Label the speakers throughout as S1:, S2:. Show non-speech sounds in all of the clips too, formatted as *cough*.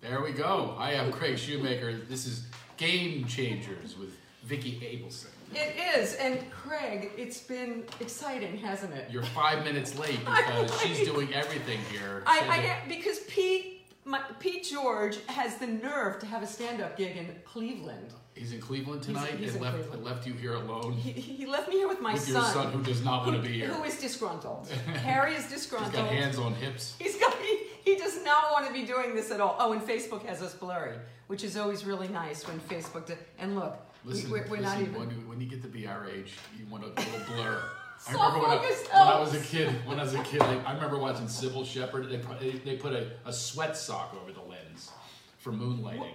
S1: There we go. I am Craig Shoemaker. This is Game Changers with Vicky Abelson.
S2: It is, and Craig, it's been exciting, hasn't it?
S1: You're five minutes
S2: *laughs*
S1: late because
S2: I'm
S1: she's
S2: late.
S1: doing everything here.
S2: I,
S1: So
S2: I
S1: that-
S2: am- because Pete, my, Pete George has the nerve to have a stand-up gig in Cleveland.
S1: he's in Cleveland
S2: He's-
S1: tonight
S2: he's
S1: and
S2: in
S1: left
S2: Cleveland.
S1: left you here alone
S2: He, he left me here with my
S1: with your son who does
S2: *laughs*
S1: not want to be here.
S2: who is
S1: *laughs*
S2: disgruntled. Harry is disgruntled.
S1: He's got hands on hips.
S2: He's got he, he does not want to be doing this at all. Oh, and Facebook has us blurry, which is always really nice when Facebook. Do, and look, we-
S1: Listen,
S2: we're, we're
S1: listen
S2: not even.
S1: when, you, when you get to be our age, you want
S2: *laughs*
S1: a little blur. I
S2: So
S1: remember when I,
S2: focused
S1: when I
S2: out.
S1: was a kid. When I was a kid, like, I remember watching Sybil Shepherd. They put, they, they put a, a sweat sock over the lens for moonlighting.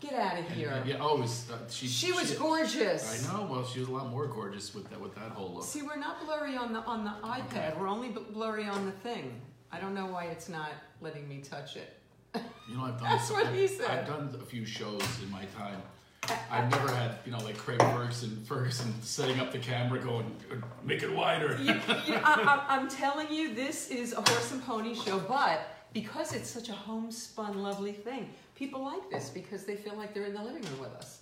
S2: Get out of
S1: And-
S2: here.
S1: and yeah, oh, it was, uh, she,
S2: She was gorgeous.
S1: I know. Well, she was a lot more gorgeous with that with that whole look.
S2: See, we're not blurry on the on the iPad. We're only bl- blurry on the thing. I don't know why it's not letting me touch
S1: *laughs*
S2: it.
S1: You know, I've done
S2: That's what
S1: I've,
S2: he said.
S1: I've done a few shows in my time. I've never had, you know, like Craig Ferguson, Ferguson setting up the camera, going, make it wider.
S2: You, you, I, I, I'm telling you, this is a horse and pony show, but because it's such a homespun, lovely thing, people like this because they feel like they're in the living room with us.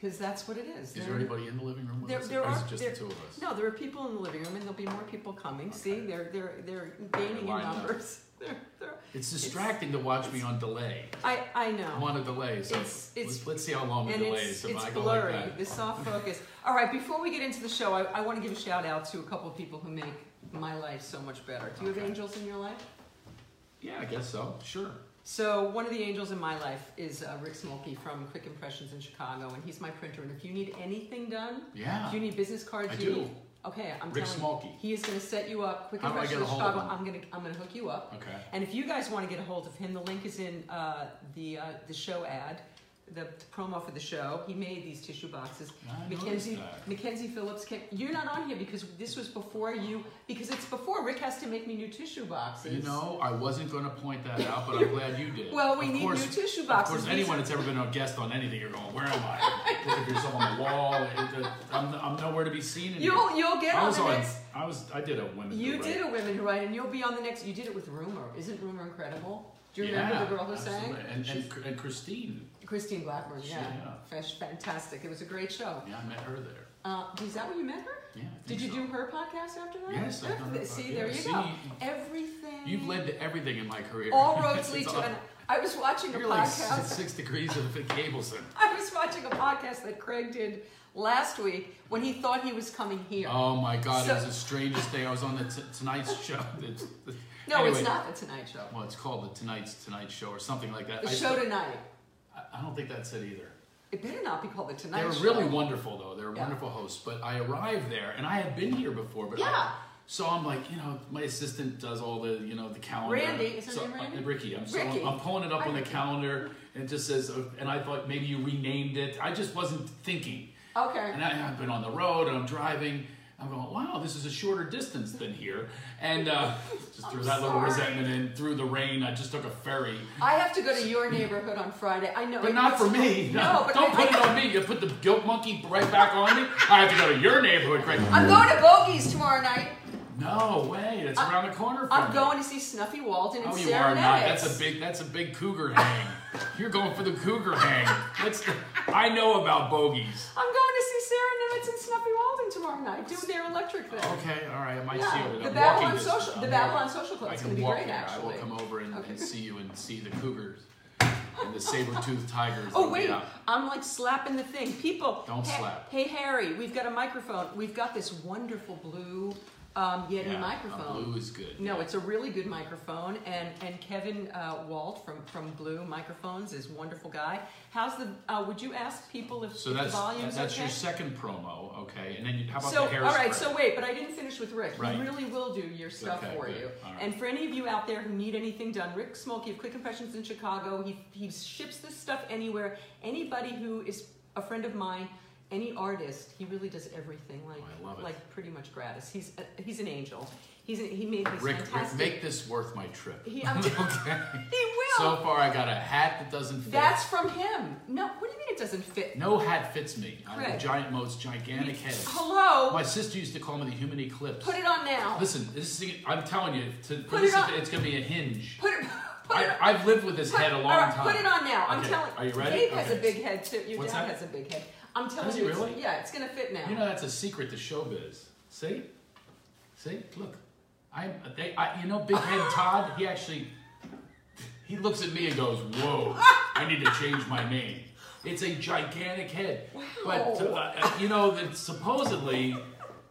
S2: Because that's what it is.
S1: Is
S2: They're-
S1: there anybody in the living room with
S2: There-
S1: us?
S2: there
S1: or is
S2: are-
S1: it just
S2: there-
S1: the two of us?
S2: No, there are people in the living room, and there'll be more people coming. See, they're they're they're gaining in
S1: lined up.
S2: numbers. *laughs* They're, they're,
S1: It's distracting to watch me on delay.
S2: I I know.
S1: I'm on a delay, so
S2: It's- it's-
S1: let's, let's see how long the
S2: and
S1: delay
S2: it's,
S1: is. if
S2: it's
S1: I go
S2: blurry,
S1: Like that.
S2: the soft focus. All right, before we get into the show, I, I want to give a shout out to a couple of people who make my life so much better. Do you
S1: Okay.
S2: have angels in your life?
S1: Yeah, I guess so. Sure.
S2: So one of the angels in my life is uh, Rick Smolke from Quick Impressions in Chicago, and he's my printer. And if you need anything done,
S1: Yeah.
S2: do you need business cards?
S1: Ah, I
S2: you
S1: do.
S2: Need, okay, I'm
S1: Rick
S2: telling you,
S1: Smolke.
S2: he is going to set you up. Quick
S1: How do I
S2: Impressions
S1: get a
S2: in
S1: hold of
S2: Chicago.
S1: him?
S2: I'm going to I'm going to hook you up.
S1: Okay.
S2: And if you guys want to get a hold of him, the link is in uh, the uh, the show ad, the, the promo for the show. He made these tissue boxes.
S1: I noticed
S2: Mackenzie
S1: that.
S2: Mackenzie Phillips, can, you're not on here because this was before you. Because it's before Rick has to make me new tissue boxes.
S1: You know, I wasn't going to point that out, but I'm glad you
S2: *laughs*
S1: did.
S2: Well, we
S1: Of
S2: need
S1: course-
S2: new tissue
S1: Of
S2: boxes.
S1: course, anyone that's ever been a guest on anything, you're going, where am
S2: *laughs*
S1: I? Look at yourself on the wall. It- it- I'm, I'm nowhere to be seen. in
S2: You'll
S1: here.
S2: you'll get
S1: I
S2: on
S1: was
S2: the
S1: on.
S2: next.
S1: I was. I did a women.
S2: You
S1: Who
S2: did
S1: Write.
S2: a women who write, and you'll be on the next. You did it with Rumor. Isn't Rumor incredible? Do you remember
S1: yeah,
S2: the girl who sang?
S1: absolutely. And,
S2: She's-
S1: and, and Christine.
S2: Christine Blackmore.
S1: She-
S2: Yeah,
S1: yeah.
S2: Fresh, fantastic. It was a great show.
S1: Yeah, I met her there.
S2: Uh, is that where you met her?
S1: Yeah. I
S2: Did
S1: think
S2: you
S1: so.
S2: do her podcast after that?
S1: Yes, I've done her
S2: See,
S1: podcast.
S2: there you
S1: See,
S2: go.
S1: you-
S2: Everything.
S1: You've led to everything in my career. *laughs*
S2: All roads
S1: It's
S2: lead to.
S1: all-
S2: An, I was watching a
S1: You're like
S2: podcast.
S1: six, six degrees of the Cableson.
S2: I was watching a podcast that Craig did last week when he thought he was coming here.
S1: Oh my God! it was
S2: So-
S1: the strangest thing. I was on the t- Tonight Show. *laughs* It's-
S2: no,
S1: anyway,
S2: it's not the Tonight Show.
S1: Well, it's called the Tonight's Tonight Show or something like that.
S2: The
S1: I,
S2: show tonight.
S1: I- I don't think that's it either.
S2: It better not be called the Tonight
S1: They were
S2: Show.
S1: really wonderful though. They were
S2: Yeah.
S1: wonderful hosts. But I arrived there, and I had been here before. But I-
S2: Yeah.
S1: so I'm like, you know, my assistant does all the, you know, the calendar.
S2: Randy, is her
S1: so,
S2: name Randy?
S1: uh, Ricky. I'm, so
S2: Ricky.
S1: I'm, I'm pulling it up
S2: Hi,
S1: on the
S2: Ricky.
S1: calendar, and it just says, uh, and I thought maybe you renamed it. I just wasn't thinking.
S2: Okay.
S1: And I, I've been on the road, and I'm driving. I'm going, wow, this is a shorter distance than here. And uh, just threw
S2: I'm
S1: that little
S2: sorry.
S1: resentment in. Through the rain, I just took a ferry.
S2: I have to go to your neighborhood on Friday. I know,
S1: But not for me. No,
S2: *laughs* No, but
S1: don't
S2: I-
S1: put it on me. You put the guilt monkey right back on me. I have to go to your neighborhood, Craig.
S2: I'm going to Bogies tomorrow night.
S1: No way. That's
S2: I-
S1: around the corner. From
S2: I'm
S1: me.
S2: going to see Snuffy Walden and
S1: Oh, you
S2: Sarah
S1: are not.
S2: Maddox.
S1: That's a big. That's a big cougar hang. You're going for the cougar hang. That's. The, I know about bogeys.
S2: I'm going to see Sarah Nimitz and Snuffy Walden tomorrow night doing their electric thing.
S1: Okay, all right. I might see you.
S2: Yeah,
S1: at it.
S2: the
S1: I'm
S2: Babylon
S1: walking this-
S2: Social,
S1: I'm
S2: the
S1: walking-
S2: Babylon Social
S1: I
S2: Club's
S1: can
S2: going to be
S1: walk
S2: great,
S1: there.
S2: actually.
S1: I will come over and,
S2: Okay.
S1: and see you and see the cougars and the saber-toothed tigers.
S2: Oh
S1: that'll be
S2: wait,
S1: out.
S2: I'm like slapping the thing. People,
S1: Don't
S2: hey,
S1: slap.
S2: Hey Harry, we've got a microphone. We've got this wonderful blue um, Yeti
S1: Yeah, a
S2: microphone.
S1: Blue is good.
S2: No, it's a really good microphone, and and Kevin uh, Walt from from Blue Microphones is a wonderful guy. How's the? Uh, would you ask people if,
S1: So
S2: if
S1: that's
S2: the volume's
S1: that's
S2: okay?
S1: your second promo, okay? And then you, how about
S2: so
S1: the hairspray?
S2: all right, so wait, but I didn't finish with Rick.
S1: Right.
S2: He really will do your stuff
S1: Okay,
S2: for
S1: good.
S2: you.
S1: All right.
S2: And for any of you out there who need anything done, Rick Smolke of Quick Impressions in Chicago, he he ships this stuff anywhere. Anybody who is a friend of mine. Any artist, he really does everything like
S1: Oh, I love it.
S2: like pretty much gratis. He's uh, he's an angel. He's he made these
S1: Rick, Rick,
S2: fantastic.
S1: make this worth my trip.
S2: He- I'm-
S1: *laughs* okay.
S2: he will.
S1: So
S2: *laughs*
S1: far, I got a hat that doesn't fit.
S2: That's from him. No, what do you mean it doesn't fit?
S1: no hat fits me. I have a
S2: Craig.
S1: giant, most gigantic head.
S2: Hello.
S1: My sister used to call me the human eclipse.
S2: Put it on now.
S1: Listen, this is, I'm telling you, to, for
S2: Put
S1: this,
S2: it on.
S1: it's going to be a hinge.
S2: Put it. *laughs* it
S1: I,
S2: on-
S1: I've lived with this
S2: Put-
S1: head a long
S2: all right,
S1: time.
S2: Put it on now. I'm
S1: Okay,
S2: telling.
S1: are you ready?
S2: Dave has a
S1: Okay.
S2: big head too. Your
S1: What's
S2: dad
S1: that?
S2: has a big head. I'm telling
S1: Does he
S2: you. it's-
S1: really?
S2: Yeah, it's gonna fit now.
S1: You know that's a secret to showbiz. See, see, look, I'm. They, I, you know, big
S2: *laughs*
S1: head Todd. He actually, he looks at me and goes, "Whoa, I need to change my name." It's a gigantic head, but uh, uh, you know that supposedly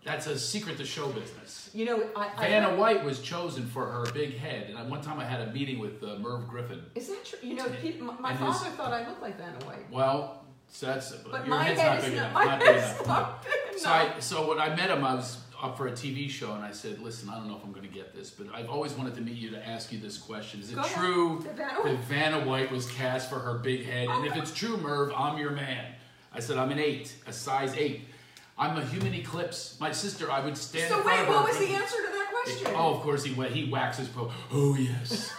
S1: that's a secret to show business.
S2: You know, I. I
S1: Vanna White was chosen for her big head, and I, one time I had a meeting with uh, Merv Griffin.
S2: Is that true? You know, people, my, my
S1: And his-
S2: father thought I looked like Vanna White,
S1: Well, so that's
S2: but
S1: your
S2: my
S1: head's
S2: head
S1: not
S2: is
S1: big
S2: not.
S1: enough.
S2: My
S1: not big
S2: head's *laughs*
S1: enough. no.
S2: not big enough.
S1: So, I, so when I met him, I was up for a TV show, and I said, "Listen, I don't know if I'm going to get this, but I've always wanted to meet you to ask you this question: Is it
S2: Go ahead.
S1: true
S2: The Vanna White.
S1: that Vanna White was cast for her big head? And if it's true, Merv, I'm your man." I said, "I'm an eight, a size eight. I'm a human eclipse. My sister, I would stand."
S2: so
S1: in front
S2: wait,
S1: of
S2: what
S1: her
S2: was
S1: for-
S2: the answer to that question?
S1: Oh, of course he went. He waxes po. Oh
S2: *laughs*
S1: yes,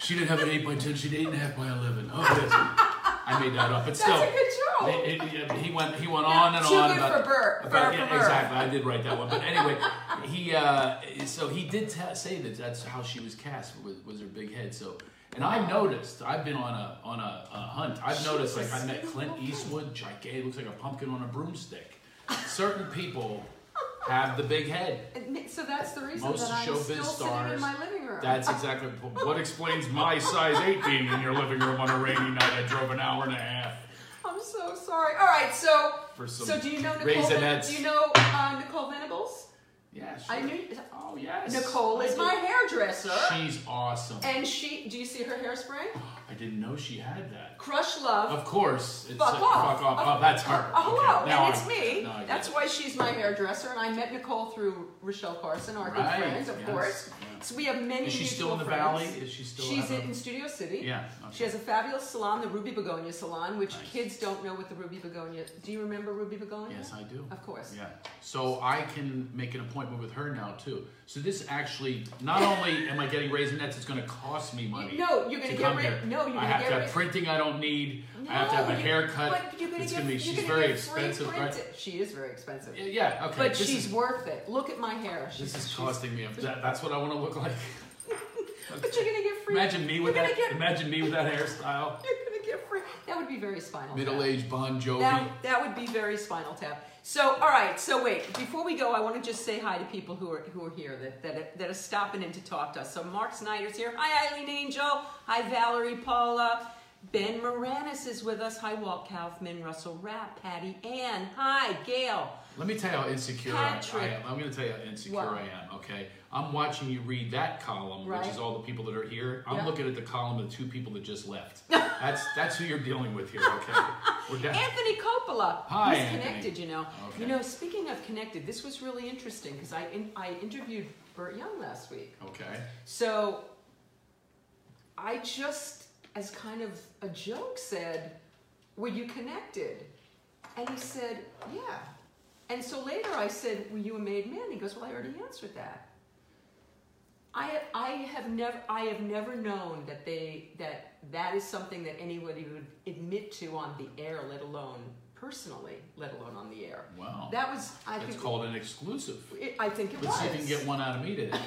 S1: she didn't have an eight by ten. She did eight and a half by eleven. Oh yes, I made that up, but
S2: That's
S1: still.
S2: a good joke.
S1: It- it- it- he went. He went on and
S2: too
S1: on
S2: good
S1: about.
S2: for Bert-
S1: about-
S2: for-
S1: yeah,
S2: for Bert.
S1: exactly. I did write that one, but anyway, he. Uh, so he did ta say that that's how she was cast was, was her big head. So. And I've noticed. I've been on a on a, a hunt. I've noticed. Like I met Clint Eastwood, gigantic, looks like a pumpkin on a broomstick. Certain people have the big head.
S2: Admit- So that's the reason
S1: Most
S2: that I'm
S1: showbiz
S2: still sitting
S1: stars-
S2: in my living room.
S1: That's exactly what explains my size 8 being in your living room on a rainy night. I drove an hour and a half.
S2: I'm so sorry. All right, so
S1: For some
S2: so do you know Nicole? Ven-
S1: Raisinets.
S2: do you know uh, Nicole Venables?
S1: Yeah, sure.
S2: I knew
S1: Oh, yes.
S2: Nicole is
S1: I
S2: my
S1: did.
S2: hairdresser,
S1: She's awesome.
S2: and she. Do you see her hairspray?
S1: I didn't know she had that.
S2: Crush Love.
S1: Of course. It's
S2: Fuck
S1: like,
S2: off.
S1: Fuck off. Oh, that's her.
S2: Oh,
S1: Okay,
S2: hello,
S1: now
S2: and it's
S1: I-
S2: me.
S1: now I get
S2: That's
S1: it.
S2: why she's my hairdresser, and I met Nicole through Rochelle Carson, our good
S1: Right,
S2: friend, of
S1: yes,
S2: course.
S1: yeah.
S2: So we have many.
S1: Is she still
S2: mutual
S1: in the valley?
S2: friends.
S1: Is she still
S2: She's
S1: have a-
S2: in, in Studio City.
S1: Yeah,
S2: She
S1: okay.
S2: has a fabulous salon, the Ruby Begonia Salon, which
S1: Nice.
S2: kids don't know what the Ruby Begonia. Do you remember Ruby Begonia?
S1: Yes, I do.
S2: Of course.
S1: Yeah. So I can make an appointment with her now, too. So this actually, not only am I getting Raisinets, it's going to cost me money.
S2: No, you're gonna
S1: to
S2: get
S1: come
S2: rid.
S1: here.
S2: No, you're
S1: I
S2: gonna
S1: have
S2: get
S1: to
S2: rid.
S1: have printing I don't need. I have to have a
S2: No, you-
S1: haircut.
S2: But you're gonna
S1: it's
S2: get,
S1: gonna be.
S2: you're
S1: She's
S2: gonna
S1: very
S2: get free
S1: expensive, right?
S2: printed- She is very expensive.
S1: Yeah, Yeah. Okay.
S2: But
S1: this
S2: she's
S1: Is,
S2: worth it. Look at my hair. She's,
S1: this is
S2: she's-
S1: costing me. That, that's what I want to look
S2: *laughs*
S1: like.
S2: But you're gonna get free.
S1: Imagine me with
S2: you're
S1: that.
S2: Gonna get,
S1: Imagine me with that hairstyle.
S2: *laughs* you're gonna get free. That would be very spinal. tap.
S1: Middle-aged Bon Jovi.
S2: That, that would be very spinal tap. So, all right. So, wait. Before we go, I want to just say hi to people who are who are here that that, that are stopping in to talk to us. So, Mark Snyder's here. Hi, Eileen Angel. Hi, Valerie Paula. Ben Moranis is with us. Hi, Walt Kaufman, Russell Rapp, Patty Ann. Hi, Gail.
S1: Let me tell you how insecure I, I
S2: Patrick.
S1: am. I'm going to tell you how insecure
S2: What?
S1: I am, okay? I'm watching you read that column,
S2: Right.
S1: which is all the people that are here. I'm
S2: Yeah.
S1: looking at the column of the two people that just
S2: *laughs*
S1: left. that's that's who you're dealing with here, okay? We're down.
S2: Anthony Coppola.
S1: Hi,
S2: He's
S1: Anthony.
S2: connected, you know.
S1: Okay.
S2: You know, speaking of connected, this was really interesting because I in, I interviewed Burt Young last week.
S1: Okay.
S2: So I just, as kind of a joke, said, Were you connected? And he said, Yeah. And so later I said, Were you a made man? He goes, Well, I already answered that. I, I have never I have never known that they that that is something that anybody would admit to on the air, let alone personally, let alone on the air.
S1: Wow.
S2: That was I
S1: That's
S2: think
S1: called an exclusive.
S2: it, I think it was.
S1: Let's see if you can get one out of me
S2: *laughs*
S1: today.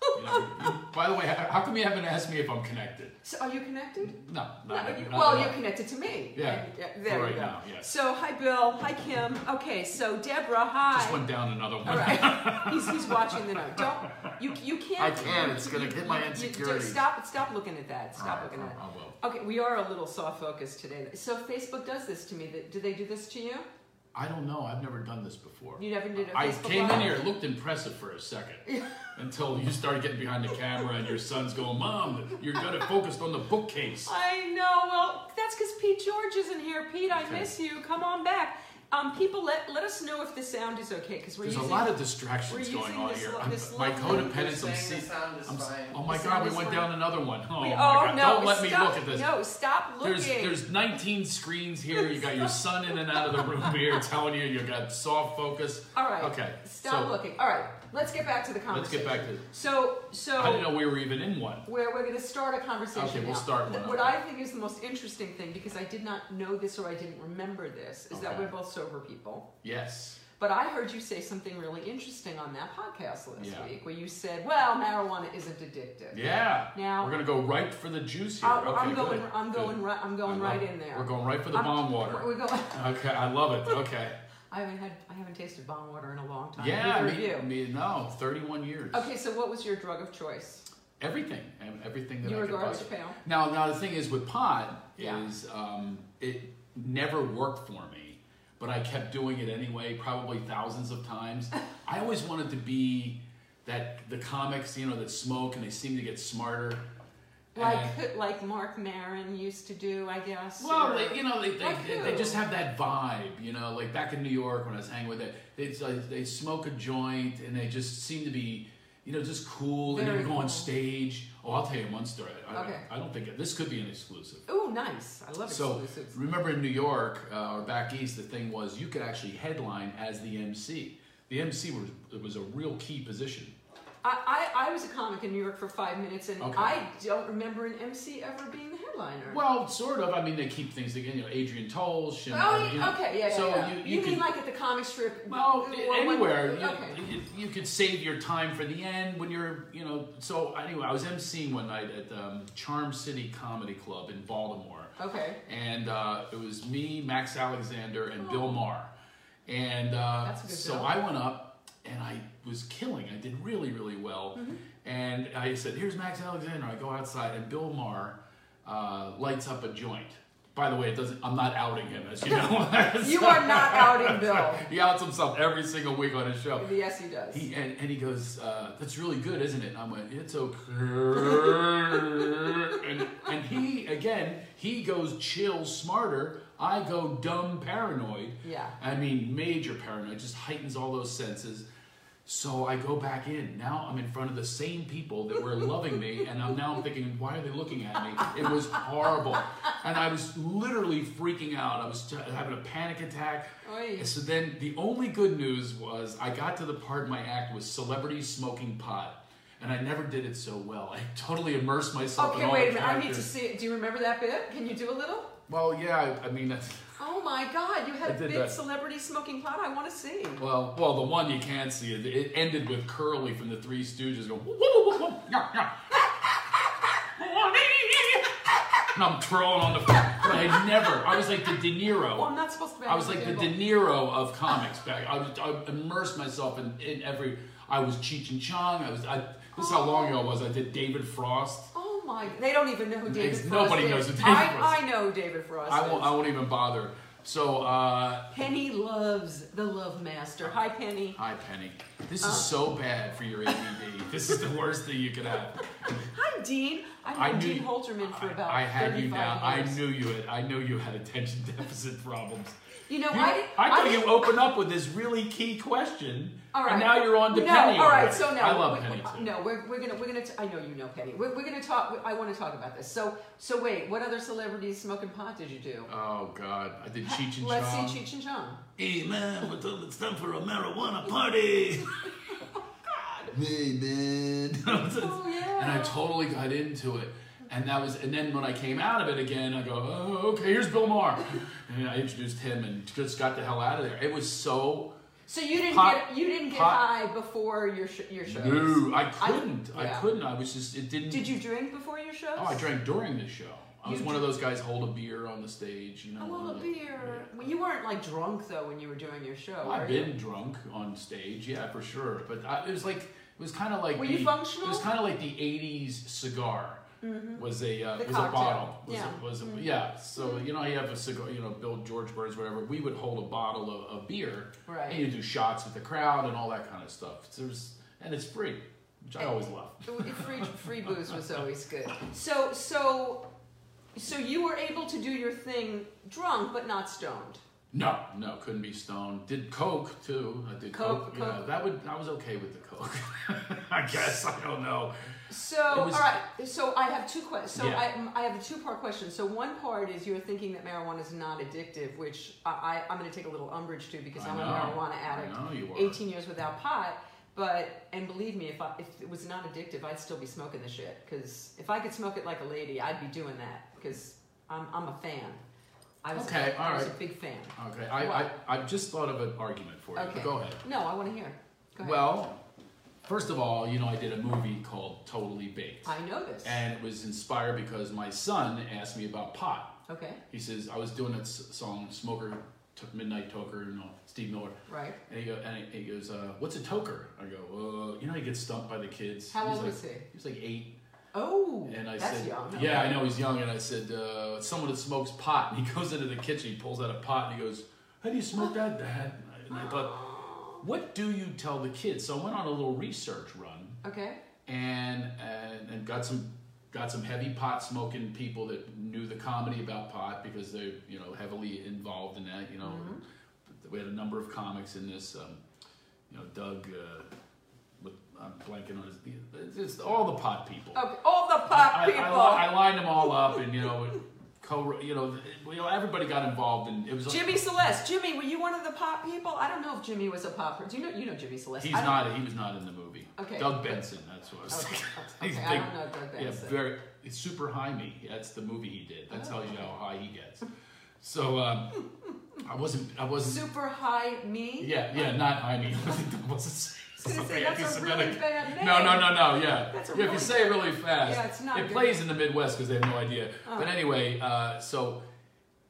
S1: You know, you- by the way, how, how come you haven't asked me if I'm connected?
S2: So are you connected?
S1: No.
S2: No,
S1: not-
S2: you-
S1: not-
S2: well,
S1: not-
S2: you're connected to me.
S1: Yeah,
S2: There
S1: for
S2: you
S1: right
S2: go.
S1: now, yes.
S2: So, hi, Bill. Hi, Kim. Okay, so Deborah, hi.
S1: Just went down another one.
S2: All
S1: *laughs*
S2: right. *laughs* he's, he's watching the note. Don't you you can't.
S1: I can.
S2: you-
S1: It's
S2: you-
S1: gonna
S2: you-
S1: hit my
S2: you- you-
S1: insecurities.
S2: Stop stop looking at that.
S1: All
S2: Stop
S1: right,
S2: looking at
S1: I- I will.
S2: that. Okay, we are a little soft focused today. So Facebook does this to me. That- Do they do this to you?
S1: I don't know. I've never done this before.
S2: You never did a
S1: I
S2: Facebook
S1: came in
S2: Live?
S1: here, it looked impressive for
S2: *laughs*
S1: a second. Until you started getting behind the camera and your son's going, Mom, you're good at focused on the bookcase.
S2: I know. Well, that's because Pete George isn't here. Pete, I
S1: Okay.
S2: miss you. Come on back. Um, people, let let us know if the sound is okay because we're
S1: There's a
S2: using
S1: lot of
S2: we're
S1: distractions
S2: using
S1: going on
S2: this
S1: here.
S2: lo-
S1: I'm-
S2: this
S1: my
S2: lovely-
S1: codependence, I'm
S3: saying
S1: seeing.
S3: the sound is
S1: I'm, s-
S3: fine.
S1: oh my
S2: The
S1: God,
S2: sound
S1: we
S2: is
S1: went
S2: fine.
S1: down another one. Oh,
S2: We-
S1: my
S2: oh,
S1: God.
S2: no!
S1: Don't let me
S2: stop-
S1: look at this.
S2: No, stop looking.
S1: There's there's 19 screens here. You got your son in and out of the room here, *laughs* telling you you got soft focus.
S2: All right.
S1: Okay.
S2: Stop
S1: so
S2: looking. All right. Let's get back to the
S1: Let's
S2: conversation.
S1: get back to.
S2: So so
S1: I didn't know we were even in one.
S2: where we're going to start a conversation.
S1: Okay, we'll
S2: now.
S1: start
S2: Th-
S1: one,
S2: What
S1: okay.
S2: I think is the most interesting thing because I did not know this or I didn't remember this is that
S1: Okay.
S2: we're both sober people.
S1: Yes.
S2: But I heard you say something really interesting on that podcast last
S1: Yeah.
S2: week where you said, well, marijuana isn't addictive.
S1: Yeah.
S2: Now-
S1: We're gonna go right for the juice here.
S2: I-
S1: okay,
S2: I'm going,
S1: good.
S2: I'm going,
S1: Good.
S2: right, I'm
S1: I
S2: going
S1: love
S2: right
S1: it.
S2: in there.
S1: We're going right for the
S2: I'm-
S1: bomb water.
S2: *laughs* We're going.
S1: Okay, I love it. Okay.
S2: I haven't had, I haven't tasted bomb water in a long time.
S1: Yeah, I
S2: Neither
S1: mean,
S2: have you.
S1: me- no, 31 years.
S2: Okay, so what was your drug of choice?
S1: Everything, and everything that
S2: You
S1: I
S2: were
S1: could
S2: garbage
S1: possibly-
S2: pail.
S1: Now, now the thing is with pot
S2: Yeah.
S1: is um, it never worked for me, but I kept doing it anyway, probably thousands
S2: *laughs*
S1: of times. I always wanted to be that the comics, you know, that smoke and they seem to get smarter.
S2: Like, *laughs*
S1: And-
S2: like Mark Maron used to do, I guess.
S1: Well,
S2: or-
S1: they, you know, they, they,
S2: Like
S1: they,
S2: who?
S1: they just have that vibe, you know. Like back in New York when I was hanging with them, they like, they smoke a joint and they just seem to be, you know, just cool. and
S2: Very
S1: they go on
S2: cool.
S1: stage. Oh, I'll tell you one story. I, I-
S2: Okay.
S1: I, don't think this could be an exclusive.
S2: Ooh, nice. I love
S1: So
S2: exclusives.
S1: remember in New York uh, or back east, the thing was you could actually headline as the MC. The MC was it was a real key position.
S2: I, I, I was a comic in New York for five minutes, and
S1: Okay.
S2: I don't remember an MC ever being the headliner.
S1: Well, sort of. I mean, they keep things again. You know, Adrian Tolsh. And,
S2: oh,
S1: you know,
S2: okay, yeah, yeah.
S1: So
S2: yeah.
S1: you
S2: mean
S1: could-
S2: like at the comic strip?
S1: Well,
S2: or
S1: i-
S2: what-
S1: anywhere. You,
S2: okay.
S1: you, you could save your time for the end when you're, you know. So, anyway, I was emceeing one night at um, Charm City Comedy Club in Baltimore. *laughs*
S2: okay.
S1: And uh, it was me, Max Alexander, and Bill Maher. And uh,
S2: Oh. That's a good
S1: so
S2: job.
S1: I went up and I was killing. I did really, really well.
S2: Mm-hmm.
S1: And I said, Here's Max Alexander. I go outside, and Bill Maher uh, lights up a joint. By the way, it doesn't. I'm not outing him, as you know. *laughs*
S2: You are not outing Bill. *laughs*
S1: He outs himself every single week on his show.
S2: Yes, he does.
S1: He and, and he goes, uh, "That's really good, isn't it?" And I went, "It's okay." and, and he again, he goes chill, smarter. I go dumb, paranoid.
S2: Yeah.
S1: I mean, major paranoid. Just heightens all those senses. So I go back in. Now I'm in front of the same people that were loving me, and I'm now I'm thinking, why are they looking at me? It was horrible, and I was literally freaking out. I was t- having a panic attack.
S2: Oy.
S1: So then the only good news was I got to the part of my act was celebrities smoking pot, and I never did it so well. I *laughs* totally immersed myself. in
S2: okay,
S1: all
S2: wait a
S1: the
S2: minute. I need to
S1: characters.
S2: see it. Do you remember that bit? Can you do a little?
S1: Well, yeah, I, I mean that's.
S2: Oh my God! You had
S1: I
S2: a
S1: did
S2: big
S1: that.
S2: celebrity smoking pot. I want to see.
S1: Well, well, the one you can't see. It, it ended with Curly from the Three Stooges going, whoa, whoa, whoa, whoa, yeah, yeah. *laughs* and I'm throwing on the floor. But I never. I was like the De
S2: Well, I'm
S1: Niro.
S2: not supposed to. be
S1: I was like the
S2: outing
S1: De
S2: Bill.
S1: Niro of comics back. I, was- I immersed myself in, in every. I was Cheech and Chong. I was. I, this is how long ago it was. I did David Frost.
S2: Oh my! They don't even know who David
S1: It's-
S2: Frost
S1: nobody
S2: is.
S1: knows who David
S2: I,
S1: Frost
S2: I know who David Frost.
S1: I won't.
S2: is.
S1: I won't even bother. So. uh
S2: Penny loves the Love Master. Hi, Penny.
S1: Hi, Penny. This is so bad for your ADD. this is the worst thing you could have.
S2: Hi, Dean.
S1: I
S2: I've known
S1: knew
S2: Dean Holterman for
S1: I-
S2: about
S1: I had
S2: 35
S1: you down.
S2: years.
S1: I knew you had. I knew you had attention *laughs* deficit problems.
S2: You know,
S1: You-
S2: I, did,
S1: I thought you
S2: didn't-
S1: opened up with this really key question,
S2: All right.
S1: and now you're on to
S2: no,
S1: Penny.
S2: All right.
S1: already.
S2: So now
S1: I love
S2: we-
S1: Penny
S2: we-
S1: too.
S2: No, we're, we're gonna we're gonna. T- I know you know Penny. We're, we're gonna talk. I want to talk about this. So so wait. What other celebrities smoking pot did you do?
S1: Oh God, I did Cheech and
S2: Let's
S1: Chong.
S2: see Cheech and Chong.
S1: Hey man, we're told it's time for a marijuana party. hey *laughs* man.
S2: Oh, yeah.
S1: And I totally got into it. And that was, and then when I came out of it again, I go, oh, okay, here's Bill Maher. And I introduced him and just got the hell out of there. It was so,
S2: So you didn't
S1: Pot-
S2: get you didn't get
S1: pot-
S2: high before your sh- your shows.
S1: no, I couldn't. I,
S2: yeah.
S1: couldn't. I was just, it didn't.
S2: Did you drink before your shows?
S1: Oh, I drank during the show. I
S2: You
S1: was one of
S2: dr-
S1: those guys hold a beer on the stage, you know.
S2: I want a
S1: and-
S2: beer. Well, you weren't like drunk though when you were doing your show. were
S1: I've
S2: you?
S1: been drunk on stage, yeah, for sure. But I, it was like it was kind of like
S2: Were
S1: the,
S2: you functional? Mm-hmm.
S1: It was kind of like the '80s cigar was a uh,
S2: The
S1: was a
S2: cocktail,
S1: bottle. Was
S2: yeah. Mm-hmm.
S1: a, was a, yeah. So you know, you have a cigar. You know, Bill George Burns, whatever. We would hold a bottle of, of beer,
S2: Right.
S1: And you do shots with the crowd and all that kind of stuff. So there's and it's free, which I always love.
S2: free free booze was always good. So so so you were able to do your thing drunk but not stoned.
S1: No, no, couldn't be stoned. Did coke too. I did coke.
S2: Coke,
S1: you know,
S2: Coke.
S1: that would I was okay with the coke. *laughs* I guess I don't know.
S2: So
S1: It was-
S2: all right. So I have two questions. So
S1: Yeah.
S2: I, I have a two part question. So one part is you're thinking that marijuana is not addictive, which I, I I'm going to take a little umbrage to because
S1: I
S2: I'm
S1: know.
S2: a marijuana addict.
S1: I know you are.
S2: 18 years without pot. But and believe me, if I, if it was not addictive, I'd still be smoking the shit. Because if I could smoke it like a lady, I'd be doing that. Because I'm I'm a fan. I was,
S1: Okay, all
S2: I was a
S1: right.
S2: big fan.
S1: Okay, I, I, I've just thought of an argument for you. but
S2: Okay.
S1: Go ahead.
S2: No, I want to hear. Go ahead.
S1: Well, first of all, you know, I did a movie called Totally Baked.
S2: I know this.
S1: And it was inspired because my son asked me about pot.
S2: okay,
S1: He says, I was doing that s- song, Smoker, T- Midnight Toker, you know, Steve Miller.
S2: right.
S1: And he, go, and he he goes, uh, what's a toker? I go, uh, you know, he gets stumped by the kids.
S2: How
S1: He's
S2: old
S1: like,
S2: was he?
S1: was like eight.
S2: Oh,
S1: And I
S2: that's
S1: said,
S2: young.
S1: yeah, I know he's young. And I said, uh, it's someone that smokes pot. And he *laughs* goes into the kitchen, he pulls out a pot, and he goes, how do you smoke that, Dad? And I thought, what do you tell the kids? So I went on a little research run
S2: Okay.
S1: and and, and got some got some heavy pot smoking people that knew the comedy about pot because they're you know heavily involved in that you know
S2: Mm-hmm.
S1: we had a number of comics in this um, you know Doug uh, with, I'm blanking on his it's just all the pot people
S2: Okay. All the pot
S1: I,
S2: people.
S1: I, li- I lined them all up and you know co you know you know everybody got involved and it was
S2: Jimmy Celeste. Jimmy, were you one of the pot people? I don't know if Jimmy was a pot. per- Do you know? You know Jimmy Celeste.
S1: he's
S2: I don't-
S1: not he was not in the movie
S2: Okay.
S1: Doug Benson that's what I
S2: *laughs*
S1: was *laughs*
S2: Okay. okay,
S1: thinking. He's
S2: I
S1: big-
S2: don't know Doug
S1: Yeah,
S2: Benson.
S1: very. It's super high me. That's the movie he did. That tells you how high he gets. So um, I wasn't. I wasn't.
S2: Super high me.
S1: Yeah, yeah, not high me. *laughs* I wasn't
S2: was
S1: saying
S2: gonna say,
S1: something
S2: that's a really
S1: anti-Semitic.
S2: bad name.
S1: No, no, no, no. Yeah,
S2: That's a
S1: yeah. if
S2: really
S1: you say it really fast,
S2: Yeah, it's not
S1: it
S2: good.
S1: plays in the Midwest because they have no idea.
S2: Oh.
S1: But anyway, uh, so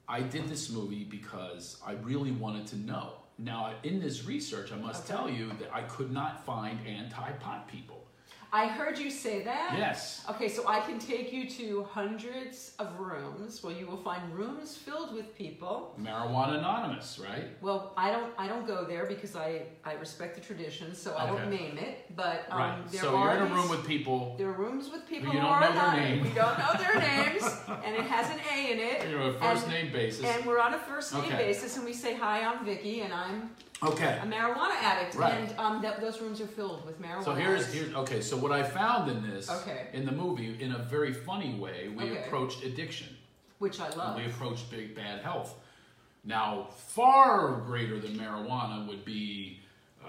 S1: I did this movie because I really wanted to know. Now, in this research, I must
S2: Okay.
S1: tell you that I could not find
S2: *laughs*
S1: anti-pot people.
S2: I heard you say that.
S1: Yes.
S2: Okay, so I can take you to hundreds of rooms where you will find rooms filled with people.
S1: Marijuana Anonymous, right?
S2: Well, I don't I don't go there because I, I respect the tradition, so I don't
S1: Okay.
S2: name it. But um,
S1: Right.
S2: there
S1: so
S2: are
S1: you're in a
S2: these-
S1: room with people.
S2: there are rooms with people
S1: you
S2: who
S1: don't
S2: are
S1: know their
S2: anonymous.
S1: name.
S2: We don't know
S1: *laughs*
S2: their names, and it has an A in it.
S1: You're on a first
S2: and,
S1: name basis.
S2: And we're on a first name
S1: Okay.
S2: basis, and we say hi, I'm Vicky, and I'm
S1: okay.
S2: a marijuana addict,
S1: Right.
S2: and um, that, those rooms are filled with marijuana.
S1: So here's
S2: addicts.
S1: here's okay. So what I found in this
S2: Okay.
S1: in the movie, in a very funny way, we
S2: Okay.
S1: approached addiction.
S2: which I
S1: And
S2: love.
S1: we approached big bad health. Now, far greater than marijuana would be uh,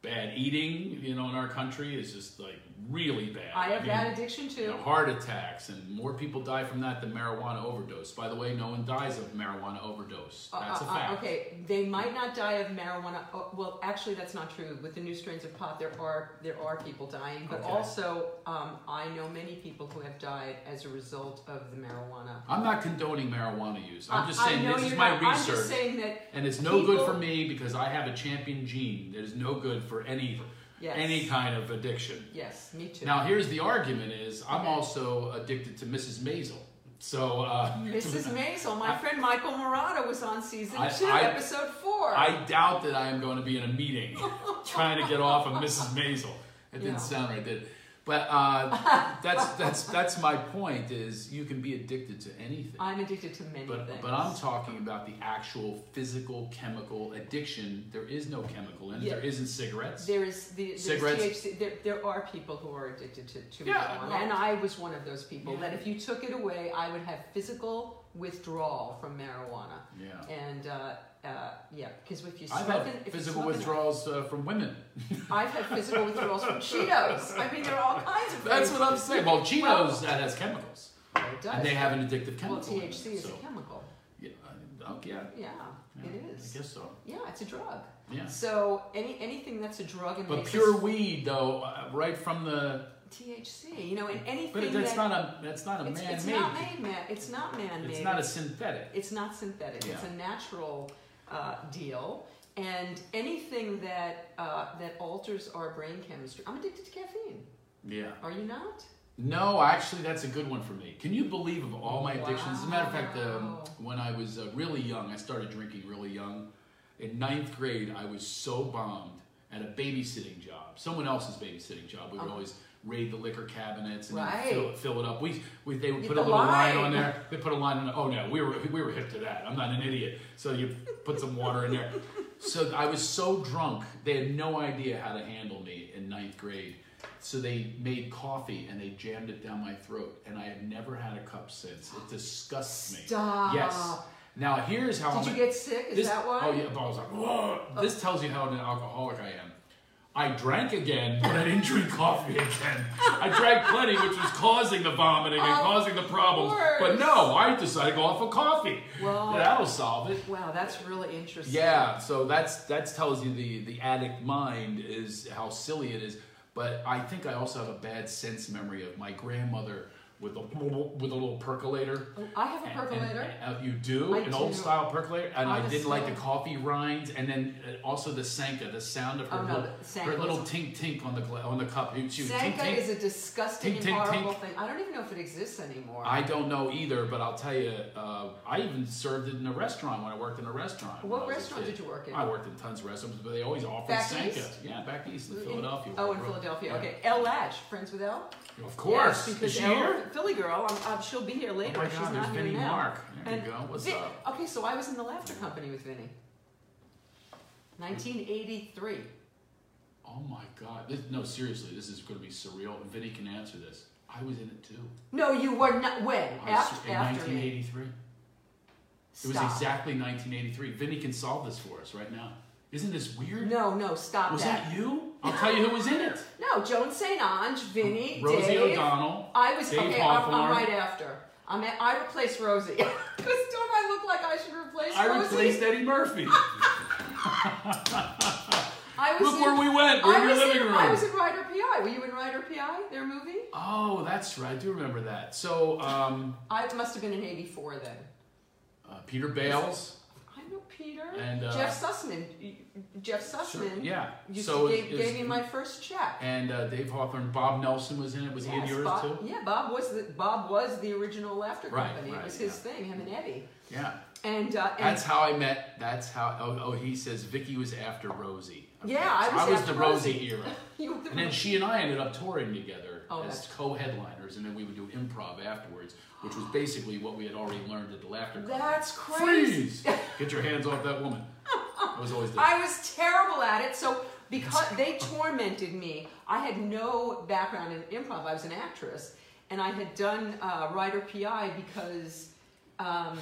S1: bad eating. You know, in our country, is just like really bad.
S2: I have
S1: mean,
S2: that addiction too.
S1: you know, heart attacks, and more people die from that than marijuana overdose. By the way, no one dies of marijuana overdose.
S2: Uh,
S1: That's a
S2: uh, uh,
S1: fact.
S2: Okay, they might not die of marijuana. oh, Well, actually, that's not true. With the new strains of pot, there are there are people dying, but
S1: Okay.
S2: also um, I know many people who have died as a result of the marijuana.
S1: I'm not condoning marijuana use. I'm just
S2: I- I
S1: saying
S2: know
S1: this is
S2: you're
S1: my
S2: not.
S1: research.
S2: I'm just saying that.
S1: and it's no good
S2: people-
S1: for me because I have a champion gene that is no good for any
S2: Yes.
S1: any kind of addiction.
S2: Yes, me too.
S1: Now here's the argument is I'm
S2: Okay.
S1: also addicted to Mrs. Maisel. So uh,
S2: Mrs. Maisel, my friend Michael Morata was on season
S1: I-
S2: two,
S1: I-
S2: episode four.
S1: *laughs* I doubt that I am going to be in a
S2: *laughs*
S1: meeting trying to get off of Mrs. Maisel. It didn't
S2: Yeah.
S1: sound right, did it? But
S2: *laughs*
S1: uh, that's that's that's my point is you can be addicted to anything.
S2: am addicted to many
S1: But,
S2: things.
S1: but I'm talking about the actual physical chemical addiction. There is no chemical in it.
S2: Yeah.
S1: There isn't cigarettes.
S2: There is the there's
S1: Cigarettes.
S2: THC. There, there are people who are addicted to, to
S1: Yeah,
S2: marijuana,
S1: well-
S2: and I was one of those people.
S1: Yeah.
S2: That if you took it away, I would have physical withdrawal from marijuana.
S1: yeah.
S2: And uh, uh, yeah, because if you
S1: I've
S2: smoke
S1: had
S2: it- if you
S1: physical
S2: smoke it-
S1: withdrawals uh, from women.
S2: I've had physical withdrawals from Cheetos. I mean, there are all kinds of
S1: *laughs* That's
S2: things.
S1: what I'm saying. Well, Cheetos
S2: Well-
S1: that has chemicals,
S2: Well, it does.
S1: and they have an addictive
S2: well,
S1: chemical. in it,
S2: THC is
S1: so,
S2: a chemical.
S1: Yeah, I- oh, yeah,
S2: Yeah,
S1: yeah,
S2: it is.
S1: I guess so.
S2: Yeah, it's a drug.
S1: Yeah.
S2: So any anything that's a drug and
S1: But
S2: makes
S1: pure
S2: us-
S1: weed, though, uh, right from the.
S2: THC, you know, and anything
S1: But that's
S2: that
S1: not a. That's not a
S2: It's,
S1: man-made.
S2: it's not made, man. It's not man-made.
S1: It's not a synthetic.
S2: It's not synthetic. It's
S1: Yeah.
S2: a natural uh, deal. And anything that uh, that alters our brain chemistry. I'm addicted to caffeine.
S1: Yeah.
S2: Are you not?
S1: No, actually, that's a good one for me. Can you believe of all my addictions? As a matter of fact, um,
S2: Wow.
S1: when I was uh, really young, I started drinking really young. In ninth grade, I was so bombed at a babysitting job, someone else's babysitting job. We would
S2: Uh-huh.
S1: always raid the liquor cabinets and
S2: Right.
S1: fill, fill it up. We, we they would
S2: Get
S1: put
S2: the
S1: a little line.
S2: line.
S1: on there. They put a line on. Oh no, we were we were hip to that. I'm not an idiot. So you put some water in there. So I was so drunk, they had no idea how to handle me in ninth grade. So they made coffee and they jammed it down my throat, and I have never had a cup since. It disgusts me.
S2: Stop.
S1: Yes. Now here's how.
S2: Did
S1: I'm
S2: you get sick? Is
S1: this-
S2: that why?
S1: Oh yeah, but I was like, Whoa. this tells you how an alcoholic I am. I drank again, but I didn't drink coffee again. I drank plenty, which was causing the vomiting and
S2: Of
S1: causing the problems. But
S2: course.
S1: no, I decided to go off for coffee.
S2: Well-
S1: that'll solve it.
S2: Wow, that's really interesting.
S1: Yeah, so that's that tells you the the addict mind is how silly it is. But I think I also have a bad sense memory of my grandmother with a with a little percolator.
S2: Oh, I have a
S1: And- and-
S2: percolator.
S1: and- uh, you do
S2: I
S1: an old
S2: do.
S1: style percolator, and I didn't like the
S2: Honestly.
S1: coffee rinds, and then uh, also the Sanka, the sound of her
S2: Oh, no,
S1: little,
S2: the Sanka
S1: her little
S2: was-
S1: tink tink on the gla- on the cup. She was tink
S2: Zanka is
S1: tink.
S2: a disgusting
S1: Tink,
S2: and
S1: tink,
S2: horrible
S1: tink.
S2: thing. I don't even know if it exists anymore.
S1: I don't know either, but I'll tell you, uh, I even served it in a restaurant when I worked in a restaurant. when
S2: What
S1: I was a
S2: restaurant
S1: kid.
S2: did you work in?
S1: I worked in tons of restaurants, but they always offered
S2: Back
S1: Sanka.
S2: east?
S1: Yeah, back east in
S2: In-
S1: Philadelphia.
S2: Oh,
S1: where
S2: in
S1: I grew up.
S2: Philadelphia.
S1: Yeah.
S2: Okay. El Latch, friends with El.
S1: Of course.
S2: Yes, because
S1: is she
S2: El,
S1: here?
S2: Philly girl. I'm, i she'll be here
S1: Oh
S2: later.
S1: my
S2: She's
S1: God, there's
S2: not here
S1: Vinnie
S2: now.
S1: Mark. There
S2: And
S1: you go. What's
S2: Vin-
S1: up?
S2: Okay, so I was in the Laughter Company with Vinny. 1983.
S1: Oh my God. This, no, seriously, this is going to be surreal. And Vinny can answer this. I was in it too.
S2: No, you were not. When?
S1: I was
S2: After,
S1: in
S2: after me.
S1: 1983. It was
S2: Stop.
S1: exactly 1983. Vinny can solve this for us right now. Isn't this weird?
S2: No, no, stop
S1: was that. you? I'll tell you who was
S2: *laughs*
S1: in it.
S2: No, Joan St. Ange, Vinny,
S1: Rosie
S2: Dave.
S1: O'Donnell.
S2: I was
S1: Dave
S2: okay. I'm,
S1: Hawthorne.
S2: I'm right after. I'm at, I replaced Rosie. *laughs* Because don't I look like I should replace
S1: I
S2: Rosie?
S1: replaced Eddie
S2: *laughs*
S1: Murphy.
S2: I was
S1: Look
S2: in,
S1: where we went. *laughs* We're
S2: I
S1: in your
S2: was
S1: living
S2: in,
S1: room.
S2: I was in Rider PI. Were you in Rider PI? Their movie?
S1: oh, that's right. I do remember that. So, um,
S2: I must have been in '84 then.
S1: uh, Peter Bales.
S2: I know Peter.
S1: And, uh,
S2: Jeff Sussman. Jeff Sussman.
S1: Sure, yeah.
S2: Used
S1: So
S2: to
S1: it-
S2: gave,
S1: it was-
S2: gave me my first check.
S1: And uh, Dave Hawthorne. Bob Nelson was in it. Was he in
S2: Yes,
S1: yours
S2: Bob,
S1: too?
S2: Yeah, Bob was the Bob was the original laughter
S1: Right,
S2: company.
S1: right,
S2: it was his
S1: yeah.
S2: thing, him and Eddie.
S1: Yeah.
S2: And, uh, and
S1: That's how I met. That's how. Oh, oh he says Vicky was after Rosie.
S2: Yeah, I
S1: so
S2: was
S1: I was
S2: after
S1: the Rosie era.
S2: *laughs* you were the
S1: And then she and I ended up touring together
S2: Oh,
S1: as
S2: that's-
S1: co-headliners, and then we would do improv afterwards, which was basically what we had already learned at the laughter. Club.
S2: That's crazy.
S1: Freeze! Get your hands off that woman. I was always the
S2: I was terrible at it, so because they tormented me, I had no background in improv. I was an actress, and I had done uh, Rider PI because um,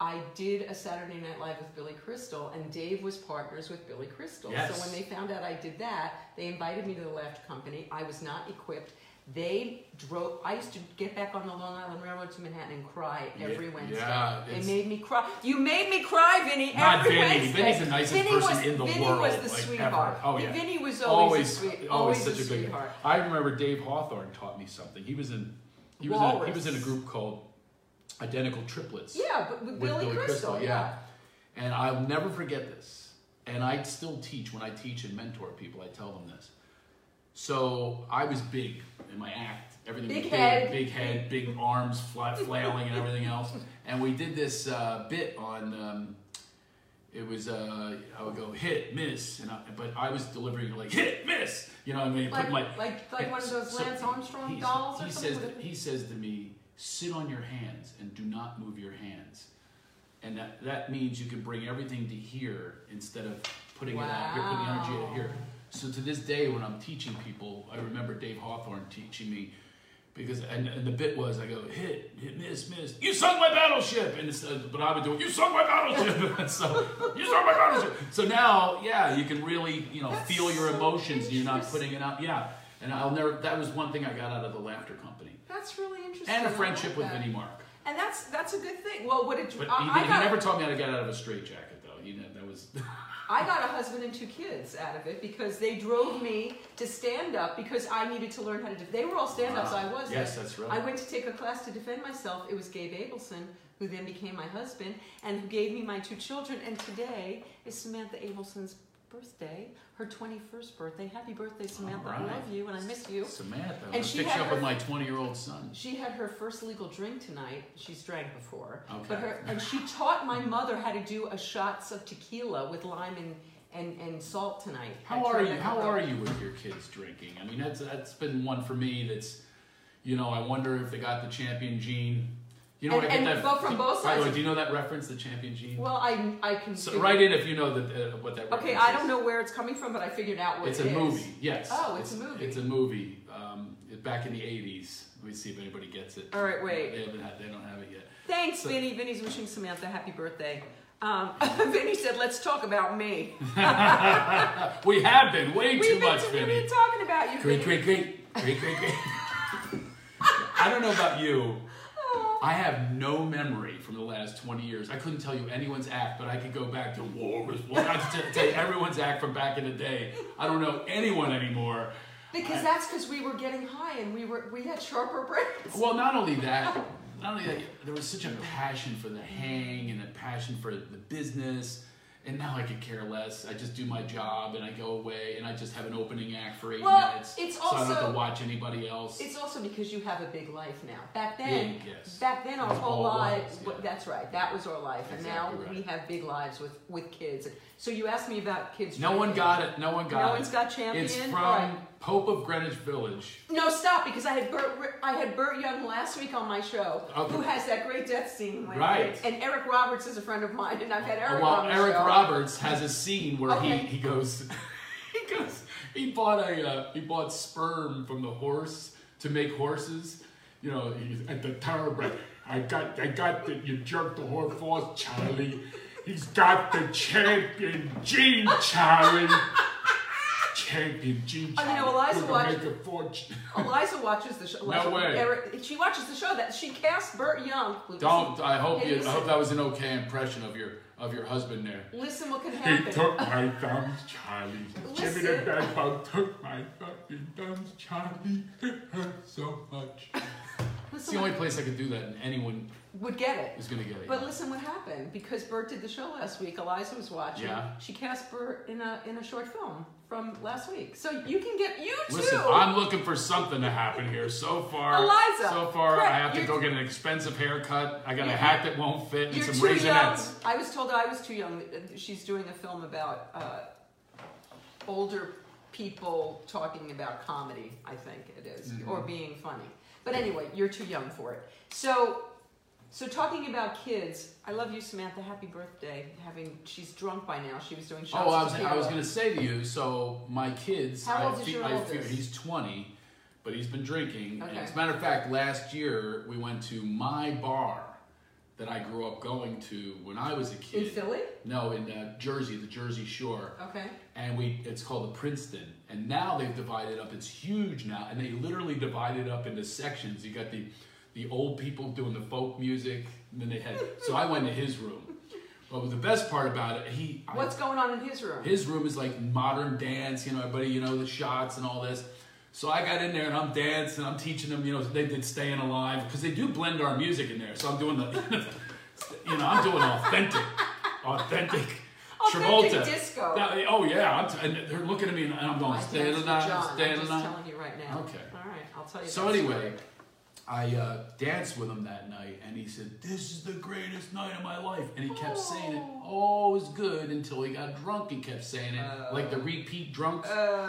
S2: I did a Saturday Night Live with Billy Crystal, and Dave was partners with Billy Crystal.
S1: Yes.
S2: So when they found out I did that, they invited me to the Laughter Company. I was not equipped. They drove. I used to get back on the Long Island Railroad to Manhattan and cry every
S1: Yeah,
S2: Wednesday.
S1: yeah,
S2: they
S1: it's-
S2: made me cry. You made me cry, Vinny.
S1: Not
S2: every
S1: Vinny.
S2: Wednesday.
S1: Vinny's the nicest
S2: Vinny
S1: person
S2: was,
S1: in the
S2: Vinny
S1: world,
S2: was the
S1: like,
S2: sweetheart.
S1: ever. Oh, yeah.
S2: Vinny was always
S1: always,
S2: a sweet,
S1: always,
S2: always
S1: such a,
S2: a
S1: good guy.
S2: sweetheart.
S1: I remember Dave Hawthorne taught me something. He was in he was in a, he was in a
S2: Walrus.
S1: group called Identical Triplets.
S2: Yeah, but with,
S1: with
S2: Billy, Crystal, yeah.
S1: And I'll never forget this. And I still teach when I teach and mentor people, I tell them this. So I was big in my act. Everything
S2: Big
S1: was
S2: head.
S1: big, big head, big arms, flat flailing, and everything else. And we did this uh, bit on. Um, it was uh, I would go hit miss, and I, but I was delivering like hit miss. You know what I mean?
S2: Like,
S1: Put my-
S2: like, like, one of those
S1: so
S2: Lance Armstrong
S1: he-
S2: dolls or
S1: he
S2: something.
S1: Says
S2: with
S1: that,
S2: a-
S1: he says to me, sit on your hands and do not move your hands. And that, that means you can bring everything to here instead of putting it out here, putting the energy out here.
S2: Wow.
S1: So to this day, when I'm teaching people, I remember Dave Hawthorne teaching me because and, and the bit was I go hit hit miss miss you sunk my battleship and it's, uh, but I would do it you sunk my battleship *laughs* and so you sunk my battleship so now yeah you can really you know
S2: That's
S1: feel your
S2: so
S1: emotions and you're not
S2: interesting.
S1: putting it out yeah and I'll never that was one thing I got out of the laughter company
S2: That's really interesting.
S1: and a
S2: I
S1: friendship
S2: like
S1: with
S2: that.
S1: Vinnie Mark
S2: And that's that's a good thing. Well, what it,
S1: but
S2: I,
S1: he,
S2: I
S1: did, he
S2: got,
S1: never taught me how to get out of a straitjacket though you know that was
S2: I got a husband and two kids out of it because they drove me to stand up because I needed to learn how to. Def- they were all *laughs* stand ups. I wasn't.
S1: yes that's right
S2: I went to take a class to defend myself. It was Gabe Abelson, who then became my husband and who gave me my two children. And today is Samantha Abelson's birthday, her 21st birthday. Happy birthday, Samantha. I
S1: right.
S2: love you and I miss you.
S1: Samantha I'm gonna
S2: she
S1: fix
S2: had
S1: you up
S2: her-
S1: with my 20 year old son
S2: She had her first legal drink tonight. She's drank before.
S1: Okay.
S2: But her, and she taught my mother how to do a shots of tequila with lime and, and, and salt tonight.
S1: How are you? How are you with your kids drinking? I mean, that's that's been one for me. That's, you know, I wonder if they got the champion gene. You know,
S2: And-
S1: I get
S2: and
S1: that
S2: but from both
S1: By the way,
S2: sides.
S1: do you know that reference, the champion gene?
S2: Well, I, I can.
S1: so
S2: figure-
S1: write in if you know that uh, what that.
S2: Okay,
S1: reference
S2: I
S1: is.
S2: don't know where it's coming from, but I figured out what
S1: It's
S2: it
S1: a
S2: is.
S1: movie. Yes.
S2: Oh, it's a movie.
S1: It's a movie. Um, it- back in the '80s. Let me see if anybody gets it.
S2: All right, wait.
S1: They haven't had. They don't have it yet.
S2: Thanks,
S1: So-
S2: Vinny. Vinny's wishing Samantha happy birthday. Um, *laughs* Vinny said, let's talk about me.
S1: We have been way too
S2: We've been,
S1: much,
S2: we've
S1: Vinny.
S2: been talking about you,
S1: Great,
S2: Vinny.
S1: great, great. Great, great, great. I don't know about you.
S2: Oh.
S1: I have no memory from the last 20 years. I couldn't tell you anyone's act, but I could go back to war was war. I could tell you everyone's act from back in the day. I don't know anyone anymore.
S2: Because that's because we were getting high and we were we had sharper brains.
S1: Well, not only that, not only that, there was such a passion for the hang and a passion for the business. And now I could care less. I just do my job and I go away and I just have an opening act for eight
S2: Well,
S1: minutes.
S2: it's
S1: so I don't have
S2: also-
S1: to watch anybody else.
S2: It's also because you have a big life now. Back then,
S1: Big, yes.
S2: back then our
S1: That's all
S2: whole lives.
S1: lives,
S2: w
S1: yeah.
S2: That's right. That was our life, and now
S1: Exactly right.
S2: we have big lives with with kids. So you asked me about kids.
S1: no one got it. No one got it.
S2: No one's got champion.
S1: It's from
S2: All right.
S1: Pope of Greenwich Village.
S2: No, stop! Because I had Burt, Ri- I had Burt Young last week on my show,
S1: Okay.
S2: who has that great death scene. When,
S1: Right.
S2: And Eric Roberts is a friend of mine, and I've had Eric
S1: While
S2: on the
S1: Eric
S2: show.
S1: Roberts has a scene where
S2: Okay.
S1: he, he goes, *laughs* he goes, he bought a uh, he bought sperm from the horse to make horses. You know, he's at the tower, but I got I got the you jerked the horse for us, Charlie. He's got the champion gene, Charlie. champion gene.
S2: I
S1: Charlie.
S2: mean, Eliza
S1: We're gonna
S2: watched-
S1: make a
S2: *laughs*
S1: fortune.
S2: Eliza watches the show. Eliza-
S1: way.
S2: Eric, she watches the show. That she cast Burt Young.
S1: Don't. I hope you. I
S2: Listen.
S1: hope that was an okay impression of your of your husband there.
S2: Listen, what can
S3: He
S2: happen?
S3: took my thumbs, Charlie. Jimmy the
S2: Listen.
S3: Bedbug took my fucking thumbs, Charlie. It hurt so much.
S1: It's the
S2: Listen,
S1: only place I could do that, and anyone
S2: would get it.
S1: is gonna get it.
S2: But listen, what happened? Because Bert did the show last week. Eliza was watching.
S1: Yeah.
S2: She cast Bert in a in a short film from last week. So you can get you too.
S1: Listen, I'm looking for something to happen here. So far,
S2: Eliza,
S1: so far,
S2: correct,
S1: I have to
S2: you're-
S1: go get an expensive haircut. I got a
S2: You're-
S1: hat that won't fit and
S2: You're
S1: some
S2: too young.
S1: raisinets.
S2: I was told I was too young. She's doing a film about uh, older people talking about comedy. I think it is,
S1: Mm-hmm.
S2: or being funny. But anyway, you're too young for it. So, so talking about kids, I love you, Samantha. Happy birthday. Having she's drunk by now. She was doing shots.
S1: Oh, I was,
S2: of
S1: I was
S2: tequila.
S1: gonna say to you. So my kids,
S2: How
S1: I,
S2: old is
S1: fe-
S2: your
S1: I
S2: oldest?
S1: fear he's 20, but he's been drinking. And
S2: Okay.
S1: as a matter of fact, last year we went to my bar that I grew up going to when I was a kid.
S2: in Philly.
S1: No, in uh, Jersey, the Jersey Shore.
S2: Okay.
S1: and we it's called the Princeton. And now they've divided up. It's huge now, and they literally divide it up into sections. You got the the old people doing the folk music, and then they had. so I went to his room. But the best part about it, he I-
S2: What's going on in his room?
S1: his room is like modern dance. You know, everybody you know the shots and all this. So I got in there and I'm dancing. I'm teaching them. You know, they did "Staying Alive" because they do blend our music in there. So I'm doing the, *laughs* you know, I'm doing authentic, authentic.
S2: Authentic
S1: Travolta.
S2: disco.
S1: That- oh yeah, I'm t- and they're looking at me and I'm
S2: I
S1: going
S2: danced
S1: "Staying
S2: with
S1: Alive,"
S2: John.
S1: "Staying
S2: I'm just
S1: Alive."
S2: telling you right now.
S1: Okay.
S2: All right, I'll tell you.
S1: So
S2: that
S1: anyway,
S2: story.
S1: I uh, danced with him that night, and he said, "This is the greatest night of my life," and he kept saying it. Oh, it was good until he got drunk and kept saying it,
S2: Uh.
S1: like the repeat drunks.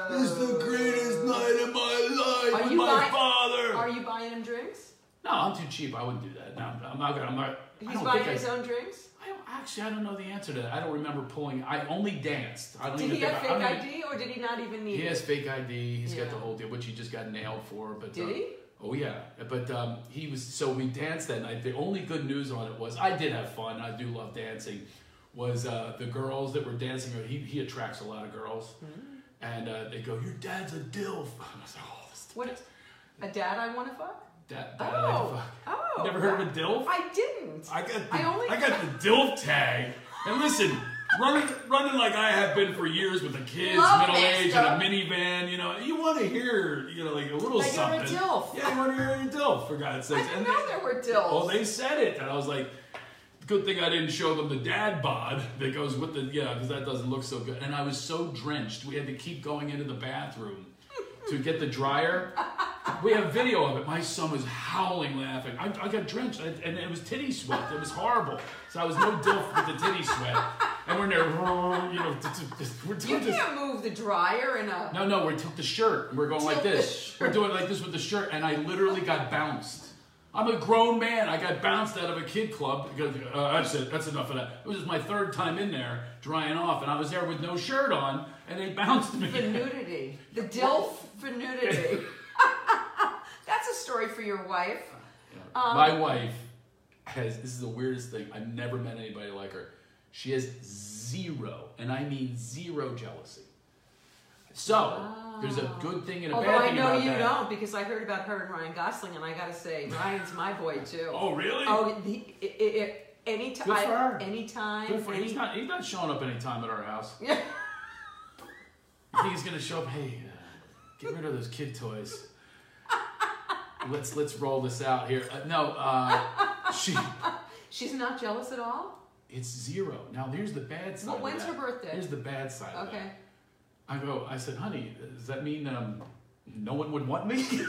S1: this is the greatest night of my
S2: Are
S1: life with
S2: you
S1: my
S2: buying-
S1: father.
S2: are you buying him drinks?
S1: no, I'm too cheap. I wouldn't do that. No, I'm not gonna. I'm not. I
S2: He's
S1: don't
S2: buying
S1: think I-
S2: his own drinks.
S1: I don't, actually, I don't know the answer to that. I don't remember pulling. I only danced. I don't
S2: Did
S1: even
S2: he have
S1: think I-
S2: fake
S1: I don't even-
S2: ID or did he not even need
S1: He
S2: *laughs*
S1: has
S2: it?
S1: fake ID. He's got the
S2: Yeah.
S1: whole deal, which he just got nailed for. But
S2: Did
S1: uh,
S2: he?
S1: Oh yeah. But um, he was so we danced that night. The only good news on it was I did have fun. I do love dancing. Was uh, the girls that were dancing? He he attracts a lot of girls,
S2: Hmm.
S1: and uh, they go, "Your dad's a dilf." *laughs* I was like, "Oh, this
S2: What? A dad I want to fuck?
S1: dad, dad
S2: Oh,
S1: fuck."
S2: oh.
S1: Never heard of a dilf.
S2: I didn't.
S1: I got the,
S2: I
S1: I,
S2: only-
S1: got
S2: *laughs*
S1: the DILF tag. And listen, running running like I have been for years with the kids,
S2: Love
S1: middle
S2: that
S1: age,
S2: stuff.
S1: and a minivan, you know, you want to hear, you know, like a little
S2: That you're a
S1: something.
S2: DILF.
S1: Yeah, you want to hear a DILF, for God's
S2: I
S1: sake.
S2: didn't know there were dills.
S1: well, they said it, and I was like, good thing I didn't show them the dad bod that goes with the, yeah, because that doesn't look so good. And I was so drenched, we had to keep going into the bathroom to get the dryer. We have video of it. My son was howling laughing. I, I got drenched, I, and it was titty sweat. It was horrible. So I was no dilf with the titty sweat. And we're in there, you know, *laughs* t- t- t- we're
S2: you
S1: doing this.
S2: can't move the dryer in a.
S1: No, no, we took the shirt. and We're going like
S2: Tilt the
S1: this.
S2: shirt.
S1: We're doing like this with the shirt, and I literally got bounced. I'm a grown man. I got bounced out of a kid club because uh, that's it. That's enough of that. It was just my third time in there drying off, and I was there with no shirt on, and they bounced me.
S2: The nudity. The dilf for
S1: *laughs*
S2: nudity. That's a story for your wife.
S1: My wife has this is the weirdest thing. I've never met anybody like her. She has zero, and I mean zero jealousy. So there's a good thing and a
S2: Although
S1: bad
S2: I
S1: thing
S2: know
S1: about
S2: you
S1: that.
S2: don't because I heard about her and Ryan Gosling, and I gotta say, Ryan's my boy too.
S1: Oh really?
S2: Oh, the, i i i any time,
S1: Good for her.
S2: anytime,
S1: Good for him.
S2: any-
S1: He's not. He's not showing up anytime at our house.
S2: *laughs* Yeah.
S1: You think he's gonna show up? Hey, uh, get rid of those kid toys. Let's let's roll this out here. Uh, no, uh, she.
S2: She's not jealous at all.
S1: It's zero. Now here's the bad side.
S2: Well,
S1: of
S2: when's
S1: that.
S2: her birthday?
S1: Here's the bad side. of that.
S2: Okay.
S1: I go. I said, honey, does that mean that I'm, no one would want me? *laughs* Do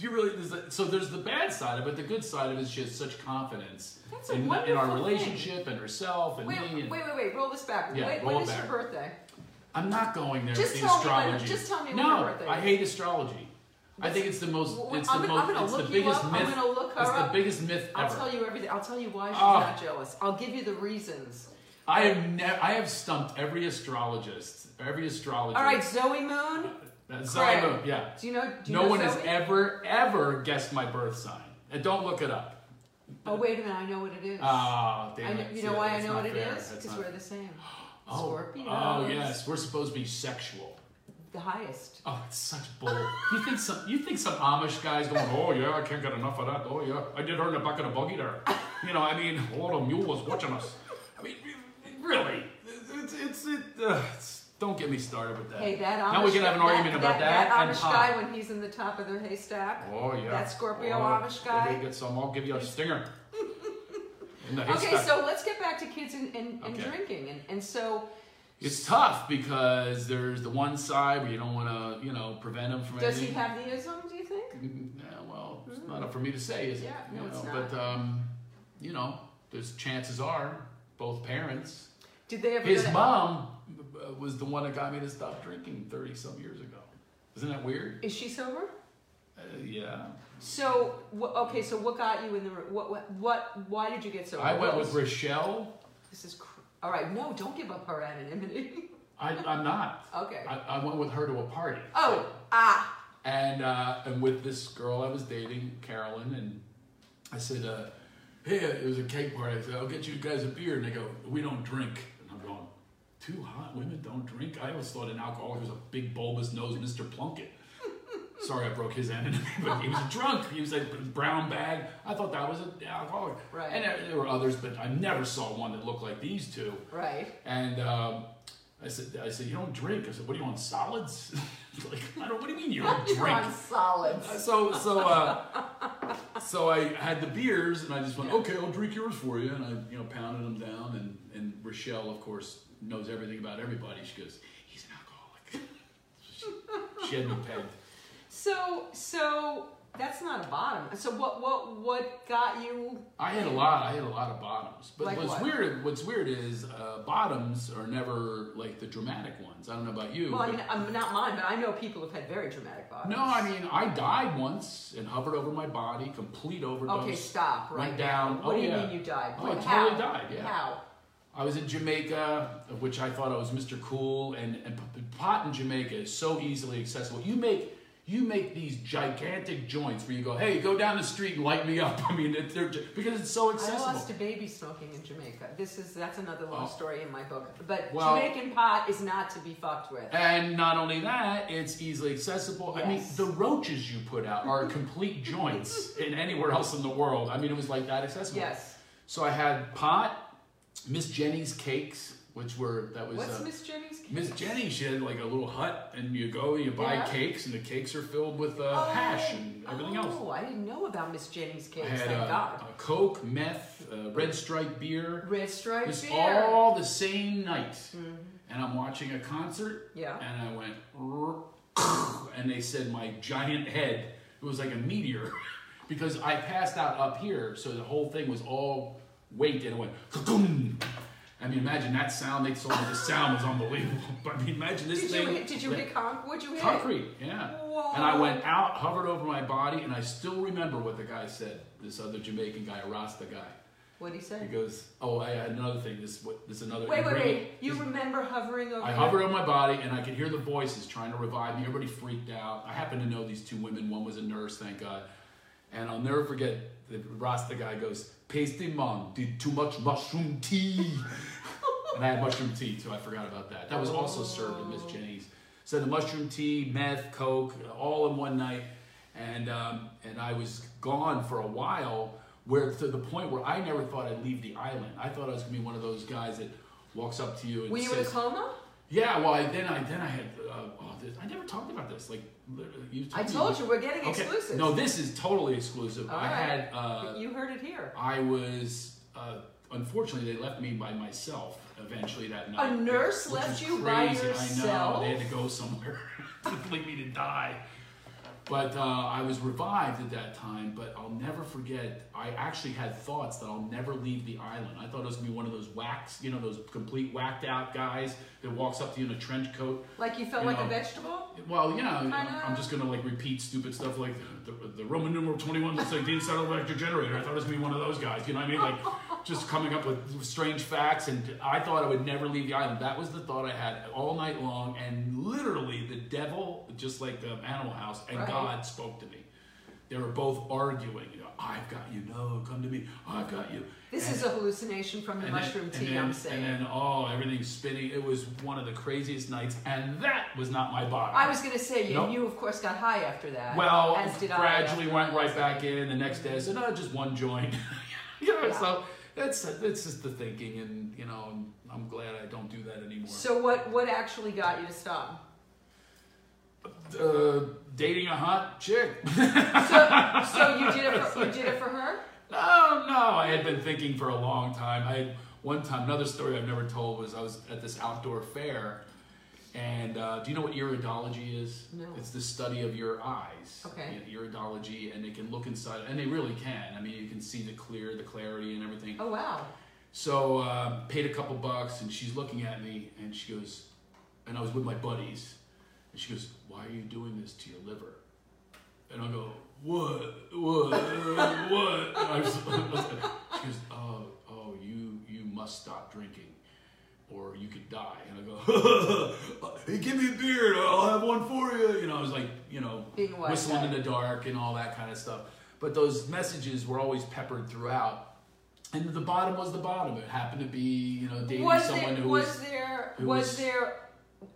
S1: you really? Is that, so there's the bad side of it. The good side of it is she has such confidence
S2: That's a
S1: in, in our
S2: wonderful thing.
S1: relationship and herself and
S2: Wait,
S1: me.
S2: wait,
S1: and-
S2: wait, wait. Roll this back.
S1: Yeah,
S2: wait,
S1: roll
S2: when
S1: it
S2: is
S1: back.
S2: your birthday?
S1: I'm not going there.
S2: Just
S1: with
S2: tell me when-
S1: astrology.
S2: just tell me when
S1: no,
S2: your birthday
S1: I
S2: is.
S1: hate astrology. I think it's the most.
S2: Well,
S1: It's
S2: I'm
S1: the
S2: gonna-
S1: most.
S2: I'm gonna
S1: it's the
S2: look you
S1: biggest
S2: up. I'm
S1: myth.
S2: gonna look her
S1: it's
S2: up.
S1: the biggest myth
S2: I'll
S1: ever.
S2: tell you everything. I'll tell you why she's
S1: Oh.
S2: not jealous. I'll give you the reasons.
S1: I have never. I have stumped every astrologist. Every astrologer.
S2: All right, Zoe Moon.
S1: That's
S2: Craig.
S1: Zion Moon, Yeah.
S2: Do you know? Do you
S1: No
S2: know
S1: one
S2: Zoe?
S1: has ever ever guessed my birth sign. And don't look it up.
S2: Oh wait a minute! I know what it is.
S1: Ah,
S2: I
S1: damn
S2: know,
S1: it.
S2: you
S1: See,
S2: know why I
S1: that's
S2: know
S1: not
S2: what it
S1: fair.
S2: is?
S1: That's
S2: Because
S1: not-
S2: we're the same.
S1: *gasps* Oh,
S2: Scorpios.
S1: Oh yes, we're supposed to be sexual.
S2: The highest.
S1: Oh, it's such bull. You think some you think some Amish guy's going, oh yeah, I can't get enough of that. Oh yeah, I did earn a bucket of buggy there. You know, I mean, a lot of mule was watching us. I mean, really, it's it's it. Uh, it's don't get me started with that.
S2: Hey, that Amish.
S1: now we can have an
S2: guy-
S1: argument about
S2: that,
S1: that,
S2: that
S1: and
S2: Amish
S1: pop.
S2: guy when he's in the top of the haystack.
S1: Oh yeah,
S2: that Scorpio
S1: oh,
S2: Amish guy.
S1: Maybe get some. I'll give you a stinger. In the
S2: *laughs* Okay,
S1: haystack.
S2: so let's get back to kids and, and, and
S1: Okay.
S2: drinking. And, and so,
S1: it's tough because there's the one side where you don't want to, you know, prevent them from.
S2: does
S1: anything.
S2: he have the ism, do you think?
S1: Mm, yeah, well, it's not up for me to say, is it?
S2: Mm-hmm. Mm. Yeah, no,
S1: You
S2: it's
S1: know,
S2: not.
S1: But um, you know, there's chances are both parents.
S2: Did they ever
S1: His
S2: go to-
S1: mom uh, was the one that got me to stop drinking thirty some years ago. Isn't that weird?
S2: Is she sober?
S1: Uh, yeah,
S2: So, wh- okay, so what got you in the room? What, what, what, why did you get sober?
S1: I went
S2: What
S1: with
S2: was-
S1: Rochelle.
S2: This is, cr- all right, no, don't give up her anonymity. *laughs*
S1: I, I'm not.
S2: okay.
S1: I, I went with her to a party.
S2: oh, ah.
S1: and uh, and with this girl I was dating, Carolyn, and I said, uh, "Hey, it was a cake party." I said, "I'll get you guys a beer," and they go, "We don't drink." And I'm going, "Too hot? Women don't drink?" I always thought an alcoholic was a big bulbous nosed Mister Plunkett. *laughs* Sorry, I broke his end, but he was a drunk. He was a brown bag. I thought that was an alcoholic.
S2: Right.
S1: And there, there were others, but I never saw one that looked like these two.
S2: Right.
S1: And um, I said, I said, you don't drink. I said, what do you want, solids? *laughs* like, I don't. What do you mean you don't
S2: You're
S1: *laughs* drink?
S2: on solids.
S1: Uh, So so uh, so I had the beers and I just went, okay, I'll drink yours for you, and I you know pounded them down, and and Rochelle of course knows everything about everybody. She goes, he's an alcoholic. *laughs* she, she had me pegged.
S2: So, so that's not a bottom. So what, what, what got you?
S1: I had a lot. I had a lot of bottoms. But
S2: Like
S1: what's
S2: what?
S1: weird? What's weird is uh, bottoms are never like the dramatic ones. I don't know about you.
S2: Well, I
S1: but-
S2: mean, I'm not mine, but I know people who've had very dramatic bottoms.
S1: No, I mean I died once and hovered over my body, complete overdose.
S2: Okay, stop right
S1: Went down.
S2: now.
S1: Oh,
S2: What do you
S1: yeah.
S2: mean you died?
S1: Oh, I
S2: What-
S1: totally
S2: how?
S1: died, yeah.
S2: How?
S1: I was in Jamaica, of which I thought I was Mr. Cool, and, and p- p- pot in Jamaica is so easily accessible. You make you make these gigantic joints where you go, hey, go down the street and light me up. *laughs* I mean, it, they're ju- because it's so
S2: I
S1: accessible.
S2: lost a baby smoking in Jamaica. This is that's another long
S1: Oh.
S2: story in my book. But
S1: Well-
S2: Jamaican pot is not to be fucked with.
S1: And not only that, it's easily accessible. I mean,
S2: Yes.
S1: the roaches you put out are *laughs* complete joints in anywhere else in the world. I mean, it was like that accessible.
S2: Yes.
S1: So I had pot, Miss Jenny's cakes, which were that was
S2: What's
S1: uh,
S2: Miss Jenny's? case?
S1: Miss Jenny. She had like a little hut, and you go and you buy
S2: Yeah.
S1: cakes, and the cakes are filled with uh,
S2: Oh,
S1: hash and everything else.
S2: Oh, I didn't know about Miss Jenny's
S1: I
S2: cakes.
S1: had
S2: Thank
S1: uh,
S2: God.
S1: a Coke, meth, uh, Red Stripe beer.
S2: Red
S1: It
S2: stripe
S1: was
S2: beer.
S1: all the same night, and I'm watching a concert,
S2: Mm-hmm. yeah.
S1: and I went, *laughs* and they said my giant head. It was like a meteor, *laughs* because I passed out up here, so the whole thing was all weight, and it went. ka-boom. I mean, imagine that sound. They told me the sound was unbelievable. *laughs* But I mean, imagine this
S2: Did you
S1: thing.
S2: hit, did you hit conk? What'd you hit?
S1: Concrete, yeah.
S2: Whoa.
S1: And I went out, hovered over my body, and I still remember what the guy said. This other Jamaican guy, a Rasta guy.
S2: What'd he
S1: He
S2: say?
S1: goes, "Oh, I had another thing. This what? This another."
S2: Wait, wait,
S1: ingredient."
S2: wait. You remember hovering over?
S1: I hovered on my body, and I could hear the voices trying to revive me. Everybody freaked out. I happen to know these two women. One was a nurse, thank God. And I'll never forget. the Rasta guy goes, Pasty Mom did too much mushroom tea. and I had mushroom tea too. I forgot about that. That was also served at Miss Jenny's. So the mushroom tea, meth, coke, all in one night, and um, and I was gone for a while. Where to the point where I never thought I'd leave the island. I thought I was gonna be one of those guys that walks up to you and
S2: Were you in a
S1: says,
S2: coma?
S1: "Yeah, well, I, then I then I had uh, oh, this, I never talked about this. Like literally, you
S2: I
S1: told me
S2: told
S1: this.
S2: you we're getting
S1: Okay.
S2: exclusives.
S1: No, this is totally exclusive.
S2: All
S1: I
S2: right.
S1: had uh,
S2: you heard it here.
S1: I was uh, unfortunately they left me by myself eventually that night.
S2: A nurse
S1: which was
S2: left you by
S1: crazy, I
S2: yourself?
S1: know they had to go somewhere *laughs* to leave me to die. But uh, I was revived at that time. But I'll never forget. I actually had thoughts that I'll never leave the island. I thought it was gonna be one of those whacks, you know, those complete whacked out guys that walks up to you in a trench coat.
S2: Like you felt
S1: You
S2: like
S1: know.
S2: a vegetable?
S1: Well, yeah, I'm-
S2: Kinda.
S1: I'm just gonna like repeat stupid stuff like the, the Roman numeral 21 looks like the inside of an electric generator. I thought it was gonna be one of those guys, you know what I mean? Like just coming up with strange facts, and I thought I would never leave the island. That was the thought I had all night long, and literally the devil, just like the Animal House, and
S2: Right.
S1: God spoke to me. They were both arguing. You know, I've got you. No, come to me. I've got you.
S2: This
S1: And-
S2: is a hallucination from the
S1: and
S2: mushroom
S1: then,
S2: tea,
S1: and then,
S2: I'm saying.
S1: And then, oh, everything's spinning. It was one of the craziest nights, and that was not my bottom.
S2: I was going to say, you,
S1: Nope.
S2: you of course got high after that.
S1: Well,
S2: as did I
S1: gradually
S2: after
S1: went
S2: that.
S1: right back in the next day. I said, no, just one joint. *laughs* you know,
S2: Yeah.
S1: so that's that's just the thinking, and you know, I'm, I'm glad I don't do that anymore.
S2: So what, what actually got you to stop?
S1: uh, dating a hot chick? *laughs*
S2: So, so you, did it for, you did it for her?
S1: No, Oh, no. I had been thinking for a long time. I had one time another story I've never told was I was at this outdoor fair, and uh, do you know what iridology is?
S2: No.
S1: It's the study of your eyes.
S2: Okay.
S1: You know, iridology, and they can look inside, and they really can. I mean, you can see the clear, the clarity, and everything.
S2: Oh, wow.
S1: So uh, paid a couple bucks, and she's looking at me, and she goes, and I was with my buddies, and she goes, "Why are you doing this to your liver?" And I go, "What? What? what?" And *laughs* I was, she goes, "Oh, oh, you you must stop drinking." Or you could die, and I go, *laughs* hey, give me a beer, I'll have one for you. You know, I was like, you know,
S2: Being a wise
S1: whistling
S2: guy.
S1: in the dark and all that kind of stuff. But those messages were always peppered throughout, and the bottom was the bottom. It happened to be, you know, dating
S2: was
S1: someone
S2: there,
S1: who
S2: was,
S1: was
S2: there
S1: who
S2: was,
S1: was-
S2: there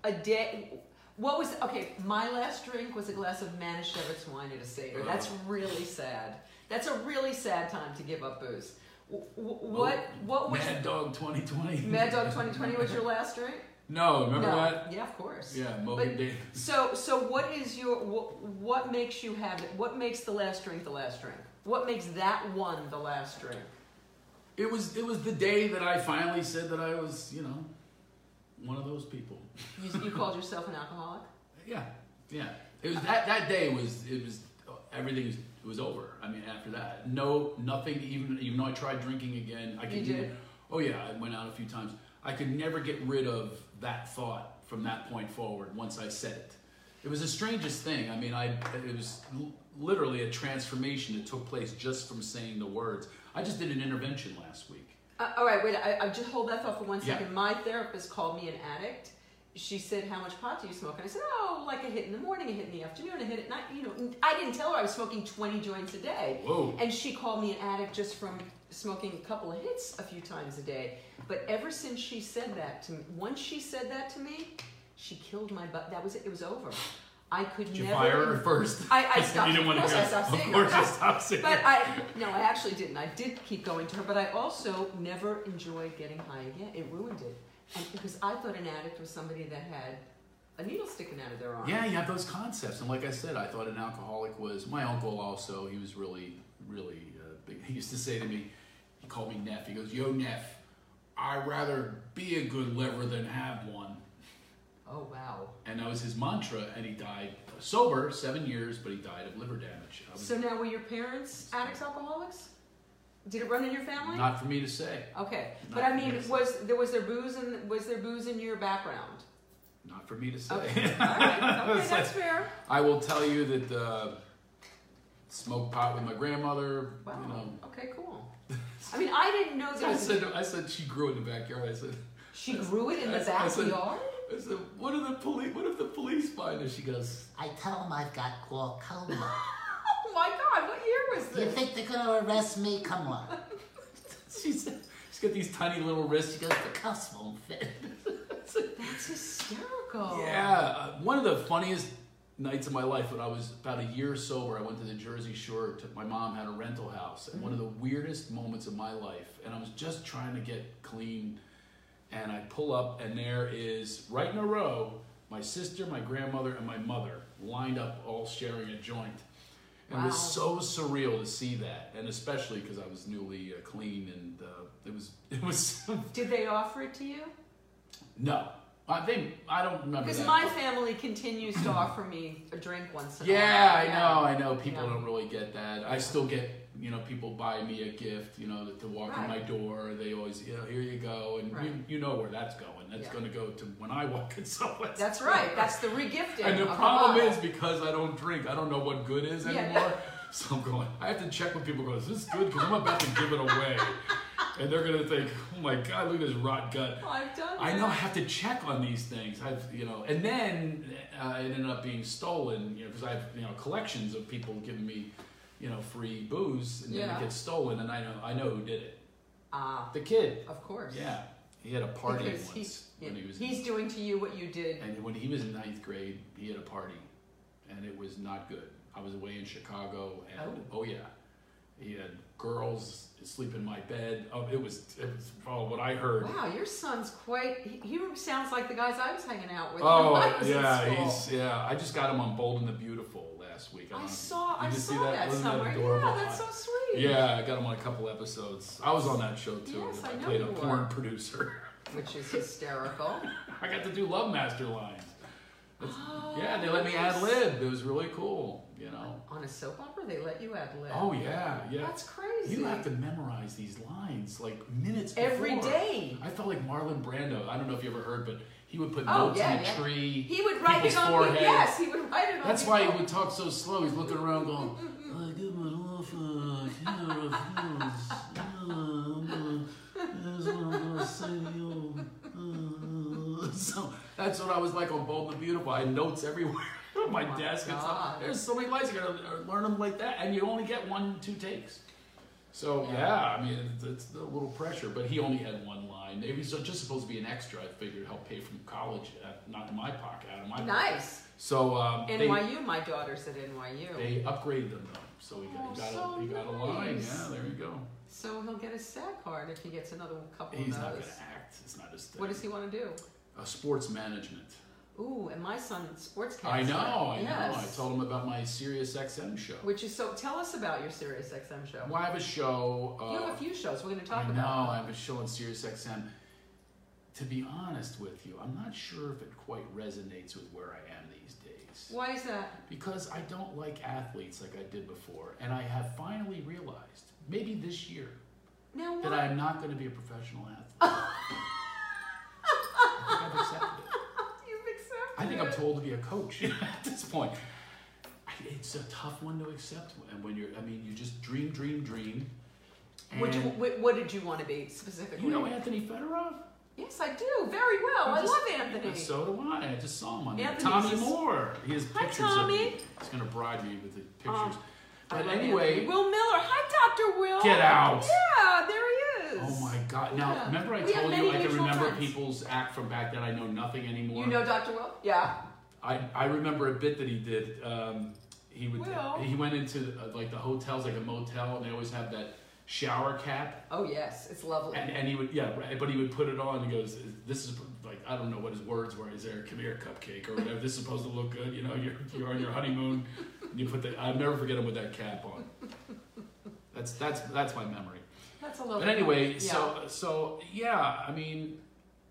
S2: a day what was okay my last drink was a glass of manischewitz wine at a satyr that's really sad that's a really sad time to give up booze W- w-
S1: Oh.
S2: what what
S1: *laughs*
S2: was
S1: Mad Dog 2020.
S2: mad dog 2020 was your last drink
S1: *laughs* No, remember
S2: no
S1: that?
S2: yeah of course
S1: Yeah, Mogan
S2: But-
S1: Davis.
S2: so so what is your what, what makes you have it what makes the last drink the last drink what makes that one the last drink
S1: It was it was the day that I finally said that I was, you know, one of those people.
S2: you, you called yourself an alcoholic
S1: Yeah, yeah. It was that that day was it was everything was, was over. I mean, after that, no, nothing. Even even though I tried drinking again, I
S2: You
S1: could.
S2: did?
S1: never- Oh yeah, I went out a few times. I could never get rid of that thought from that point forward. Once I said it, it was the strangest thing. I mean, I it was l- literally a transformation that took place just from saying the words. I just did an intervention last week.
S2: Uh, all right, wait. I, I just hold that thought for one
S1: Yeah.
S2: second. My therapist called me an addict. She said, "How much pot do you smoke?" And I said, "Oh, like a hit in the morning, a hit in the afternoon, a hit at night." You know, I didn't tell her I was smoking twenty joints a day.
S1: Whoa.
S2: And she called me an addict just from smoking a couple of hits a few times a day. But ever since she said that to me, once she said that to me, she killed my butt. That was it. It was over. I could
S1: Did you
S2: never.
S1: fire her first?
S2: I, I stopped.
S1: *laughs* you didn't want
S2: of
S1: to
S2: course,
S1: go.
S2: I stopped
S1: of
S2: seeing
S1: course,
S2: her.
S1: you stopped seeing
S2: But
S1: her.
S2: I no, I actually didn't. I did keep going to her, but I also never enjoyed getting high again. It ruined it, and because I thought an addict was somebody that had a needle sticking out of their arm.
S1: Yeah, you have those concepts, and like I said, I thought an alcoholic was my uncle. Also, he was really, really uh, big. *laughs* He used to say to me, he called me Neff. He goes, "Yo, Neff, I'd rather be a good liver than have one,"
S2: Oh wow.
S1: and that was his mantra. And he died sober, seven years, but he died of liver damage. I was,
S2: So now were your parents addicts, alcoholics? Did it run in your family?
S1: not for me to say.
S2: okay,
S1: not
S2: but I mean,
S1: yes.
S2: was there was there booze in was there booze in your
S1: *laughs*
S2: background?
S1: Not for me to say. *laughs*
S2: Okay, all right, okay,
S1: It's
S2: that's
S1: like-
S2: fair.
S1: I will tell you that uh, smoked pot with my grandmother.
S2: Wow.
S1: You know,
S2: Okay,
S1: *laughs*
S2: cool. I mean, I didn't know there
S1: I
S2: was.
S1: said, I said she grew in the backyard. I said.
S2: She grew it in the
S1: I- I said- *laughs*
S2: backyard.
S1: I said, "What are the police? What if the police find us?" She goes,
S4: I tell them I've got glaucoma.
S2: Oh my God! What year is
S4: You
S2: this?
S4: think they're gonna arrest me? Come on.
S1: *laughs* She's, she's got these tiny little wrists. She goes, the cuffs won't fit.
S2: That's hysterical.
S1: Yeah,
S2: Oh.
S1: uh, one of the funniest nights of my life when I was about a year sober. I went to the Jersey Shore. Took my mom had a rental house, and one of the
S2: Mm-hmm.
S1: weirdest moments of my life. And I was just trying to get clean, and I pull up, and there is right in a row my sister, my grandmother, and my mother lined up, all sharing a joint. And It was so surreal to see that, and especially because I was newly uh, clean, and uh, it was *laughs* it was
S2: Did they offer it to you?
S1: no, I think I uh, don't remember.
S2: Because
S1: that.
S2: my family continues to offer me a drink once in a while.
S1: Yeah, I know, I know. People
S2: Oh, Yeah.
S1: don't really get that. I still get, you know, people buy me a gift, you know, to walk in my
S2: Right.
S1: door. They always, you know, here you go, and you,
S2: Right.
S1: you know where that's going. That's
S2: Yeah.
S1: going to go to when I walk in *laughs* someone's.
S2: That's right. That's the regifting.
S1: and the
S2: of a
S1: problem
S2: bottle.
S1: is because I don't drink, I don't know what good is
S2: Yeah.
S1: anymore. *laughs* So I'm going. I have to check when people go. Is this good? Because I'm about to give it
S2: *laughs*
S1: away, and they're going to think, oh my god, look at this rot gut.
S2: Oh, I've done.
S1: I
S2: that.
S1: know I have to check on these things. I've you know, and then uh, it ended up being stolen. You know, because I have you know collections of people giving me, you know, free booze, and then
S2: Yeah.
S1: it gets stolen, and I know I know who did it.
S2: Ah,
S1: The kid.
S2: of course.
S1: Yeah, he had a party
S2: Because he-
S1: once
S2: yeah,
S1: when he was.
S2: he's doing to you what you did.
S1: and when he was in ninth grade, he had a party, and it was not good. I was away in Chicago, and oh, yeah, he had girls sleep in my bed. Oh, it was it was oh, what I heard.
S2: Wow, your son's quite. He, he sounds like the guys I was hanging out with. when I
S1: Oh
S2: was in
S1: yeah,
S2: school.
S1: he's yeah. I just got him on Bold and the Beautiful last week.
S2: I
S1: don't-
S2: saw. I
S1: did you
S2: saw
S1: see that?
S2: that,
S1: Wasn't that
S2: somewhere.
S1: adorable?
S2: yeah, that's so sweet.
S1: Yeah, I got him on a couple episodes. I was on that show too.
S2: Yes, I know
S1: played a
S2: you
S1: porn
S2: were.
S1: producer. *laughs*
S2: Which is hysterical.
S1: I got to do Love Master lines.
S2: Oh,
S1: *laughs* Yeah, they let me
S2: nice.
S1: ad lib. It was really cool. You know.
S2: On a soap opera, they let you ad lib.
S1: Oh yeah, yeah.
S2: That's crazy.
S1: You have to memorize these lines like minutes before.
S2: Every day.
S1: I felt like Marlon Brando. I don't know if you ever heard, but he would put
S2: Oh,
S1: notes
S2: yeah,
S1: in a
S2: yeah.
S1: tree.
S2: He would write
S1: people's
S2: it on.
S1: foreheads.
S2: Yes, he would write it on. Oh,
S1: That's
S2: people.
S1: why he would talk so slow. He's looking around going, I give it off, uh, here it feels, uh, um, here's what I'm gonna say to you, uh." *laughs* So that's what I was like on Bold and the Beautiful. I had notes everywhere *laughs* on my,
S2: Oh my
S1: desk. And stuff.
S2: God.
S1: There's so many lines. You gotta uh, learn them like that. And you only get one, two takes. So yeah,
S2: Yeah.
S1: I mean, it's, it's a little pressure, but he only had one line. It was just supposed to be an extra. I figured help pay from college, uh, not in my pocket, out of my pocket.
S2: Nice.
S1: So um, they-
S2: NYU. My daughter's at NYU.
S1: they upgraded them though, so he got, he got,
S2: Oh, so
S1: a, he got a line.
S2: nice.
S1: Yeah, there you go.
S2: so he'll get a SAG card if he gets another couple
S1: He's
S2: of
S1: not
S2: those.
S1: gonna act. It's not his thing.
S2: what does he want to do?
S1: Uh, sports management.
S2: Ooh, and my son sports
S1: I know. I
S2: yes.
S1: know. I told him about my Sirius XM show.
S2: Which is so. Tell us about your Sirius XM show.
S1: Well, I have a show. Uh,
S2: you have a few shows we're going to talk
S1: I know.
S2: about.
S1: I have a show on Sirius XM. To be honest with you, I'm not sure if it quite resonates with where I am these days.
S2: Why is that?
S1: Because I don't like athletes like I did before, and I have finally realized, maybe this year,
S2: Now what?
S1: that I'm not going to be a professional
S2: *laughs*
S1: athlete. I think I've accepted it.
S2: You've accepted.
S1: I think
S2: it.
S1: I'm told to be a coach *laughs* at this point. I- It's a tough one to accept, and when you're, I mean, you just dream, dream, dream.
S2: Would you,
S1: And-
S2: what, what did you want to be specifically?
S1: you know Anthony Fedorov?
S2: yes, I do very well. I
S1: Just-
S2: love Anthony.
S1: So do I. I just saw him on there.
S2: Anthony's
S1: Tommy
S2: just-
S1: Moore. He has
S2: Hi,
S1: pictures of
S2: Tommy.
S1: me. He's gonna bribe me with the
S2: Oh,
S1: pictures.
S2: I
S1: but
S2: love
S1: anyway,
S2: Anthony. Will Miller. Hi, Doctor Will.
S1: Get out.
S2: Yeah, there he is.
S1: oh my God! Now
S2: Yeah.
S1: remember, I
S2: We have
S1: told
S2: many
S1: you I can
S2: mutual
S1: remember
S2: friends.
S1: people's act from back then. I know nothing anymore.
S2: You know Doctor Will? Yeah.
S1: I, I remember a bit that he did. Um, he would
S2: Well.
S1: he went into uh, like the hotels, like a motel, and they always have that shower cap.
S2: Oh yes, it's lovely.
S1: And, and he would yeah, right, but he would put it on. and He goes, "This is like I don't know what his words were. Is there come here cupcake or whatever? This is supposed to look good, you know? You're you're on your honeymoon. And you put the I'll never forget him with that cap on. That's that's that's my memory.
S2: That's a lovely.
S1: But anyway,
S2: Yeah.
S1: so so yeah, I mean,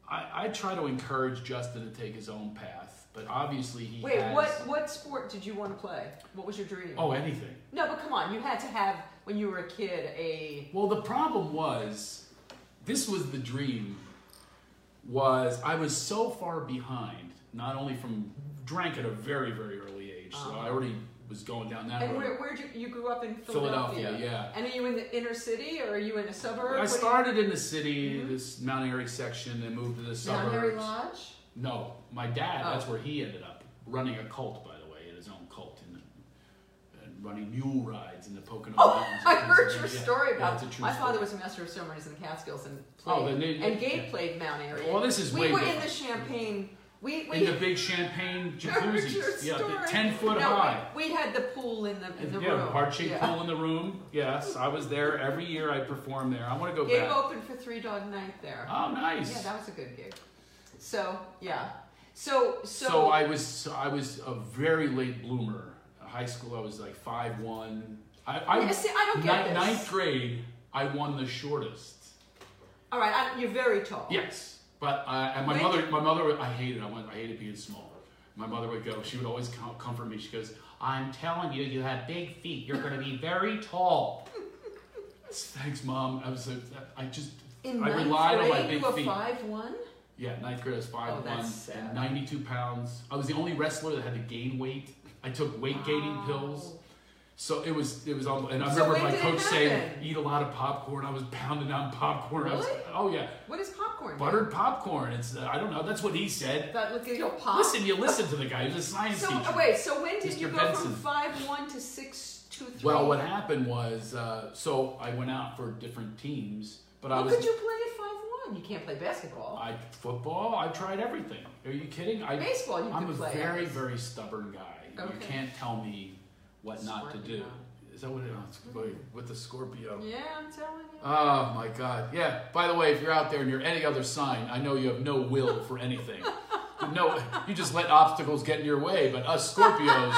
S1: I, I try to encourage Justin to take his own path, but obviously he
S2: Wait,
S1: has,
S2: what what sport did you want to play? What was your dream?
S1: Oh, anything.
S2: No, but come on, you had to have when you were a kid a
S1: Well, the problem was, this was the dream. Was I was so far behind, not only from drank at a very very early age, so I already was going down that
S2: Uh-huh. and
S1: road.
S2: where where you you grew up in Philadelphia.
S1: Philadelphia, yeah.
S2: And are you in the inner city or are you in a suburb?
S1: I
S2: What do you- Mm-hmm.
S1: started in the city, this Mount Airy section, then moved to the
S2: Mount
S1: suburbs.
S2: Airy Lodge.
S1: No, my dad.
S2: Oh.
S1: That's where he ended up running a cult, by the way, in his own cult in, in uh, running mule rides in the Pocono
S2: Oh, *laughs*
S1: Mountains.
S2: I
S1: and things
S2: heard
S1: like
S2: your
S1: that. Yeah.
S2: story
S1: Yeah,
S2: about
S1: it's a true
S2: my father
S1: story.
S2: was a master of ceremonies in the Catskills and played,
S1: Oh, then they-
S2: and Gabe
S1: yeah.
S2: played Mount Airy.
S1: Well, this is
S2: we
S1: way
S2: were in
S1: different.
S2: the Champagne. We we
S1: in
S2: *laughs*
S1: the big champagne jacuzzis.
S2: Your
S1: yeah, the
S2: story.
S1: ten foot
S2: No, we-
S1: high.
S2: We, had the pool in the in the
S1: yeah,
S2: room.
S1: heart shaped
S2: Yeah.
S1: pool in the room. Yes, I was there every year. I performed there. I want to go
S2: Gabe
S1: back.
S2: opened for Three Dog Night there.
S1: Oh, nice.
S2: Yeah, that was a good gig. So yeah, so so,
S1: so, I was so I was a very late bloomer. High school, I was like five one. I, I
S2: Yeah, see, I don't get
S1: ni-
S2: this.
S1: ninth grade. I won the shortest.
S2: all right, I, you're very tall.
S1: Yes, but uh, and my
S2: When-
S1: mother, my mother, would- I hated. I went, I hated being small. My mother would go. She would always com- comfort me. She goes, "I'm telling you, you have big feet. You're going to be very tall." Thanks, mom. I was, like, I just,
S2: In
S1: I
S2: ninth
S1: relied on
S2: grade,
S1: my big
S2: you were
S1: feet.
S2: five one.
S1: Yeah, ninth grade I was five
S2: Oh,
S1: one
S2: that's sad.
S1: and ninety two pounds. I was the only wrestler that had to gain weight. I took weight gaining pills. So it was it was all, and I
S2: So
S1: remember
S2: when
S1: my
S2: did it
S1: coach saying,
S2: happen?
S1: "Eat a lot of popcorn." I was pounding on popcorn. I was,
S2: Really?
S1: oh yeah,
S2: What is popcorn?
S1: buttered popcorn. It's uh, I don't know. That's what he said.
S2: That look at your pop.
S1: Listen, you listen to the guy. He's a science
S2: So uh,
S1: teacher.
S2: wait, so when did
S1: Mr.
S2: you go
S1: Benson.
S2: from five one to six two three?
S1: Well, what happened was, uh, so I went out for different teams, but I
S2: Well,
S1: was
S2: could you play at five one? You can't play basketball.
S1: I football. I tried everything. Are you kidding? I
S2: Baseball, you
S1: I'm
S2: could
S1: a
S2: play.
S1: very very stubborn guy. You
S2: Okay.
S1: can't tell me what not to do.
S2: Scorpio.
S1: Is that what it
S2: Mm-hmm.
S1: is? With the Scorpio.
S2: yeah, I'm telling you.
S1: Oh my God! Yeah. By the way, if you're out there and you're any other sign, I know you have no will for anything. no, you just let obstacles get in your way. But us Scorpios,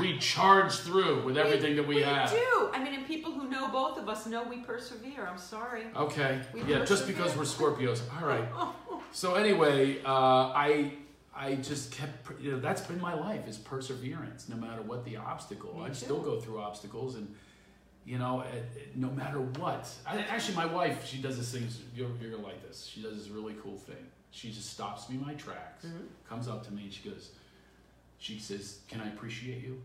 S1: we charge through with everything that we, have.
S2: do. I mean, and people who know both of us know we persevere. I'm sorry.
S1: Okay.
S2: We
S1: yeah, just
S2: persevere. *laughs*
S1: because we're Scorpios. All right. So anyway, uh, I I just kept per- you know that's been my life is perseverance. No matter what the obstacle,
S2: Me
S1: I
S2: too.
S1: still go through obstacles and. You know, it, it- no matter what. I, actually, my wife, she does this thing. You're, you're gonna like this. She does this really cool thing. She just stops me in my tracks,
S2: Mm-hmm.
S1: comes up to me, and she goes, she says, "Can I appreciate you?"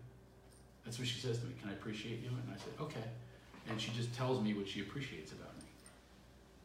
S1: That's what she says to me. Can I appreciate you? And I say, "Okay." And she just tells me what she appreciates about me.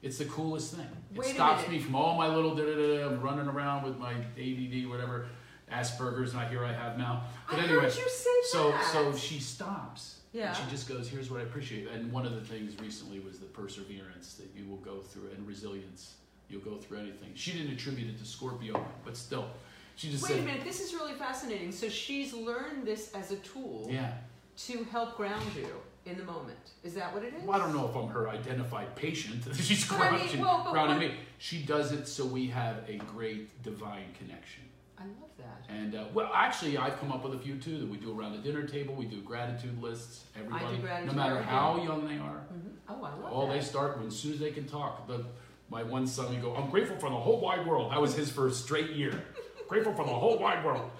S1: It's the coolest thing. It
S2: Wait a
S1: stops
S2: minute.
S1: me from all my little da da da running around with my ADD, whatever, Asperger's. Not here I have now. But
S2: I
S1: anyway,
S2: heard you say
S1: so
S2: that.
S1: so she stops.
S2: Yeah.
S1: And she just goes, "Here's what I appreciate." And one of the things recently was the perseverance that you will go through and resilience. You'll go through anything. She didn't attribute it to Scorpio, but still, she just
S2: Wait a
S1: said,
S2: minute. This is really fascinating. So she's learned this as a tool
S1: "Yeah."
S2: to help ground you in the moment. Is that what it is?
S1: Well, I don't know if I'm her identified patient. She's
S2: But I mean,
S1: grounding,
S2: well, but
S1: grounding
S2: what-
S1: me. She does it so we have a great divine connection.
S2: I love that.
S1: And uh, well, actually, I've come up with a few too that we do around the dinner table. We do gratitude lists. Everybody,
S2: gratitude
S1: no matter
S2: every
S1: how young they are,
S2: Oh, I love
S1: all
S2: that.
S1: they start when as soon as they can talk. The, my one son, he go, I'm grateful for the whole wide world. That was his first straight year. grateful for the whole wide world.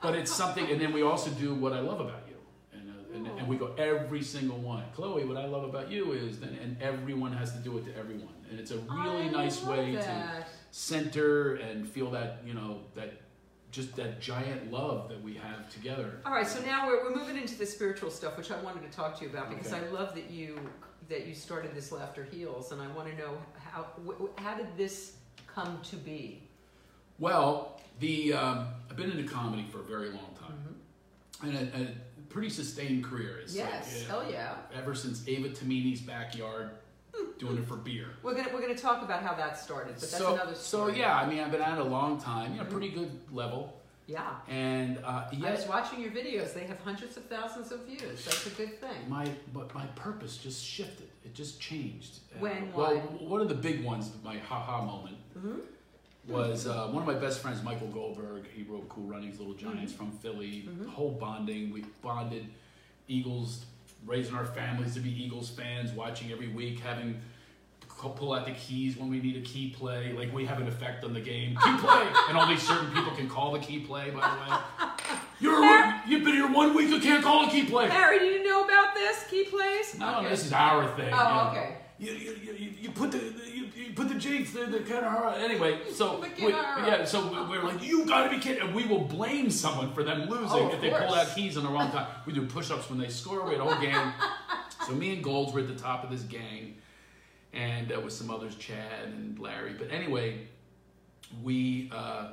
S1: But it's something, and then we also do what I love about you. And, uh, and, and we go every single one. Chloe, what I love about you is, and, and everyone has to do it to everyone. And it's a really
S2: I
S1: nice
S2: love
S1: way to
S2: that.
S1: center and feel that, you know, that just that giant love that we have together.
S2: All right, so now we're, we're moving into the spiritual stuff, which I wanted to talk to you about because
S1: Okay.
S2: I love that you that you started this laughter heals, and I want to know how wh- wh- how did this come to be?
S1: Well, the um, I've been into comedy for a very long time, and a, a pretty sustained career. It's like,
S2: Mm-hmm. yes,
S1: uh,
S2: hell yeah.
S1: Ever since Ava Tamini's backyard, doing it for beer.
S2: We're gonna we're gonna talk about how that started, but that's
S1: so,
S2: another
S1: so
S2: story.
S1: yeah, I mean, I've been at it a long time, you know, pretty good level,
S2: yeah.
S1: and uh,
S2: I
S1: yes,
S2: was watching your videos. They have hundreds of thousands of views. That's a good thing.
S1: my but my purpose just shifted. It just changed. Uh,
S2: When,
S1: Well,
S2: why?
S1: w- one of the big ones, my haha moment,
S2: Mm-hmm.
S1: was uh, one of my best friends, Michael Goldberg. He wrote Cool Runnings, Little
S2: Mm-hmm.
S1: Giants from Philly. Whole bonding. We bonded. Eagles, raising our families to be Eagles fans, watching every week, having c- pull out the keys when we need a key play. Like we have an effect on the game. Key
S2: *laughs*
S1: play, and only certain people can call the key play. By the way. You're one, you've been here one week. You can't call a key play.
S2: Harry, do you know about this? Key plays?
S1: No,
S2: Okay.
S1: this is our thing.
S2: Oh,
S1: you know.
S2: okay.
S1: You, you, you- you, you put the you, you put the jigs the, the Kanahara anyway. So
S2: The
S1: we,
S2: Kanahara.
S1: yeah, so we, we were like, you got to be kidding, and we will blame someone for them losing
S2: Oh, of
S1: if they pull
S2: course.
S1: out keys in the wrong time. We do push-ups when they score. We had a
S2: *laughs*
S1: whole game. so me and Golds were at the top of this gang, and uh, with some others, Chad and Larry. But anyway, we. Uh,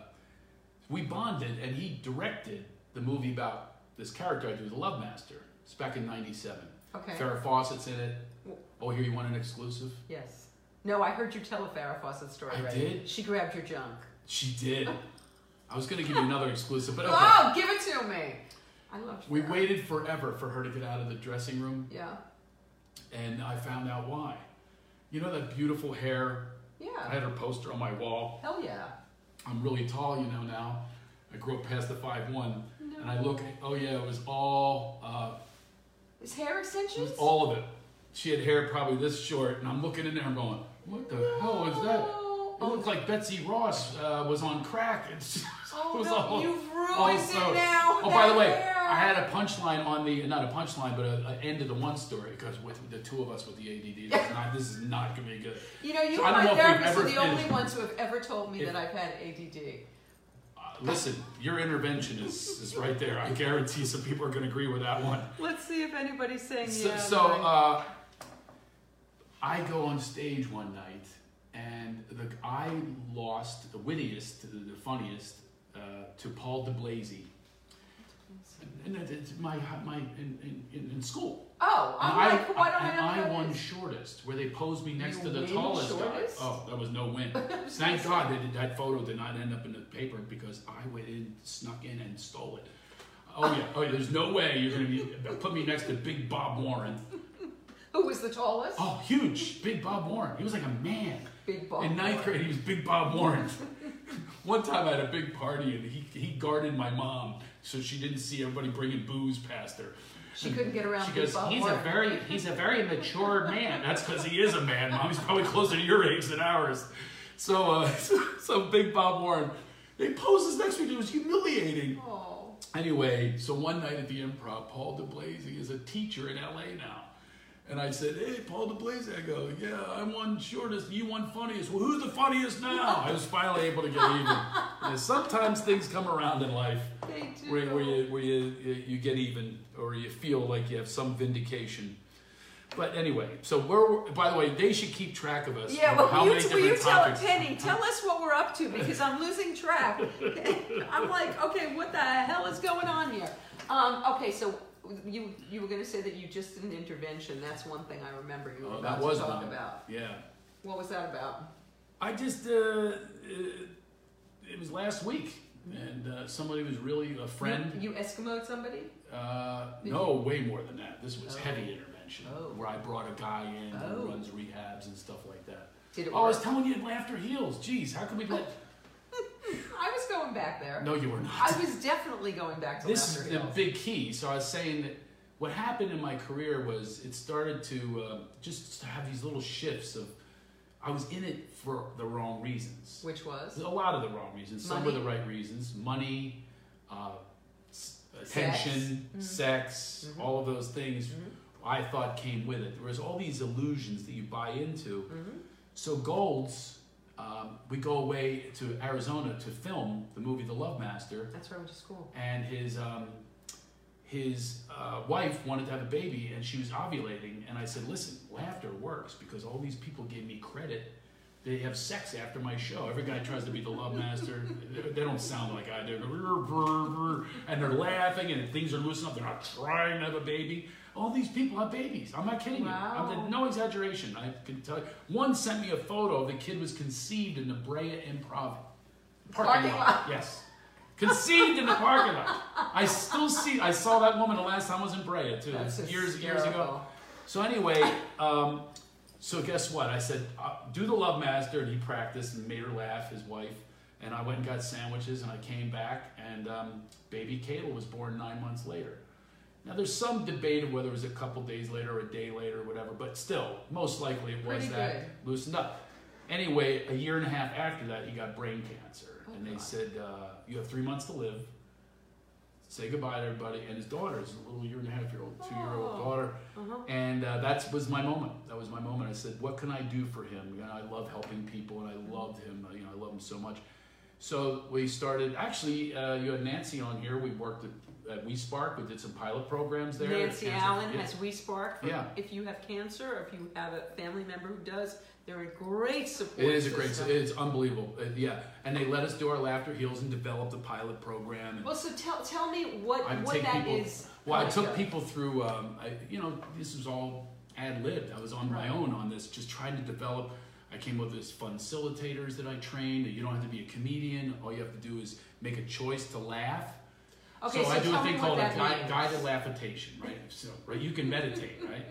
S1: we bonded, and he directed the movie about this character I do, the Love Master. It's back in '97.
S2: Okay.
S1: Farrah Fawcett's in it. Oh, here you want an exclusive?
S2: Yes. No, I heard you tell a Farrah Fawcett story.
S1: I
S2: right?
S1: did?
S2: She grabbed your junk.
S1: She did. I was gonna give you another exclusive,
S2: *laughs*
S1: but okay.
S2: Oh, give it to me. I love.
S1: We
S2: Farrah.
S1: waited forever for her to get out of the dressing room,
S2: Yeah.
S1: and I found out why. You know that beautiful hair? I
S2: Yeah.
S1: had her poster on my wall.
S2: Hell yeah.
S1: I'm really tall, you know now. I grew up past the five one, and I look. Oh yeah, it was all. Uh,
S2: Is hair extensions?
S1: All of it. She had hair probably this short, and I'm looking in there and going, what the hell is that?
S2: Oh,
S1: It looked like Betsy Ross uh, was on crack. *laughs* It's,
S2: Oh,
S1: it was
S2: no,
S1: all-
S2: you've ruined
S1: all
S2: it
S1: so-
S2: now with
S1: Oh, by
S2: that
S1: the way,
S2: hair.
S1: I had a punchline on the, not a punchline, but an end of the one story, because with the two of us with the ADD, this is not, this is not going to be good.
S2: You know, you
S1: So
S2: and
S1: I
S2: my
S1: don't know if we've
S2: therapist are
S1: ever
S2: the only
S1: finished.
S2: ones who have ever told me
S1: If-
S2: that I've had ADD.
S1: Uh, listen, your intervention is, is right there. I guarantee some people are going to agree with that one.
S2: Let's see if anybody's saying
S1: So,
S2: yeah.
S1: so uh, I go on stage one night, and the, I lost the wittiest, the, the funniest, uh, to Paul DeBlazy. And it- it's my my in, in- in, in school.
S2: oh,
S1: And
S2: I'm like, why don't I
S1: and
S2: know?
S1: I
S2: who that
S1: won
S2: is?
S1: shortest, where they posed me next
S2: You
S1: to the
S2: win
S1: tallest
S2: shortest?
S1: guy. Oh, that was no
S2: *laughs*
S1: win. Thank God that that photo did not end up in the paper because I went in, snuck in, and stole it. Oh yeah, oh yeah, there's no way you're gonna be put me next to Big Bob Warren.
S2: Who was the tallest?
S1: Oh, huge, Big Bob Warren. He was like a man.
S2: Big Bob.
S1: In ninth
S2: Warren.
S1: grade, he was Big Bob Warren. *laughs* One time I had a big party and he, he guarded my mom so she didn't see everybody bringing booze past her.
S2: She couldn't get around
S1: She
S2: Big
S1: goes,
S2: Bob
S1: he's a
S2: Warren."
S1: very he's a very mature man. That's because he is a man, mom. He's probably closer to your age than ours. So uh, *laughs* so Big Bob Warren, they poses next week. It was humiliating.
S2: Oh.
S1: Anyway, so one night at the improv, Paul DeBlazy is a teacher in LA now. And I said, Hey, Paul DeBlazy. I go, Yeah, I won shortest, you won funniest. Well, who's the funniest now? I was finally able to get even. And sometimes things come around in life
S2: They do.
S1: where, where, you, where you, you get even or you feel like you have some vindication. But anyway, so we're, by the way, they should keep track of us.
S2: Yeah,
S1: on
S2: well,
S1: how
S2: you,
S1: many
S2: will you
S1: different
S2: tell
S1: topics.
S2: Penny? Tell us what we're up to because I'm losing track. *laughs* I'm like, okay, what the hell is going on here? Um, okay, so you you were going to say that you just did an intervention. That's one thing I remember you were
S1: Oh,
S2: about
S1: that was
S2: to talk
S1: one.
S2: about.
S1: Yeah.
S2: What was that about?
S1: I just uh, uh, it was last week, and uh, somebody was really a friend.
S2: You, you Eskimoed somebody?
S1: Uh,
S2: Did
S1: no, way more than that. This was
S2: Oh.
S1: heavy intervention,
S2: Oh.
S1: where I brought a guy in
S2: Oh.
S1: who runs rehabs and stuff like that.
S2: Did it Oh.
S1: Oh, I was
S2: work?
S1: telling you, laughter heals. Jeez, how could we let?
S2: I was going back there.
S1: No, you were
S2: I
S1: not.
S2: was definitely going back to
S1: This
S2: Lester
S1: is the
S2: Hills.
S1: big key. So I was saying that what happened in my career was it started to uh, just have these little shifts of I was in it for the wrong reasons.
S2: which was
S1: A lot of the wrong reasons. Some were
S2: Money.
S1: the right reasons. Money, uh, s- attention, sex, all of those things I thought came with it. There was all these illusions that you buy into. So Golds, um, we go away to Arizona to film the movie The Love Master,
S2: that's where I went to school.
S1: and his um, his uh, wife wanted to have a baby, and she was ovulating. And I said, "Listen, laughter works because all these people gave me credit." They have sex after my show. Every guy tries to be the love master. They- they don't sound like I do. And they're laughing and things are loosening up. They're not trying to have a baby. All these people have babies. I'm not kidding you. I'm
S2: Wow.
S1: no exaggeration. I can tell you. One sent me a photo. The kid was conceived in the Brea Improv
S2: Parking lot.
S1: Yes. Conceived in the parking lot. I still see. I saw that woman the last time I was in Brea too.
S2: That's
S1: years years ago.
S2: hysterical.
S1: So anyway, um, so guess what? I said, uh, do the Love Master, and he practiced and made her laugh, his wife. And I went and got sandwiches, and I came back, and um, baby Cable was born nine months later. Now, there's some debate of whether it was a couple days later or a day later or whatever, but still, most likely it was
S2: Pretty
S1: that loosened up. Anyway, a year and a half after that, he got brain cancer,
S2: Oh,
S1: and they
S2: God.
S1: said, uh, You have three months to live. Say goodbye to everybody. And his daughter, his little year and a half year old, two year old
S2: Oh.
S1: daughter,
S2: Uh-huh.
S1: and uh, that was my moment. That was my moment. I said, "What can I do for him?" You know, I love helping people, and I loved him. Uh, You know, I love him so much. So we started. Actually, uh, you had Nancy on here. We worked at, at WeSpark. We did some pilot programs there.
S2: Nancy
S1: Cancer-
S2: Allen
S1: yeah.
S2: has WeSpark. For
S1: Yeah.
S2: If you have cancer, or if you have a family member who does, They're a great support.
S1: It is a great,
S2: system.
S1: it's unbelievable. Uh, yeah, and they let us do our laughter heels and develop the pilot program. And
S2: Well, so tell tell me what
S1: I
S2: what
S1: take
S2: that
S1: people-
S2: is.
S1: well, I
S2: like,
S1: took
S2: uh,
S1: people through. Um, I, you know, this was all ad libbed. I was on my
S2: Right.
S1: own on this, just trying to develop. I came up with this fun facilitators that I trained. You don't have to be a comedian. All you have to do is make a choice to laugh.
S2: Okay, so,
S1: I do
S2: tell
S1: a thing
S2: me
S1: called
S2: what that
S1: a gui-
S2: means.
S1: guided laughitation, right? So, right, you can meditate,
S2: *laughs*
S1: right?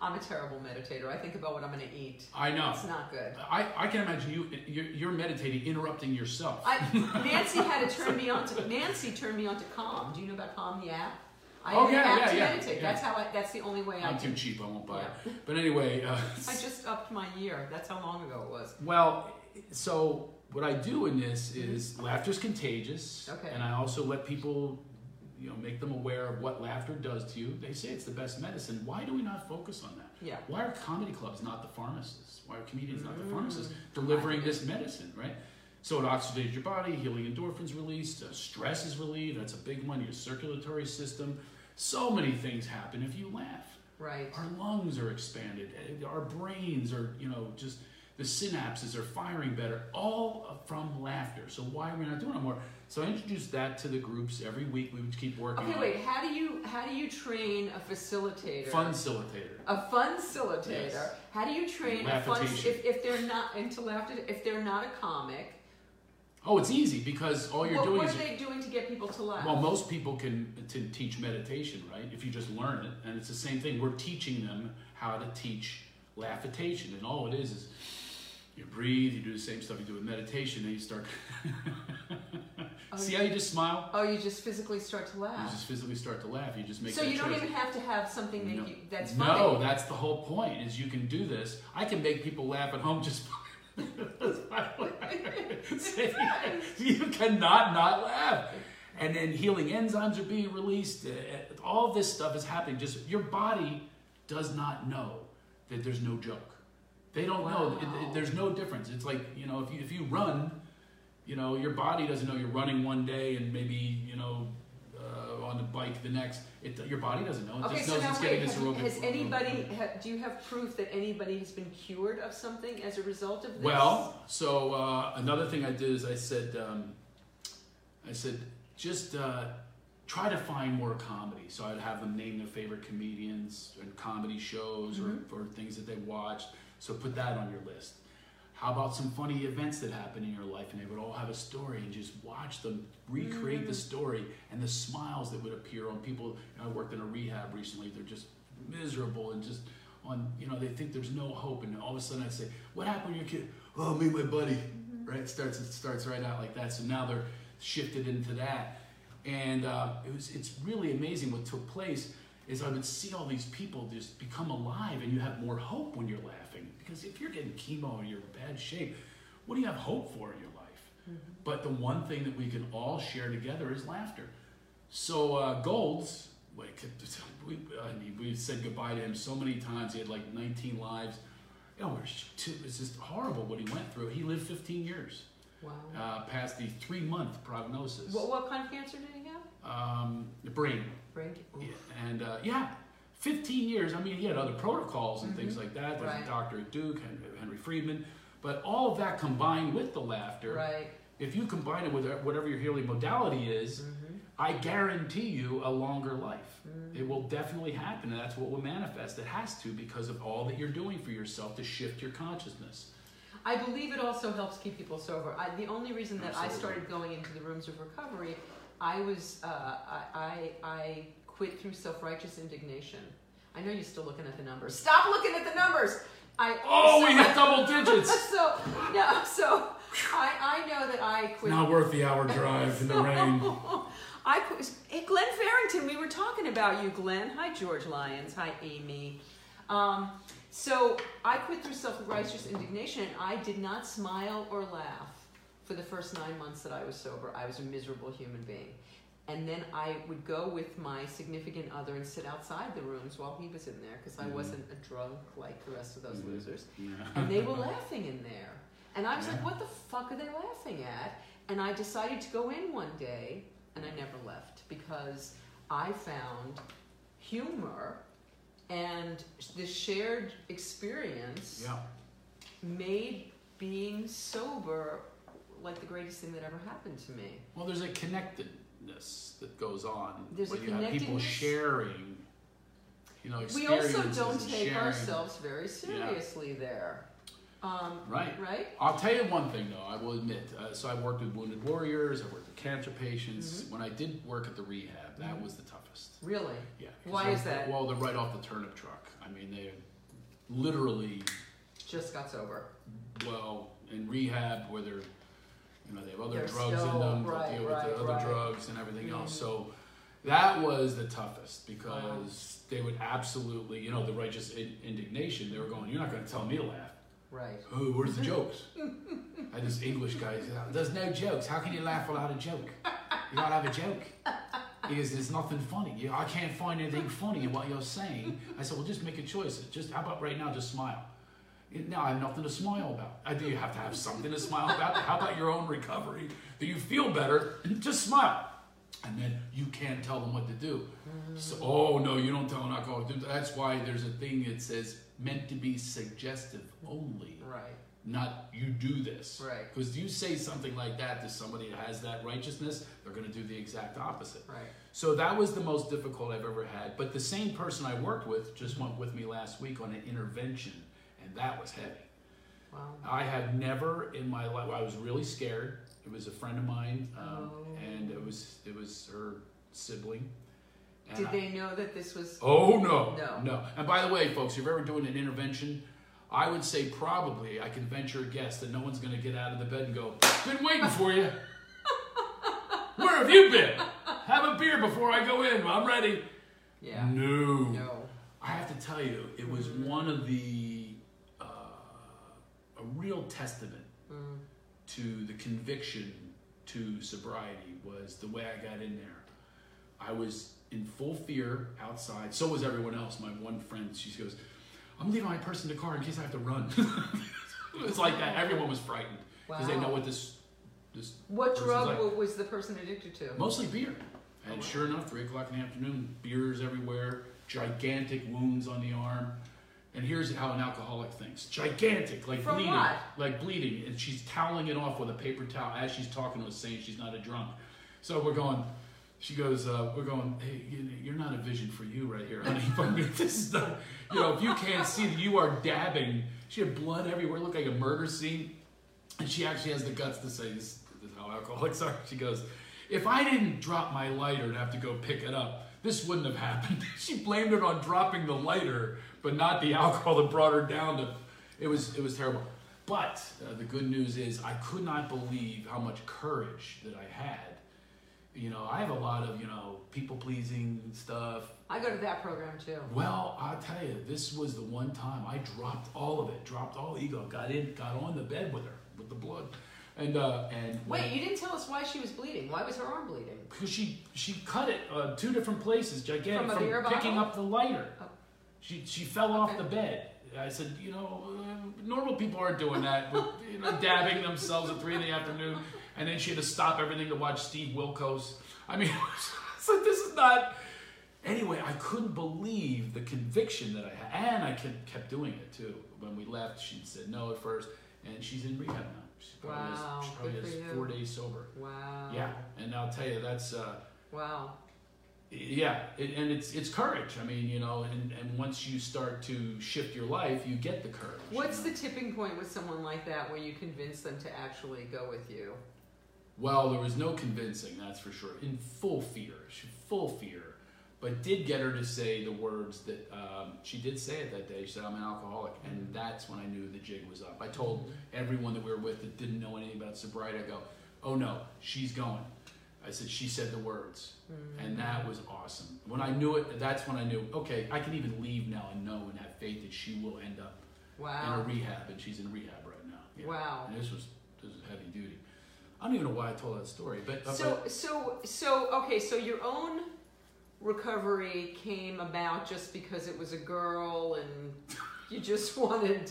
S2: I'm a terrible meditator. I think about what I'm going to eat.
S1: I know.
S2: It's not good.
S1: I, I can imagine you you're, you're meditating, interrupting yourself.
S2: I, Nancy had to turn me on to Nancy turned me on to Calm. Do you know about Calm the app? I
S1: Oh,
S2: have
S1: yeah,
S2: an app
S1: yeah,
S2: to
S1: yeah,
S2: meditate.
S1: yeah.
S2: That's how I. That's the only way I
S1: I'm too
S2: can.
S1: cheap. I won't buy
S2: Yeah.
S1: it. But anyway, uh,
S2: I just upped my year. That's how long ago it was.
S1: well, so what I do in this is laughter's contagious,
S2: Okay.
S1: and I also let people, you know, make them aware of what laughter does to you. They say it's the best medicine. Why do we not focus on that?
S2: Yeah.
S1: Why are comedy clubs not the pharmacists? Why are comedians not the pharmacists delivering this medicine, right? So it oxidizes your body, healing endorphins released, uh, stress is relieved, that's a big one, your circulatory system. So many things happen if you laugh.
S2: Right.
S1: Our lungs are expanded, eh, our brains are, you know, just the synapses are firing better, all from laughter. So why are we not doing it more? So I introduced that to the groups every week. We would keep working
S2: Okay,
S1: on
S2: wait. How do you how do you train a facilitator?
S1: fun facilitator.
S2: A fun facilitator.
S1: Yes.
S2: How do you train a fun
S1: Laughitation.
S2: if, if they're not into laughter if they're not a comic?
S1: Oh, it's easy because all you're
S2: what,
S1: doing
S2: what
S1: is
S2: are they doing to get people to laugh?
S1: Well, most people can t- teach meditation, right? If you just learn it, and it's the same thing. We're teaching them how to teach laughitation, and all it is is you breathe, you do the same stuff you do with meditation, and you start. *laughs* See how you just smile?
S2: oh, you just physically start to
S1: You
S2: laugh.
S1: just physically start to laugh. You just make
S2: so
S1: that
S2: you don't
S1: choice.
S2: even have to have something that
S1: No.
S2: you, that's funny.
S1: no, that's the whole point. Is you can do this. I can make people laugh at home just. *laughs* just by laughing. *laughs* See? you cannot not laugh. And then healing enzymes are being released. Uh, uh, All this stuff is happening. Just your body does not know that there's no joke. They don't know. It-
S2: Wow.
S1: it- there's no difference. It's like you know, if you if you run, you know, your body doesn't know you're running one day and maybe you know. Uh, on the bike the next, it, your body doesn't know. It
S2: Okay,
S1: just
S2: so
S1: knows
S2: now
S1: it's
S2: wait,
S1: getting this
S2: have you-
S1: aerobic.
S2: has anybody, ha, do you have proof that anybody has been cured of something as a result of this?
S1: Well, so uh, another thing I did is I said, um, I said, just uh, try to find more comedy. So I'd have them name their favorite comedians and comedy shows
S2: Mm-hmm.
S1: or, or things that they watched. So put that on your list. How about some funny events that happened in your life? And they would all have a story and just watch them recreate the story and the smiles that would appear on people. You know, I worked in a rehab recently. They're just miserable and just on, you know, they think there's no hope. And all of a sudden I say, What happened to your kid? Oh, me and my buddy. Right? Starts, it starts right out like that. So now they're shifted into that. And uh, it was, it's really amazing what took place is I would see all these people just become alive and you have more hope when you're laughing. Because if you're getting chemo and you're in bad shape, what do you have hope for in your life? But the one thing that we can all share together is laughter. So uh, Golds, like, *laughs* we, I mean, we said goodbye to him so many times. He had like 19 lives. You know, we're sh- too- it's just horrible what he went through. He lived 15 years
S2: Wow.
S1: uh, past the three-month prognosis.
S2: Mm-hmm. What, what kind of cancer did he have?
S1: Um, the brain.
S2: Brain? Ooh.
S1: Yeah, and uh, yeah, 15 years. I mean, he had other protocols and things like that. There's
S2: Mm-hmm. Right.
S1: a doctor at Duke, Hen- Henry Friedman, but all of that combined with the laughter,
S2: Right.
S1: if you combine it with whatever your healing modality is,
S2: Mm-hmm.
S1: I guarantee you a longer life.
S2: Mm.
S1: It will definitely happen, and that's what will manifest. It has to because of all that you're doing for yourself to shift your consciousness.
S2: I believe it also helps keep people sober. I, the only reason that I
S1: Absolutely.
S2: started going into the rooms of recovery, I was uh, I, I I quit through self righteous indignation. I know you're still looking at the numbers. Stop looking at the numbers. I
S1: Oh,
S2: so,
S1: we hit double
S2: *laughs*
S1: digits.
S2: so no so I I know that I quit.
S1: Not worth the hour drive in the rain.
S2: *laughs* I qu- hey, Glenn Farrington, we were talking about you, Glenn. Hi, George Lyons. Hi, Amy. Um, so I quit through self-righteous indignation, and I did not smile or laugh for the first nine months that I was sober. I was a miserable human being. And then I would go with my significant other and sit outside the rooms while he was in there because I wasn't a drunk like the rest of those
S1: Mhm.
S2: losers
S1: Yeah.
S2: and they
S1: *laughs*
S2: were laughing in there. And I was
S1: Yeah.
S2: like, what the fuck are they laughing at? And I decided to go in one day, and I never left because I found humor and the shared experience
S1: Yeah.
S2: made being sober like the greatest thing that ever happened to me.
S1: Well, there's a connectedness that goes on
S2: There's
S1: when
S2: a
S1: you have people
S2: connectedness.
S1: sharing. You know,
S2: We also
S1: experiences
S2: don't
S1: and
S2: take
S1: sharing.
S2: ourselves very seriously there. Um,
S1: right.
S2: right?
S1: I'll tell you one thing though, I will admit. Uh, so I worked with wounded warriors, I worked with cancer patients.
S2: Mm-hmm.
S1: When I did work at the rehab, that was the toughest.
S2: Really?
S1: Yeah. 'cause
S2: Mm-hmm. Why
S1: they're-
S2: is that?
S1: Well, they're right off the turnip truck. I mean, they're literally
S2: Just got sober.
S1: well in rehab where they're you know they have other
S2: They're
S1: drugs
S2: still-
S1: in them
S2: right,
S1: they'll deal with
S2: right,
S1: the other
S2: right. Mm-hmm.
S1: drugs and everything else so that was the toughest because they would absolutely you know the righteous in- indignation they were going you're not going to tell me to laugh
S2: Right.
S1: oh where's the jokes and this english guy says, there's no jokes how can you laugh without a joke you gotta have a joke because there's nothing funny you, i can't find anything funny in what you're saying i said well just make a choice just how about right now just smile no, I have nothing to smile about. I do. You have to have something to smile about. How about your own recovery? Do you feel better? Just smile. And then you can tell them what to do. So, oh no, you don't tell an alcoholic. to do that. That's why there's a thing that says meant to be suggestive only,
S2: Right.
S1: not you do this.
S2: Right.
S1: Because you say something like that to somebody that has that righteousness, they're going to do the exact opposite.
S2: Right.
S1: So that was the most difficult I've ever had. But the same person I worked with just went with me last week on an intervention, and that was heavy.
S2: Wow.
S1: I have never in my life. I was really scared. It was a friend of mine, um,
S2: Oh.
S1: and it was it was her sibling. And
S2: Did
S1: I-
S2: they know that this was?
S1: Oh no,
S2: No.
S1: no. And by the way, folks, if you're ever doing an intervention, I would say probably I can venture a guess that no one's going to get out of the bed and go, "Been waiting for
S2: *laughs*
S1: you. Where have you been? Have a beer before I go in. I'm ready."
S2: Yeah.
S1: No.
S2: No.
S1: I have to tell you, it was one of the uh, a real testament to the conviction to sobriety was the way I got in there. I was in full fear outside. So was everyone else. My one friend, she goes, "I'm leaving my purse in the car in case I have to run." *laughs* it was like that. Everyone was frightened because they
S2: Wow.
S1: know what this this
S2: What
S1: person's
S2: drug
S1: like.
S2: wa- was the person addicted to?
S1: Mostly beer.
S2: Oh,
S1: And sure enough, three o'clock in the afternoon, beers everywhere, gigantic wounds on the arm. And here's how an alcoholic thinks: gigantic, like
S2: From
S1: bleeding,
S2: what?
S1: like bleeding. And she's toweling it off with a paper towel as she's talking to us, saying she's not a drunk. So we're going. She goes, uh, we're going. Hey, you- you're not a vision for you right here, honey. *laughs* I mean, this is not, you know, if you can't see that you are dabbing. She had blood everywhere. It looked like a murder scene. And she actually has the guts to say this, this is how alcoholics are. She goes, If I didn't drop my lighter and have to go pick it up, this wouldn't have happened. *laughs* she blamed it on dropping the lighter, but not the alcohol that brought her down to. It was, it was terrible. But uh, the good news is, I could not believe how much courage that I had. You know, I have a lot of, you know, people pleasing stuff,
S2: I go to that program too.
S1: well, I tell you, this was the one time I dropped all of it, dropped all ego, got in, got on the bed with her, with the blood, and uh, and
S2: Wait, you didn't tell us why she was bleeding. Why was her arm bleeding?
S1: because she she cut it uh, two different places, gigantic,
S2: From a
S1: from,
S2: beer bottle?
S1: picking up the lighter.
S2: Oh.
S1: She she fell off
S2: Okay.
S1: the bed. I said, you know, uh, normal people aren't doing that, but you know, dabbing themselves at three in the afternoon, and then she had to stop everything to watch Steve Wilkos. I mean, *laughs* it's like this is not. Anyway, I couldn't believe the conviction that I had, and I kept, kept doing it too. When we left, she said no at first, and she's in rehab now. She probably is-
S2: Wow,
S1: she probably
S2: good
S1: is
S2: for you.
S1: four days sober.
S2: Wow.
S1: Yeah, and I'll tell you that's uh,
S2: Wow.
S1: yeah, it, and it's it's courage. I mean, you know, and, and once you start to shift your life, you get the courage. you
S2: What's
S1: know?
S2: the tipping point with someone like that where you convince them to actually go with you?
S1: Well, there was no convincing, that's for sure. In full fear, she, full fear, but did get her to say the words that um, she did say it that day. She said, "I'm an alcoholic," and that's when I knew the jig was up. I told everyone that we were with that didn't know anything about sobriety, I go, "Oh no, she's going." I said, "She said the words,"
S2: Hmm.
S1: and that was awesome. When I knew it, that's when I knew. Okay, I can even leave now and know and have faith that she will end up in a
S2: Wow.
S1: rehab, and she's in rehab right now. Yeah.
S2: Wow.
S1: And this was this was heavy duty. I don't even know why I told that story, but, but-
S2: So so so okay, so your own recovery came about just because it was a girl and you just *laughs* wanted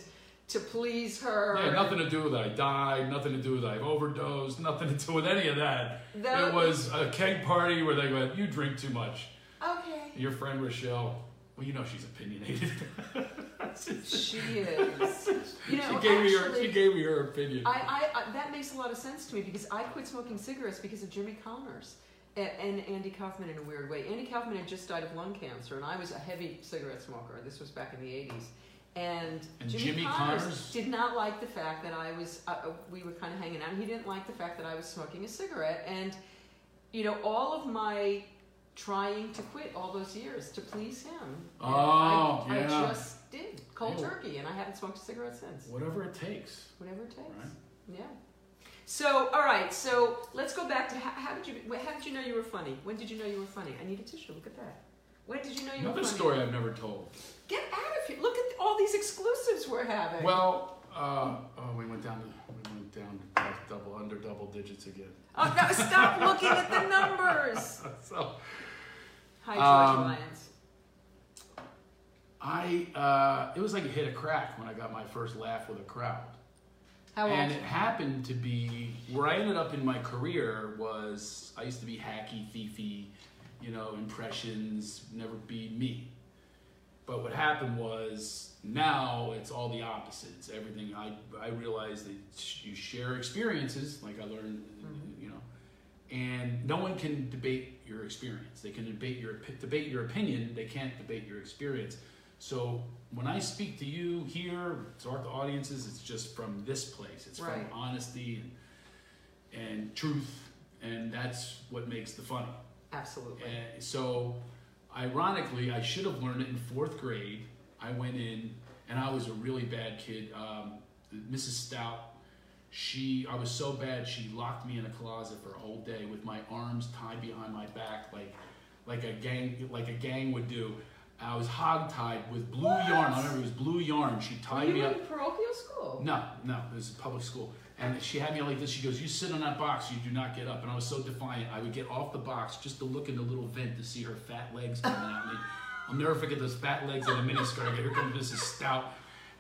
S2: to please her.
S1: yeah, nothing to do with I died, nothing to do with I've overdosed, nothing to do with any of that.
S2: That-
S1: it was a keg party where they went, "You drink too much."
S2: Okay.
S1: Your friend Rochelle, well, you know she's opinionated.
S2: *laughs* She is. You know,
S1: *laughs* she gave me her.
S2: actually-
S1: She gave me her opinion.
S2: I, I, I that makes a lot of sense to me because I quit smoking cigarettes because of Jimmy Connors and, and Andy Kaufman in a weird way. Andy Kaufman had just died of lung cancer, and I was a heavy cigarette smoker. This was back in the eighties. And,
S1: And
S2: Jimmy,
S1: Jimmy
S2: Connors,
S1: Connors?
S2: did not like the fact that I was. Uh, uh, we were kind of hanging out. and He didn't like the fact that I was smoking a cigarette, and you know, all of my trying to quit all those years to please him. you know,
S1: Oh,
S2: I,
S1: yeah.
S2: I just did cold
S1: Yeah.
S2: turkey, and I haven't smoked a cigarette since.
S1: Whatever it takes.
S2: Whatever it takes.
S1: Right.
S2: Yeah. So, all right. So let's go back to how, how did you wh- how did you know you were funny? When did you know you were funny? I need a tissue. Look at that. When did you know you were
S1: Another
S2: funny?
S1: story I've never told.
S2: Get out of here! Look at all these exclusives we're having.
S1: Well, uh, oh, we went down. To, we went down to double under double digits again. *laughs*
S2: oh no! Stop looking at the numbers.
S1: So
S2: Hi, George
S1: Um,
S2: Lyons.
S1: I. Uh, it was like a hit a crack when I got my first laugh with a crowd.
S2: How
S1: and
S2: old?
S1: it happened to be where I ended up in my career was I used to be hacky, thiefy, you know, impressions, never be me. But what happened was now it's all the opposites. Everything I I realized that sh- you share experiences, like I learned, you know, and no one can debate your experience. They can debate your opi- debate your opinion. They can't debate your experience. So when I speak to you here, to our audiences, it's just from this place. It's
S2: Right.
S1: from honesty and, and truth, and that's what makes the funny.
S2: Absolutely.
S1: And so, ironically, I should have learned it in fourth grade. I went in, and I was a really bad kid. Um, Mrs. Stout, she, I was so bad, she locked me in a closet for a whole day with my arms tied behind my back, like, like a gang, like a gang would do. I was hogtied with blue yarn. I remember it was blue yarn. She tied
S2: you
S1: me
S2: were
S1: up.
S2: in parochial school.
S1: No, no, it was a public school. And she had me like this. She goes, You sit on that box, you do not get up. And I was so defiant. I would get off the box just to look in the little vent to see her fat legs coming at me. I'll never forget those fat legs in a miniskirt. Here comes Mrs. Stout.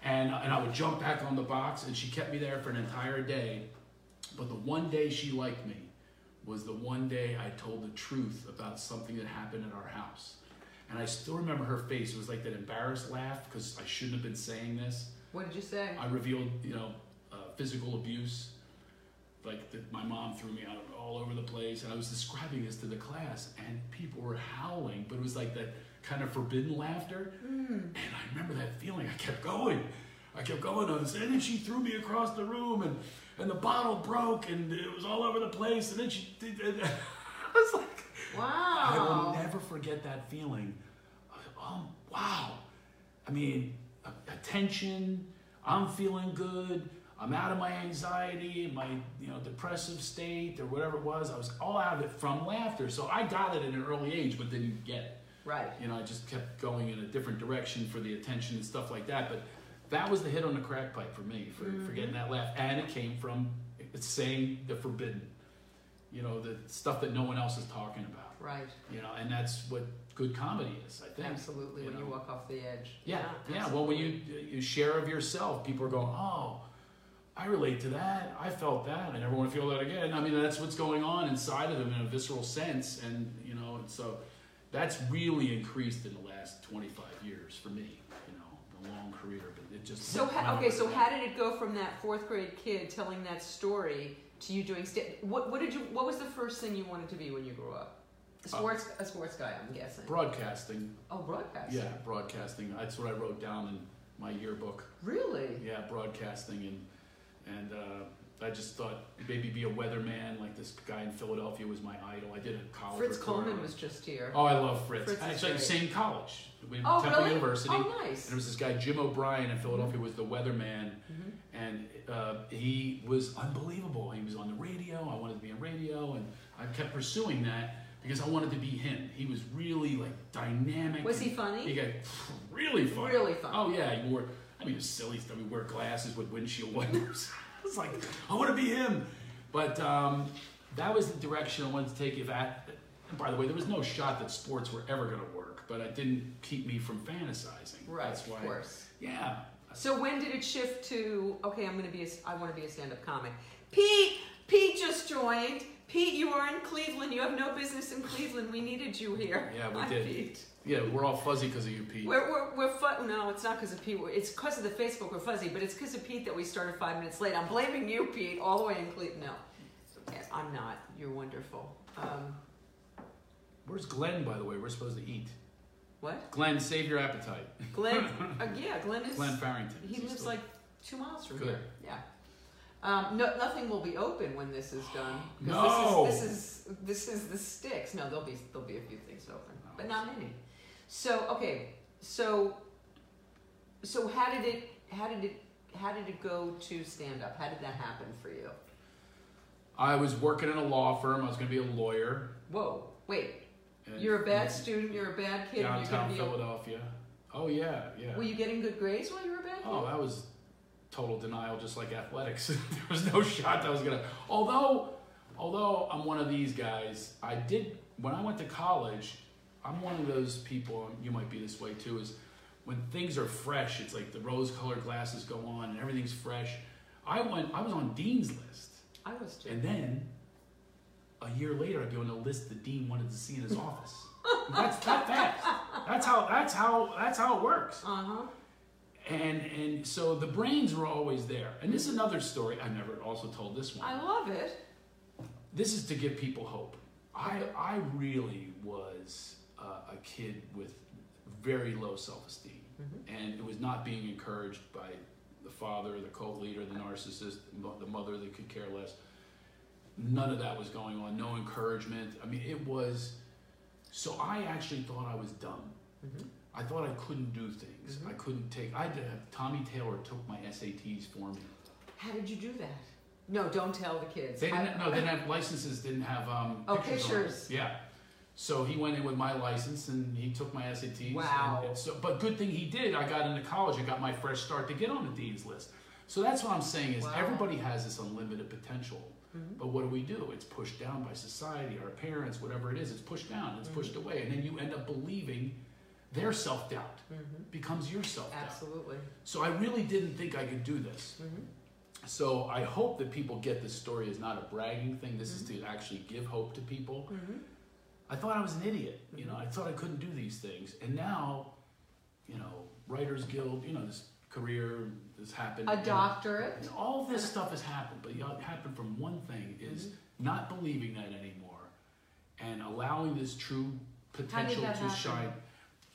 S1: And, and I would jump back on the box, and she kept me there for an entire day. But the one day she liked me was the one day I told the truth about something that happened at our house. And I still remember her face. It was like that embarrassed laugh because I shouldn't have been saying this.
S2: What did you say?
S1: I revealed, you know, uh, physical abuse. Like that, my mom threw me out all over the place, and I was describing this to the class, and people were howling, but it was like that kind of forbidden laughter. And I remember that feeling. I kept going, I kept going on this, and then she threw me across the room, and and the bottle broke, and it was all over the place, and then she *laughs* did. And I was like, I will
S2: wow.
S1: never forget that feeling. Um, wow. I mean, a- attention. I'm feeling good. I'm out of my anxiety, my you know depressive state or whatever it was. I was all out of it from laughter. So I got it at an early age, but didn't get it.
S2: Right.
S1: You know, I just kept going in a different direction for the attention and stuff like that. But that was the hit on the crack pipe for me for, for getting that laugh, and it came from it's saying the forbidden. You know, the stuff that no one else is talking about
S2: Right.
S1: you know, and that's what good comedy is, I think.
S2: Absolutely.
S1: you
S2: when you
S1: know.
S2: walk off the edge.
S1: Yeah, yeah. Well, when you you share of yourself, people are going, "Oh, I relate to that. I felt that. I never want to feel that again." I mean, that's what's going on inside of them in a visceral sense, and you know, and so that's really increased in the last 25 years for me. You know, a long career, but it just
S2: So how, okay, so how did it go from that fourth grade kid telling that story to you doing st- what? What did you? What was the first thing you wanted to be when you grew up? A
S1: Uh,
S2: sports, a sports guy, I'm guessing.
S1: broadcasting?
S2: oh, broadcast.
S1: Yeah, broadcasting. That's what I wrote down in my yearbook.
S2: Really?
S1: yeah, broadcasting and and uh, I just thought maybe be a weatherman like this guy in Philadelphia was my idol. I did a college.
S2: Fritz
S1: reporter.
S2: Coleman was just here.
S1: Oh, I love Fritz.
S2: Fritz is
S1: Actually,
S2: great.
S1: same college, we
S2: Oh,
S1: Temple
S2: really?
S1: University.
S2: Oh, Mm-hmm. nice.
S1: And it was this guy Jim O'Brien in Philadelphia was the weatherman,
S2: Mm-hmm.
S1: and uh, he was unbelievable. He was on the radio. I wanted to be on radio, and I kept pursuing that because I wanted to be him. He was really like dynamic.
S2: Was he
S1: and-
S2: funny?
S1: He got really funny.
S2: Really funny.
S1: Oh yeah, he wore. I mean, it was silly stuff. He wore glasses with windshield wipers. *laughs* I was like, I want to be him. But um, that was the direction I wanted to take. If at, and by the way, there was no shot that sports were ever going to work, but it didn't keep me from fantasizing.
S2: Right.
S1: That's why.
S2: Of course.
S1: Yeah.
S2: So when did it shift to okay? I'm going to be. A, I want to be a stand-up comic. Pete. Pete just disjoint. Pete, you are in Cleveland. You have no business in Cleveland. We needed you here.
S1: Yeah, we
S2: Hi,
S1: did.
S2: Pete.
S1: Yeah, we're all fuzzy because of you, Pete.
S2: We're, we're, we're fu- no, it's not because of Pete. It's because of the Facebook we're fuzzy, but it's because of Pete that we started five minutes late. I'm blaming you, Pete, all the way in Cleveland. No, Yeah, I'm not. You're wonderful. Um,
S1: Where's Glenn, by the way? We're supposed to eat.
S2: what?
S1: Glenn, save your appetite.
S2: Glenn, uh, yeah, Glenn is.
S1: Glenn Farrington.
S2: He
S1: Is
S2: lives
S1: still-
S2: like two miles from
S1: Good.
S2: here. Yeah. Um, no, nothing will be open when this is done. 'cause
S1: No.
S2: This is, this is this is the sticks. No, there'll be there'll be a few things open, but not many. So okay, so so how did it how did it how did it go to stand up? How did that happen for you?
S1: I was working in a law firm. I was going to be a lawyer.
S2: Whoa, wait,
S1: and-
S2: you're a bad student. You're a bad kid. and
S1: Downtown
S2: you're gonna
S1: Philadelphia. Oh yeah, yeah.
S2: be. Were you getting good grades while you were a bad kid?
S1: Oh, that was total denial, just like athletics. *laughs* there was no shot that I was gonna. Although, although I'm one of these guys, I did when I went to college. I'm one of those people. and You might be this way too. Is when things are fresh, it's like the rose-colored glasses go on and everything's fresh. I went. I was on dean's list,
S2: I was too.
S1: and then a year later, I'd be on the list the dean wanted to see in his office. That's that fast. That's how. That's how. That's how it works
S2: Uh huh.
S1: and and so the brains were always there. And this is another story I never also told this one.
S2: I love it.
S1: this is to give people hope. I I really was uh, a kid with very low self esteem, and it was not being encouraged by the father, the cult leader, the narcissist, mo- the mother that could care less. None of that was going on. No encouragement. I mean, it was. So I actually thought I was dumb. I thought I couldn't do things. I couldn't take. I had to have Tommy Taylor took my SATs for me.
S2: How did you do that? No, don't tell the kids.
S1: They
S2: I-
S1: didn't, no, they didn't have licenses, didn't have, um.
S2: Oh,
S1: on them.
S2: pictures.
S1: Yeah. So he went in with my license and he took my SATs. and-
S2: Wow.
S1: and so, but good thing he did, I got into college, I got my fresh start to get on the dean's list. So that's what I'm saying is
S2: Wow. Mm-hmm.
S1: everybody has this unlimited potential, but what do we do? It's pushed down by society, our parents, whatever it is, it's pushed down,
S2: Mm-hmm.
S1: it's pushed away. And then you end up believing their self-doubt
S2: Mm-hmm.
S1: becomes your self-doubt.
S2: Absolutely.
S1: So I really didn't think I could do this. So I hope that people get this story is not a bragging thing. This is to actually give hope to people. I thought I was an idiot. You know, I thought I couldn't do these things, and now, you know, Writers Guild. You know, this career has happened.
S2: A
S1: you know.
S2: doctorate.
S1: And all this stuff has happened, but you know, it happened from one thing: is
S2: Mm-hmm.
S1: not believing that anymore, and allowing this true potential to
S2: that happen?
S1: shine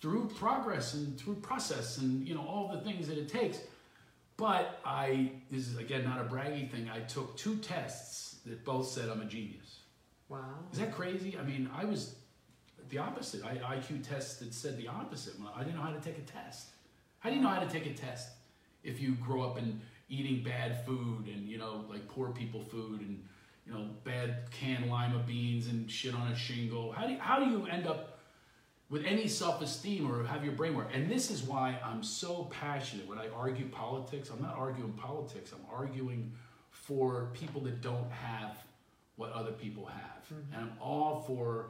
S1: through progress and through process, and you know all the things that it takes. But I, this is again not a braggy thing. I took two tests that both said I'm a genius.
S2: Wow.
S1: Is that crazy? I mean, I was the opposite. I IQ tests that said the opposite. When I didn't know how to take a test. How do you know how to take a test if you grow up in eating bad food and you know like poor people food and you know bad canned lima beans and shit on a shingle? How do you, how do you end up with any self-esteem or have your brain work? And this is why I'm so passionate when I argue politics. I'm not arguing politics. I'm arguing for people that don't have what other people have, and I'm all for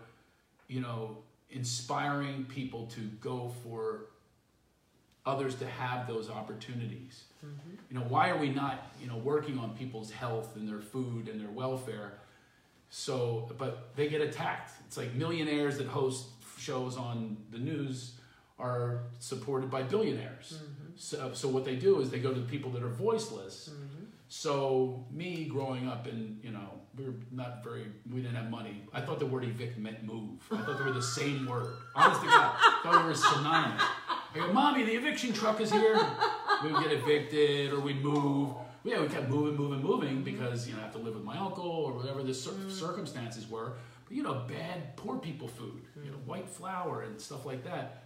S1: you know inspiring people to go for others to have those opportunities. You know, why are we not, you know, working on people's health and their food and their welfare? So, but they get attacked. It's like millionaires that host shows on the news are supported by billionaires. So, so what they do is they go to the people that are voiceless. So me growing up in, you know, we were not very, we didn't have money. I thought the word evict meant move. I thought they were the same word. Honest to God, I thought they were synonymous. I go, mommy, the eviction truck is here. We would get evicted or we'd move. Yeah, we kept moving, moving, moving because, you know, I have to live with my uncle or whatever the cir- circumstances were. But, you know, bad poor people food, you know, white flour and stuff like that.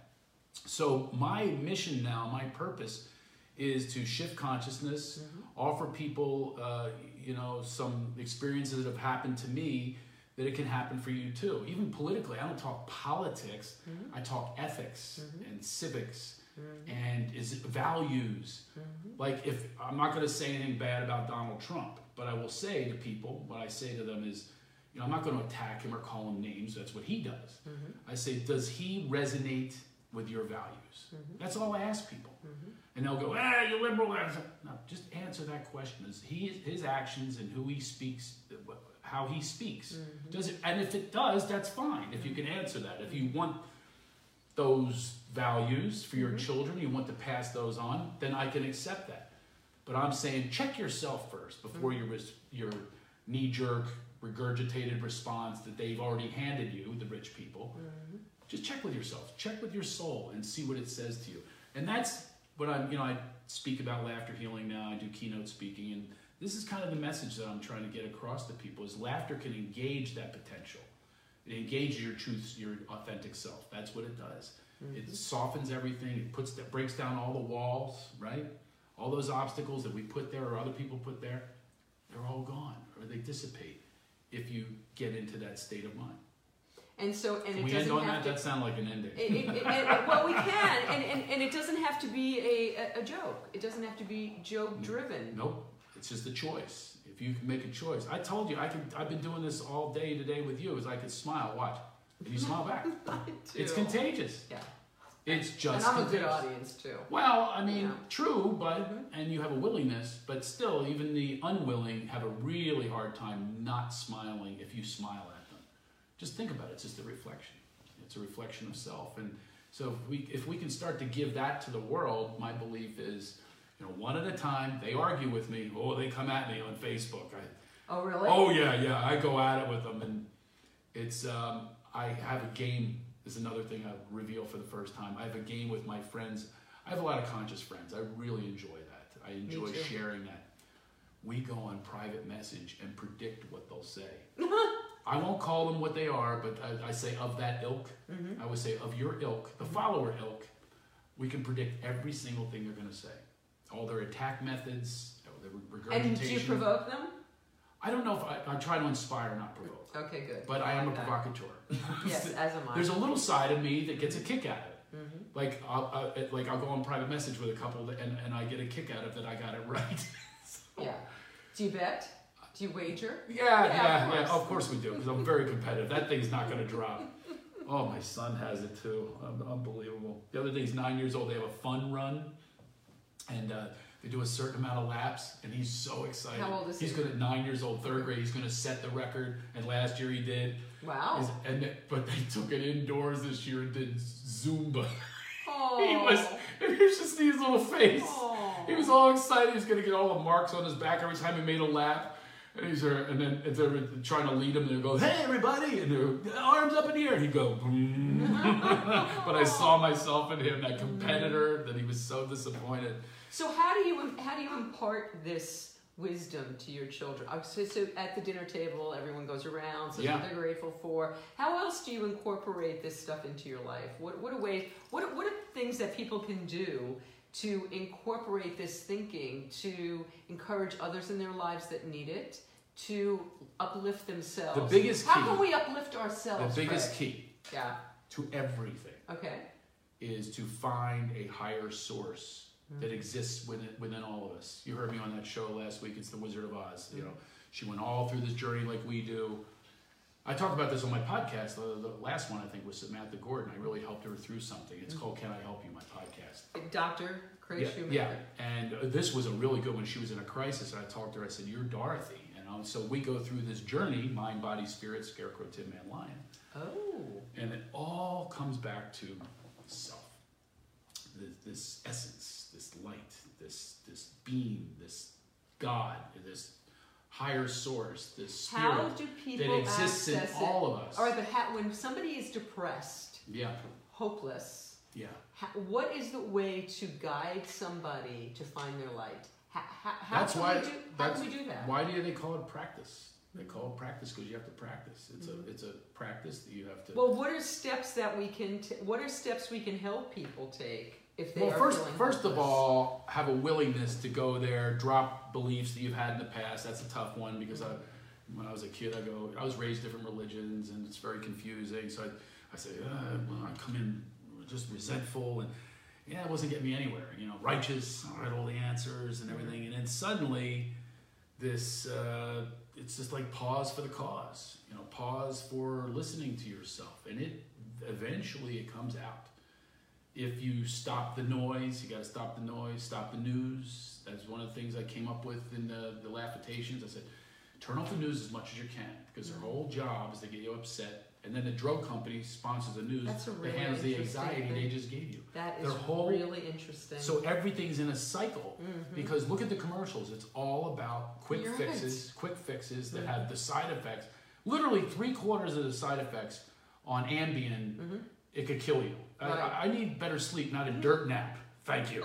S1: So my mission now, my purpose, is to shift consciousness, offer people, uh, you know, some experiences that have happened to me that it can happen for you too. Even politically, I don't talk politics. I talk ethics and civics and is values. Like if I'm not going to say anything bad about Donald Trump, but I will say to people, what I say to them is, you know, I'm not going to attack him or call him names. That's what he does. I say, does he resonate with your values? That's all I ask people. And they'll go, ah, you liberal. No, just answer that question. Is he his actions and who he speaks, how he speaks. Does it? And if it does, that's fine. If you can answer that, if you want those values for your children, you want to pass those on, then I can accept that. But I'm saying check yourself first before your res- your knee jerk regurgitated response that they've already handed you, the rich people. Just check with yourself, check with your soul, and see what it says to you. And that's what I'm. You know, I speak about laughter healing now. I do keynote speaking, and this is kind of the message that I'm trying to get across to people: is laughter can engage that potential. It engages your truth, your authentic self. That's what it does.
S2: Mm-hmm.
S1: It softens everything. It puts that breaks down all the walls, right? All those obstacles that we put there or other people put there, they're all gone or they dissipate if you get into that state of mind.
S2: And so, and
S1: Can
S2: it
S1: we end
S2: doesn't
S1: on
S2: have
S1: that?
S2: to.
S1: That sound like an ending.
S2: It, it, it, and- well, we can, and, and, and it doesn't have to be a, a, a joke. It doesn't have to be joke driven.
S1: Nope. It's just a choice. If you can make a choice, I told you I could. I've been doing this all day today with you. Is I could smile. Watch, and you smile back. it's contagious.
S2: Yeah.
S1: It's just.
S2: And I'm a good
S1: contagious.
S2: audience too.
S1: Well, I mean,
S2: Yeah.
S1: true, but and you have a willingness, but still, even the unwilling have a really hard time not smiling if you smile at them. Just think about it; it's just a reflection. It's a reflection of self, and so if we if we can start to give that to the world, my belief is, you know, one at a time. They argue with me. Oh, they come at me on Facebook. I,
S2: Oh, really?
S1: Oh yeah, yeah. I go at it with them, and it's um, I have a game. Is another thing I reveal for the first time. I have a game with my friends. I have a lot of conscious friends. I really enjoy that. I enjoy
S2: too.
S1: sharing that. We go on private message and predict what they'll
S2: *laughs*
S1: say. I won't call them what they are, but I, I say of that ilk.
S2: Mm-hmm.
S1: I would say of your ilk, the follower ilk. We can predict every single thing they're going to say, all their attack methods, their regurgitation.
S2: And do you provoke them?
S1: I don't know if I, I try to inspire, not provoke,
S2: Okay, good.
S1: but *laughs* I am a
S2: like that.
S1: provocateur.
S2: *laughs* Yes, Mm-hmm. as am I.
S1: *laughs* There's a little side of me that gets a kick out of it. Like, I'll, I'll, it- like I'll go on private message with a couple, that, and, and I get a kick out of that I got it right.
S2: Yeah. Do you bet? Do you wager?
S1: yeah,
S2: *laughs*
S1: yeah,
S2: Yeah,
S1: yeah,
S2: of
S1: of course we do, because I'm very competitive. That thing's not going to drop. Oh, my son has it too. Un- Unbelievable. The other day, he's nine years old. They have a fun run, and uh, they do a certain amount of laps, and he's so excited.
S2: How old is
S1: he's
S2: he?
S1: going to nine years old, third grade. He's going to set the record, and last year he did.
S2: Wow.
S1: Is- and it- but they took it indoors this year and did Zumba. *laughs*
S2: Oh.
S1: *laughs* he was, if you should see his little face.
S2: Aw.
S1: He was all excited. He was gonna get all the marks on his back every time he made a lap. And he's there, and then and they were trying to lead him. And they go, "Hey, everybody!" And they're arms up in the air. And he'd go, "Mm." *laughs* but I saw myself in him, that competitor, that he was so disappointed.
S2: So how do you how do you impart this wisdom to your children? Uh, So, so at the dinner table, everyone goes around, says
S1: Yeah.
S2: what they're grateful for. How else do you incorporate this stuff into your life? What what are ways? What are- what are things that people can do to incorporate this thinking to encourage others in their lives that need it? To uplift themselves.
S1: The biggest
S2: How
S1: key-
S2: can we uplift
S1: The
S2: ourselves?
S1: biggest
S2: Fred?
S1: key
S2: Yeah.
S1: to everything
S2: Okay.
S1: is to find a higher source that exists within, within all of us. You heard me on that show last week. It's the Wizard of Oz. You know, she went all through this journey like we do. I talked about this on my podcast. The, the last one I think was Samantha Gordon. I really helped her through something. It's called "Can I Help You?" My podcast.
S2: Doctor Craig
S1: Yeah,
S2: Schumacher.
S1: yeah, and uh, this was a really good one. She was in a crisis, and I talked to her. I said, "You're Dorothy," and um, so we go through this journey: mind, body, spirit, scarecrow, tin man, lion
S2: Oh.
S1: and it all comes back to self this, this essence this light this this being this god this higher source this spirit
S2: How do people
S1: that exists in
S2: access it?
S1: all of us
S2: All right, but how, when somebody is depressed,
S1: yeah
S2: hopeless,
S1: yeah
S2: how, what is the way to guide somebody to find their light? How, how, how
S1: that's
S2: can
S1: why
S2: we do, how
S1: that's
S2: can we do that?
S1: why do they call it practice they call it practice because you have to practice it's a it's a practice that you have to
S2: Well, what are steps that we can? T- what are steps we can help people take if they
S1: Well,
S2: are
S1: first,
S2: feeling
S1: first of
S2: hopeless?
S1: all, have a willingness to go there, drop beliefs that you've had in the past. That's a tough one because I, when I was a kid, I go, I was raised different religions, and it's very confusing. So I, I say, uh, well, I come in just resentful, and yeah, it wasn't getting me anywhere. You know, righteous, I had all the answers and everything, and then suddenly, this, uh, it's just like pause for the cause. You know, pause for listening to yourself, and it eventually it comes out if you stop the noise, you got to stop the noise, stop the news. That's one of the things I came up with in the, the Laffitations. I said, turn off the news as much as you can because
S2: Mm-hmm.
S1: their whole job is to get you upset. And then the drug company sponsors the news
S2: That's a really
S1: that handles the
S2: interesting
S1: anxiety they
S2: thing.
S1: just gave you.
S2: That
S1: Their
S2: is
S1: whole-
S2: really interesting. Mm-hmm.
S1: So everything's in a cycle because look at the commercials. It's all about quick
S2: You're right. Mm-hmm.
S1: fixes, quick fixes that have the side effects. Literally three quarters of the side effects on Ambien, it could kill you. I-
S2: Mm-hmm. Right. Mm-hmm.
S1: I, I need better sleep, not a dirt nap. Thank
S2: *laughs*
S1: you.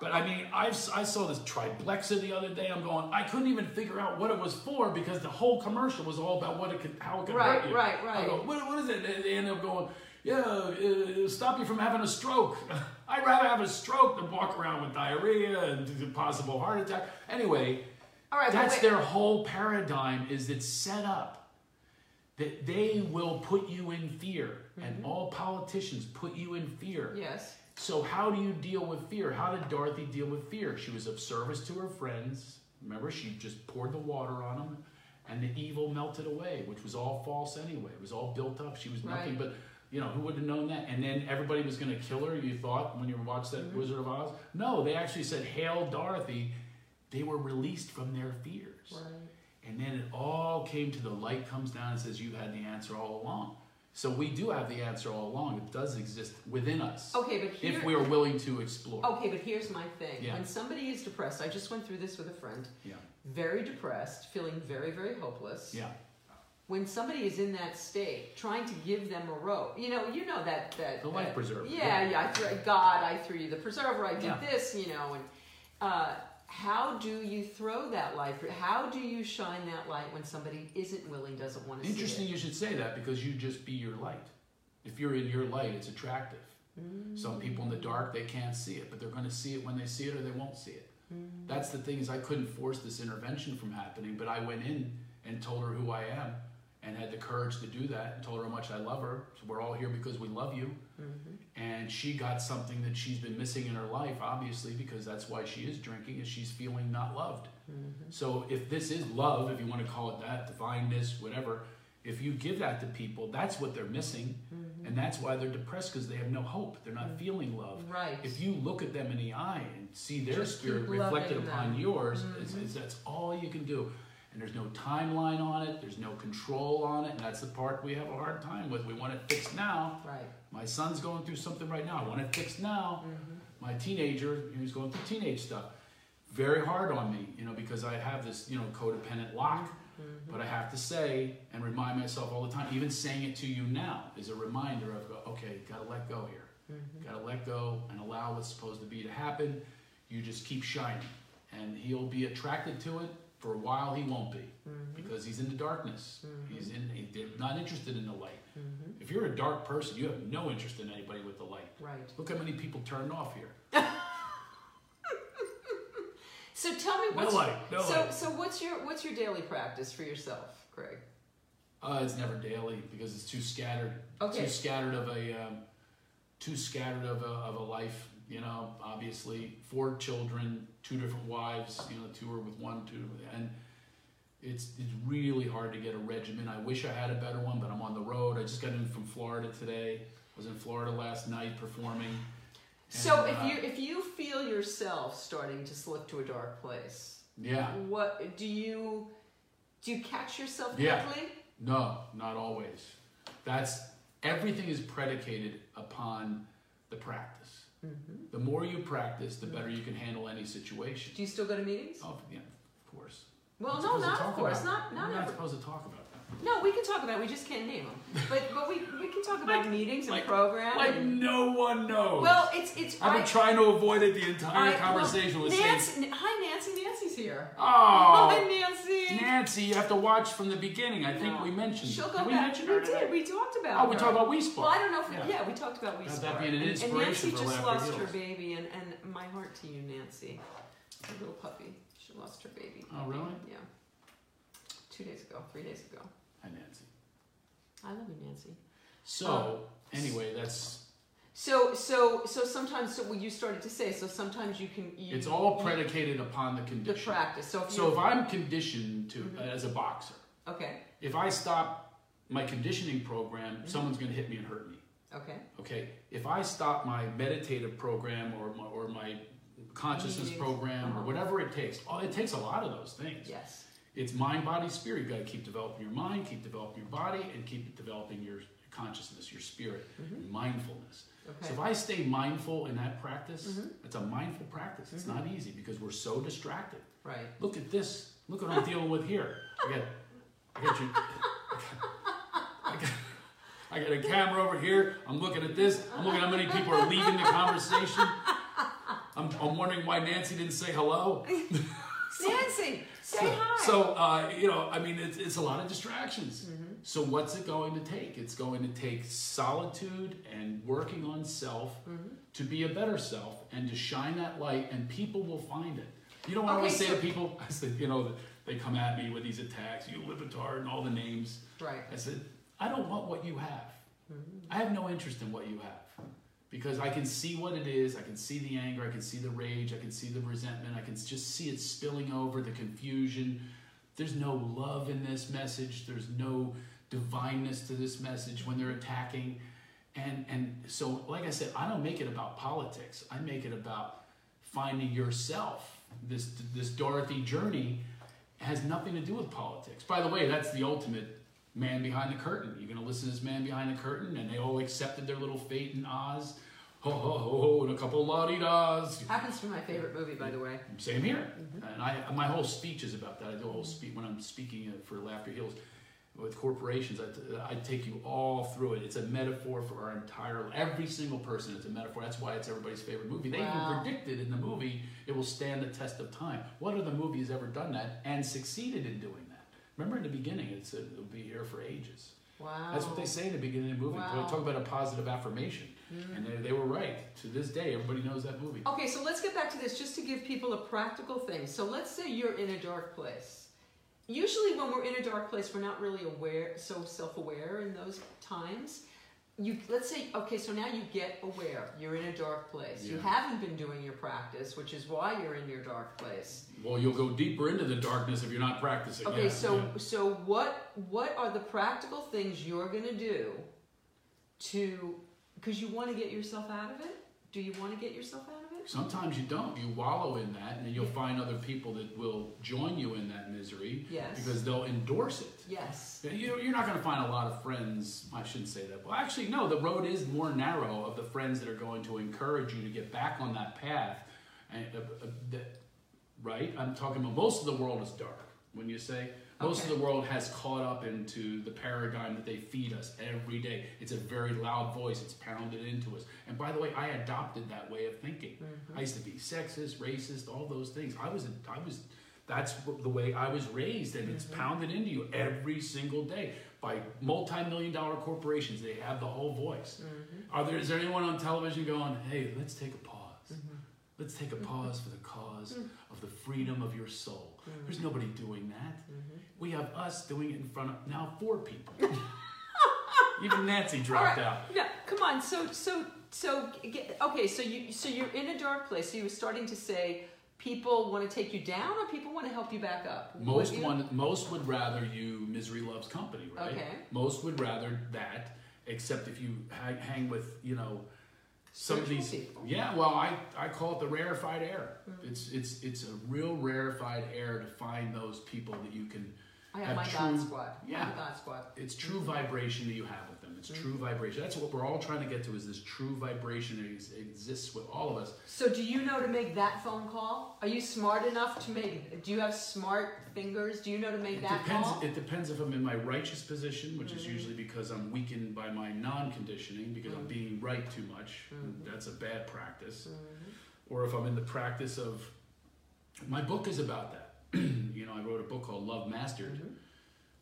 S1: but I mean, I've, s- I saw this Triplexa the other day. I'm going, I couldn't even figure out what it was for because the whole commercial was all about what it could, how it could
S2: Right,
S1: hurt you.
S2: right,
S1: I
S2: right.
S1: go, what, what is it? They- They end up going, yeah, uh, it'll stop you from having a stroke. *laughs* I'd rather have a stroke than walk around with diarrhea and d- possible heart attack. Anyway,
S2: All right, but
S1: that's
S2: wait.
S1: their whole paradigm is it's set up that they will put you in fear.
S2: Mm-hmm.
S1: And all politicians put you in fear.
S2: yes.
S1: So how do you deal with fear? How did Dorothy deal with fear? She was of service to her friends. Remember, she just poured the water on them, and the evil melted away, which was all false anyway. It was all built up. She was nothing
S2: Right.
S1: but, you know, who would have known that? And then everybody was going to kill her. You thought when you watched that Wizard of Oz? No, they actually said, "Hail Dorothy." They were released from their fears. And then it all came to the light comes down and says, You had the answer all along. So we do have the answer all along. It does exist within us.
S2: Okay, but here-
S1: if we are willing to explore.
S2: Okay, but here's my thing.
S1: Yeah.
S2: When somebody is depressed, I just went through this with a friend,
S1: Yeah.
S2: very depressed, feeling very, very hopeless.
S1: Yeah.
S2: When somebody is in that state, trying to give them a rope, you know, you know that that
S1: The life
S2: that-
S1: preserver,
S2: Yeah,
S1: yeah.
S2: yeah. I threw, God, I threw you the preserver. I did
S1: Yeah.
S2: this, you know, and uh, how do you throw that light? How do you shine that light when somebody isn't willing, doesn't want to see it?
S1: Interesting you should say that because you just be your light. If you're in your light, it's attractive. Some people in the dark, they can't see it, but they're going to see it when they see it or they won't see it. That's the thing is I couldn't force this intervention from happening, but I went in and told her who I am and had the courage to do that and told her how much I love her. So we're all here because we love you. And she got something that she's been missing in her life, obviously, because that's why she is drinking, is she's feeling not loved. So if this is love, if you want to call it that, divineness, whatever, if you give that to people, that's what they're missing. And that's why they're depressed because they have no hope. They're not feeling love.
S2: Right.
S1: If you look at them in the eye and see their
S2: Just
S1: spirit
S2: keep
S1: reflected
S2: loving
S1: upon
S2: them. Mm-hmm.
S1: yours, it's, it's, that's all you can do. And there's no timeline on it, there's no control on it, and that's the part we have a hard time with. We want it fixed now.
S2: Right.
S1: My son's going through something right now. I want it fixed now.
S2: Mm-hmm.
S1: My teenager, who's going through teenage stuff, very hard on me, you know, because I have this, you know, codependent lock.
S2: Mm-hmm.
S1: But I have to say and remind myself all the time. Even saying it to you now is a reminder of okay, gotta let go here.
S2: Mm-hmm.
S1: Gotta let go and allow what's supposed to be to happen. You just keep shining, and he'll be attracted to it. For a while, he won't be
S2: Mm-hmm.
S1: because he's in the darkness. He's in. He's not interested in the light.
S2: Mm-hmm.
S1: If you're a dark person, you have no interest in anybody with the light.
S2: Right.
S1: Look how many people turned off here.
S2: So tell me what's
S1: light, no
S2: so
S1: light.
S2: so what's your what's your daily practice for yourself, Craig?
S1: Uh, it's never daily because it's too scattered.
S2: Okay.
S1: Too scattered of a, um, too scattered of a, of a life. You know, obviously four children, two different wives. You know, two are with one, two with and it's it's really hard to get a regimen. I wish I had a better one, but I'm on the road. I just got in from Florida today. Was in Florida last night performing.
S2: So
S1: And,
S2: if
S1: uh,
S2: you if you feel yourself starting to slip to a dark place,
S1: yeah
S2: what do you do? You catch yourself
S1: Yeah.
S2: quickly?
S1: No, not always. That's everything is predicated upon the practice.
S2: Mm-hmm.
S1: The more you practice, the better you can handle any situation.
S2: Do you still go to meetings?
S1: Oh, yeah, of course.
S2: well,
S1: Not
S2: no,
S1: supposed to
S2: not of
S1: talk
S2: course,
S1: about
S2: not
S1: it.
S2: not
S1: We're not
S2: every-
S1: supposed to talk about that.
S2: No, we can talk about. it, We just can't name them, but but we we can talk about meetings and
S1: like-
S2: program.
S1: Like
S2: and-
S1: no one knows.
S2: well, it's it's.
S1: I've been
S2: I-
S1: trying to avoid it the entire
S2: I-
S1: conversation
S2: well, *laughs*
S1: with Nancy.
S2: Nancy. Hi, Nancy. Nancy's here. *laughs* Hi,
S1: Oh,
S2: Nancy.
S1: Nancy, you have to watch from the beginning. I think
S2: No.
S1: we mentioned.
S2: She'll
S1: did
S2: go
S1: we
S2: back.
S1: mention
S2: we
S1: her
S2: did.
S1: today?
S2: We talked about.
S1: Oh, we
S2: her.
S1: talked about we spoke.
S2: Well, I don't know if we,
S1: Yeah.
S2: yeah. we talked about we
S1: Now,
S2: spoke.
S1: that being an
S2: and, and Nancy
S1: inspiration for
S2: just
S1: Laughter
S2: lost her
S1: Heroes.
S2: baby, and, and my heart to you, Nancy, her little puppy. She lost her baby.
S1: Oh, really?
S2: Yeah, two days ago, three days ago.
S1: Hi, Nancy.
S2: I love you, Nancy.
S1: So,
S2: Oh.
S1: anyway, that's
S2: So, so, so sometimes, so what you started to say, so sometimes you can. You,
S1: It's all
S2: you-
S1: predicated upon the
S2: the Mm-hmm.
S1: condition.
S2: practice. So if
S1: So
S2: you
S1: if I'm conditioned to as a boxer,
S2: okay,
S1: if I stop my conditioning program,
S2: Mm-hmm.
S1: someone's going to hit me and hurt me.
S2: okay,
S1: Okay. If I stop my meditative program or my, or my consciousness
S2: Meetings.
S1: program
S2: Uh-huh.
S1: or whatever it takes, oh, it takes a lot of those things.
S2: yes,
S1: It's mind, body, spirit. You got to keep developing your mind, keep developing your body, and keep developing your consciousness, your spirit,
S2: Mm-hmm.
S1: mindfulness. So
S2: Okay.
S1: if I stay mindful in that practice, it's a mindful practice. It's not easy because we're so distracted.
S2: Right.
S1: Look at this. Look what I'm dealing with here. I got, I got you. I got, I got a camera over here. I'm looking at this. I'm looking at how many people are leaving the conversation. I'm, I'm wondering why Nancy didn't say hello.
S2: Nancy, say hi.
S1: So, uh, you know, I mean, it's, it's a lot of distractions.
S2: Mm-hmm.
S1: So, what's it going to take? It's going to take solitude and working on self
S2: Mm-hmm.
S1: to be a better self and to shine that light, and people will find it. You know what I always
S2: Okay,
S1: say to
S2: so-
S1: people? *laughs* I said, you know, they come at me with these attacks, you libetard, and all the names.
S2: Right.
S1: I said, I don't want what you have. I have no interest in what you have because I can see what it is. I can see the anger. I can see the rage. I can see the resentment. I can just see it spilling over the confusion. There's no love in this message. There's no divineness to this message when they're attacking. And, and so, like I said, I don't make it about politics. I make it about finding yourself. This, this Dorothy journey has nothing to do with politics. By the way, that's the ultimate man behind the curtain. You're going to listen to this man behind the curtain, and they all accepted their little fate in Oz. Ho, ho, ho, ho, and a couple la di das.
S2: Happens to be my favorite movie, by the way.
S1: Same here.
S2: Mm-hmm.
S1: And I, my whole speech is about that. I do a whole speech when I'm speaking uh, for Laughter Hills with corporations. I, t- I take you all through it. It's a metaphor for our entire every single person. It's a metaphor. That's why it's everybody's favorite movie. They
S2: Wow.
S1: even predicted in the movie it will stand the test of time. What other movie has ever done that and succeeded in doing that? Remember in the beginning, it said it'll be here for ages.
S2: Wow.
S1: That's what they say in the beginning of the movie.
S2: Wow. Mm-hmm.
S1: They talk about a positive affirmation, and they, they were right. To this day, everybody knows that movie.
S2: Okay, so let's get back to this just to give people a practical thing. So let's say you're in a dark place. Usually, when we're in a dark place, we're not really aware, so self-aware in those times. You let's say, okay, so now you get aware. You're in a dark place. You
S1: Yeah.
S2: haven't been doing your practice, which is why you're in your dark place.
S1: Well, you'll go deeper into the darkness if you're not practicing.
S2: Okay,
S1: yeah,
S2: so
S1: yeah.
S2: so what what are the practical things you're gonna do to because you want to get yourself out of it? Do you want to get yourself out of it?
S1: sometimes you don't. You wallow in that, and then you'll find other people that will join you in that misery
S2: Yes.
S1: because they'll endorse it.
S2: Yes.
S1: You, you're not going to find a lot of friends. I shouldn't say that. Well, actually, no. The road is more narrow of the friends that are going to encourage you to get back on that path. And, uh, uh, that, right? I'm talking about most of the world is dark. When you say most
S2: Okay.
S1: of the world has caught up into the paradigm that they feed us every day. It's a very loud voice. It's pounded into us. And by the way, I adopted that way of thinking. I used to be sexist, racist, all those things. I was, I was, that's wh- the way I was raised, and it's pounded into you every single day by multi-million dollar corporations. They have the whole voice. Are there? Is there anyone on television going, "Hey, let's take a pause"? Let's take a
S2: Mm-hmm.
S1: pause for the cause
S2: Mm.
S1: of the freedom of your soul.
S2: Mm-hmm.
S1: There's nobody doing that. We have us doing it in front of now four
S2: *laughs*
S1: people. Even Nancy dropped
S2: All right.
S1: out.
S2: No, come on. So, so, so, get, okay. So you, so you're in a dark place. So you were starting to say people want to take you down, or people want to help you back up. What
S1: Most
S2: you-
S1: one, most would rather you misery loves company, right?
S2: Okay.
S1: Most would rather that, except if you hang, hang with you know some of
S2: Spiritual
S1: these.
S2: people. Mm.
S1: Yeah, well, I, I call it the rarefied air. It's it's it's a real rarefied air to find those people that you can.
S2: I have my
S1: true,
S2: God squad.
S1: Yeah,
S2: my God squad.
S1: it's true vibration that you have with them. It's true vibration. That's what we're all trying to get to. Is this true vibration that ex- exists with all of us?
S2: So do you know to make that phone call? Are you smart enough to make? Do you have smart fingers? Do you know to make
S1: It
S2: that
S1: depends.
S2: call?
S1: It depends if I'm in my righteous position, which is usually because I'm weakened by my non-conditioning, because I'm being right too much. That's a bad practice. Or if I'm in the practice of, my book is about that. *clears throat* you know, I wrote a book called Love Mastered,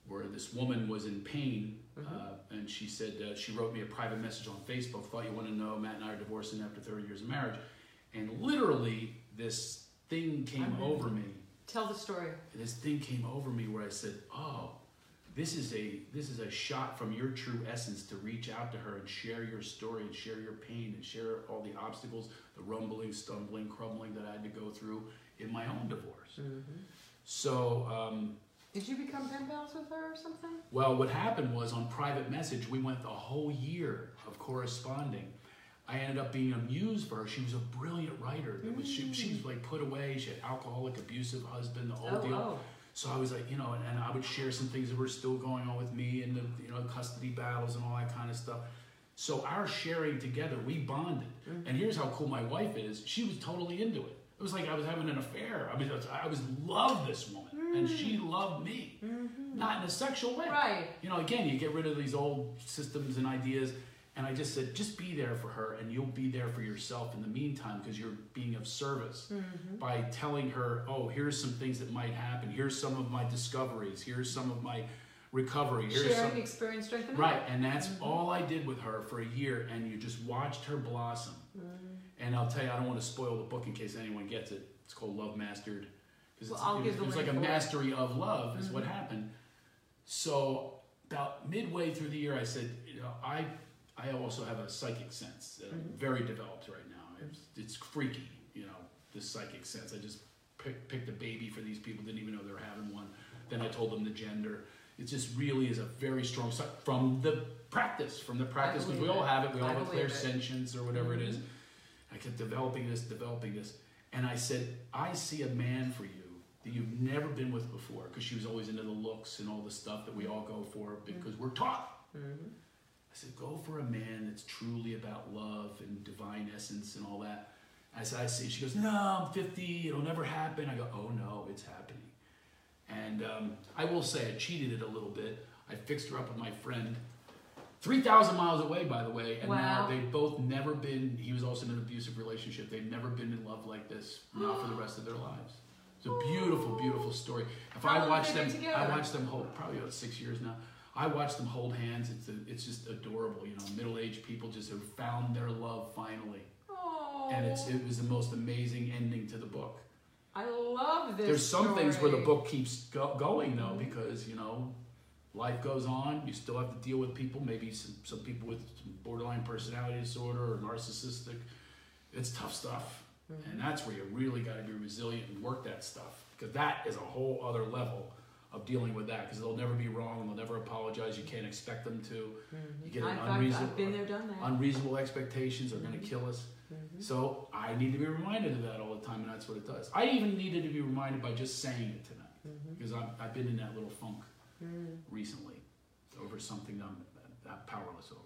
S1: where this woman was in pain, uh, and she said uh, she wrote me a private message on Facebook. Thought you want to know, Matt and I are divorcing after 30 years of marriage, and literally this thing came over me
S2: Tell the story.
S1: and this thing came over me where I said, "Oh, this is a this is a shot from your true essence to reach out to her and share your story and share your pain and share all the obstacles, the rumbling, stumbling, crumbling that I had to go through in my own divorce." So, um,
S2: Did you become pen pals with her or something?
S1: well, what happened was on private message, we went the whole year of corresponding. I ended up being a muse for her. She was a brilliant writer. That was she, she was like put away. She had alcoholic, abusive husband, the whole
S2: Oh,
S1: deal.
S2: oh.
S1: So I was like, you know, and, and I would share some things that were still going on with me and the you know custody battles and all that kind of stuff. So our sharing together, we bonded. And here's how cool my wife is: she was totally into it. It was like I was having an affair. I mean, I was, I was loved this woman, and she loved me, not in a sexual way.
S2: Right.
S1: You know, again, you get rid of these old systems and ideas. And I just said, just be there for her, and you'll be there for yourself in the meantime because you're being of service
S2: Mm-hmm.
S1: by telling her, oh, here's some things that might happen. Here's some of my discoveries. Here's some of my recovery. Here's
S2: Sharing Mm-hmm.
S1: some,
S2: experience, strength, and
S1: Right, and that's all I did with her for a year, and you just watched her blossom.
S2: Mm-hmm.
S1: And I'll tell you, I don't want to spoil the book in case anyone gets it. It's called Love Mastered. Because
S2: Well, I'll
S1: it,
S2: give
S1: was,
S2: the
S1: it was
S2: link
S1: like a
S2: for it. Mm-hmm.
S1: mastery of love, is what happened. So, about midway through the year, I said, you know, I, I also have a psychic sense that I'm very developed right now. It's, it's freaky, you know, this psychic sense. I just pick, picked a baby for these people, didn't even know they were having one. Then I told them the gender. It just really is a very strong si- from the practice, from the practice, because we
S2: believe
S1: all
S2: it.
S1: have it. We
S2: I
S1: all have
S2: believe it.
S1: clairsentience or whatever it is. I kept developing this, developing this. And I said, I see a man for you that you've never been with before, because she was always into the looks and all the stuff that we all go for because we're taught. I said, go for a man that's truly about love and divine essence and all that. I said, I see. She goes, no, I'm 50. It'll never happen. I go, oh no, it's happening. And um, I will say, I cheated it a little bit. I fixed her up with my friend, 3,000 miles away, by the way. And
S2: Wow.
S1: now they've both never been, he was also in an abusive relationship. They've never been in love like this, not for the rest of their lives. It's a beautiful, beautiful story. If
S2: How long
S1: I
S2: have
S1: watch
S2: they
S1: them,
S2: been
S1: I
S2: together?
S1: watch them hold, probably about six years now. I watch them hold hands. It's, a, it's just adorable. You know, middle aged people just have found their love finally.
S2: Oh,
S1: And it's, it was the most amazing ending to the book
S2: Oh, I love this.
S1: there's some things where the
S2: story.
S1: book keeps go- going though because you know life goes on you still have to deal with people maybe some, some people with some borderline personality disorder or narcissistic it's tough stuff
S2: Mm-hmm.
S1: and that's where you really got to be resilient and work that stuff because that is a whole other level of dealing with that because they'll never be wrong they'll never apologize you can't expect them to you get
S2: In
S1: an
S2: fact,
S1: unreasonable
S2: Mm-hmm. I've been there, done that.
S1: unreasonable expectations are going to kill us.
S2: Mm-hmm.
S1: So I need to be reminded of that all the time, and that's what it does. I even needed to be reminded by just saying it tonight
S2: Mm-hmm.
S1: because I've, I've been in that little funk recently over something that I'm, that I'm powerless over.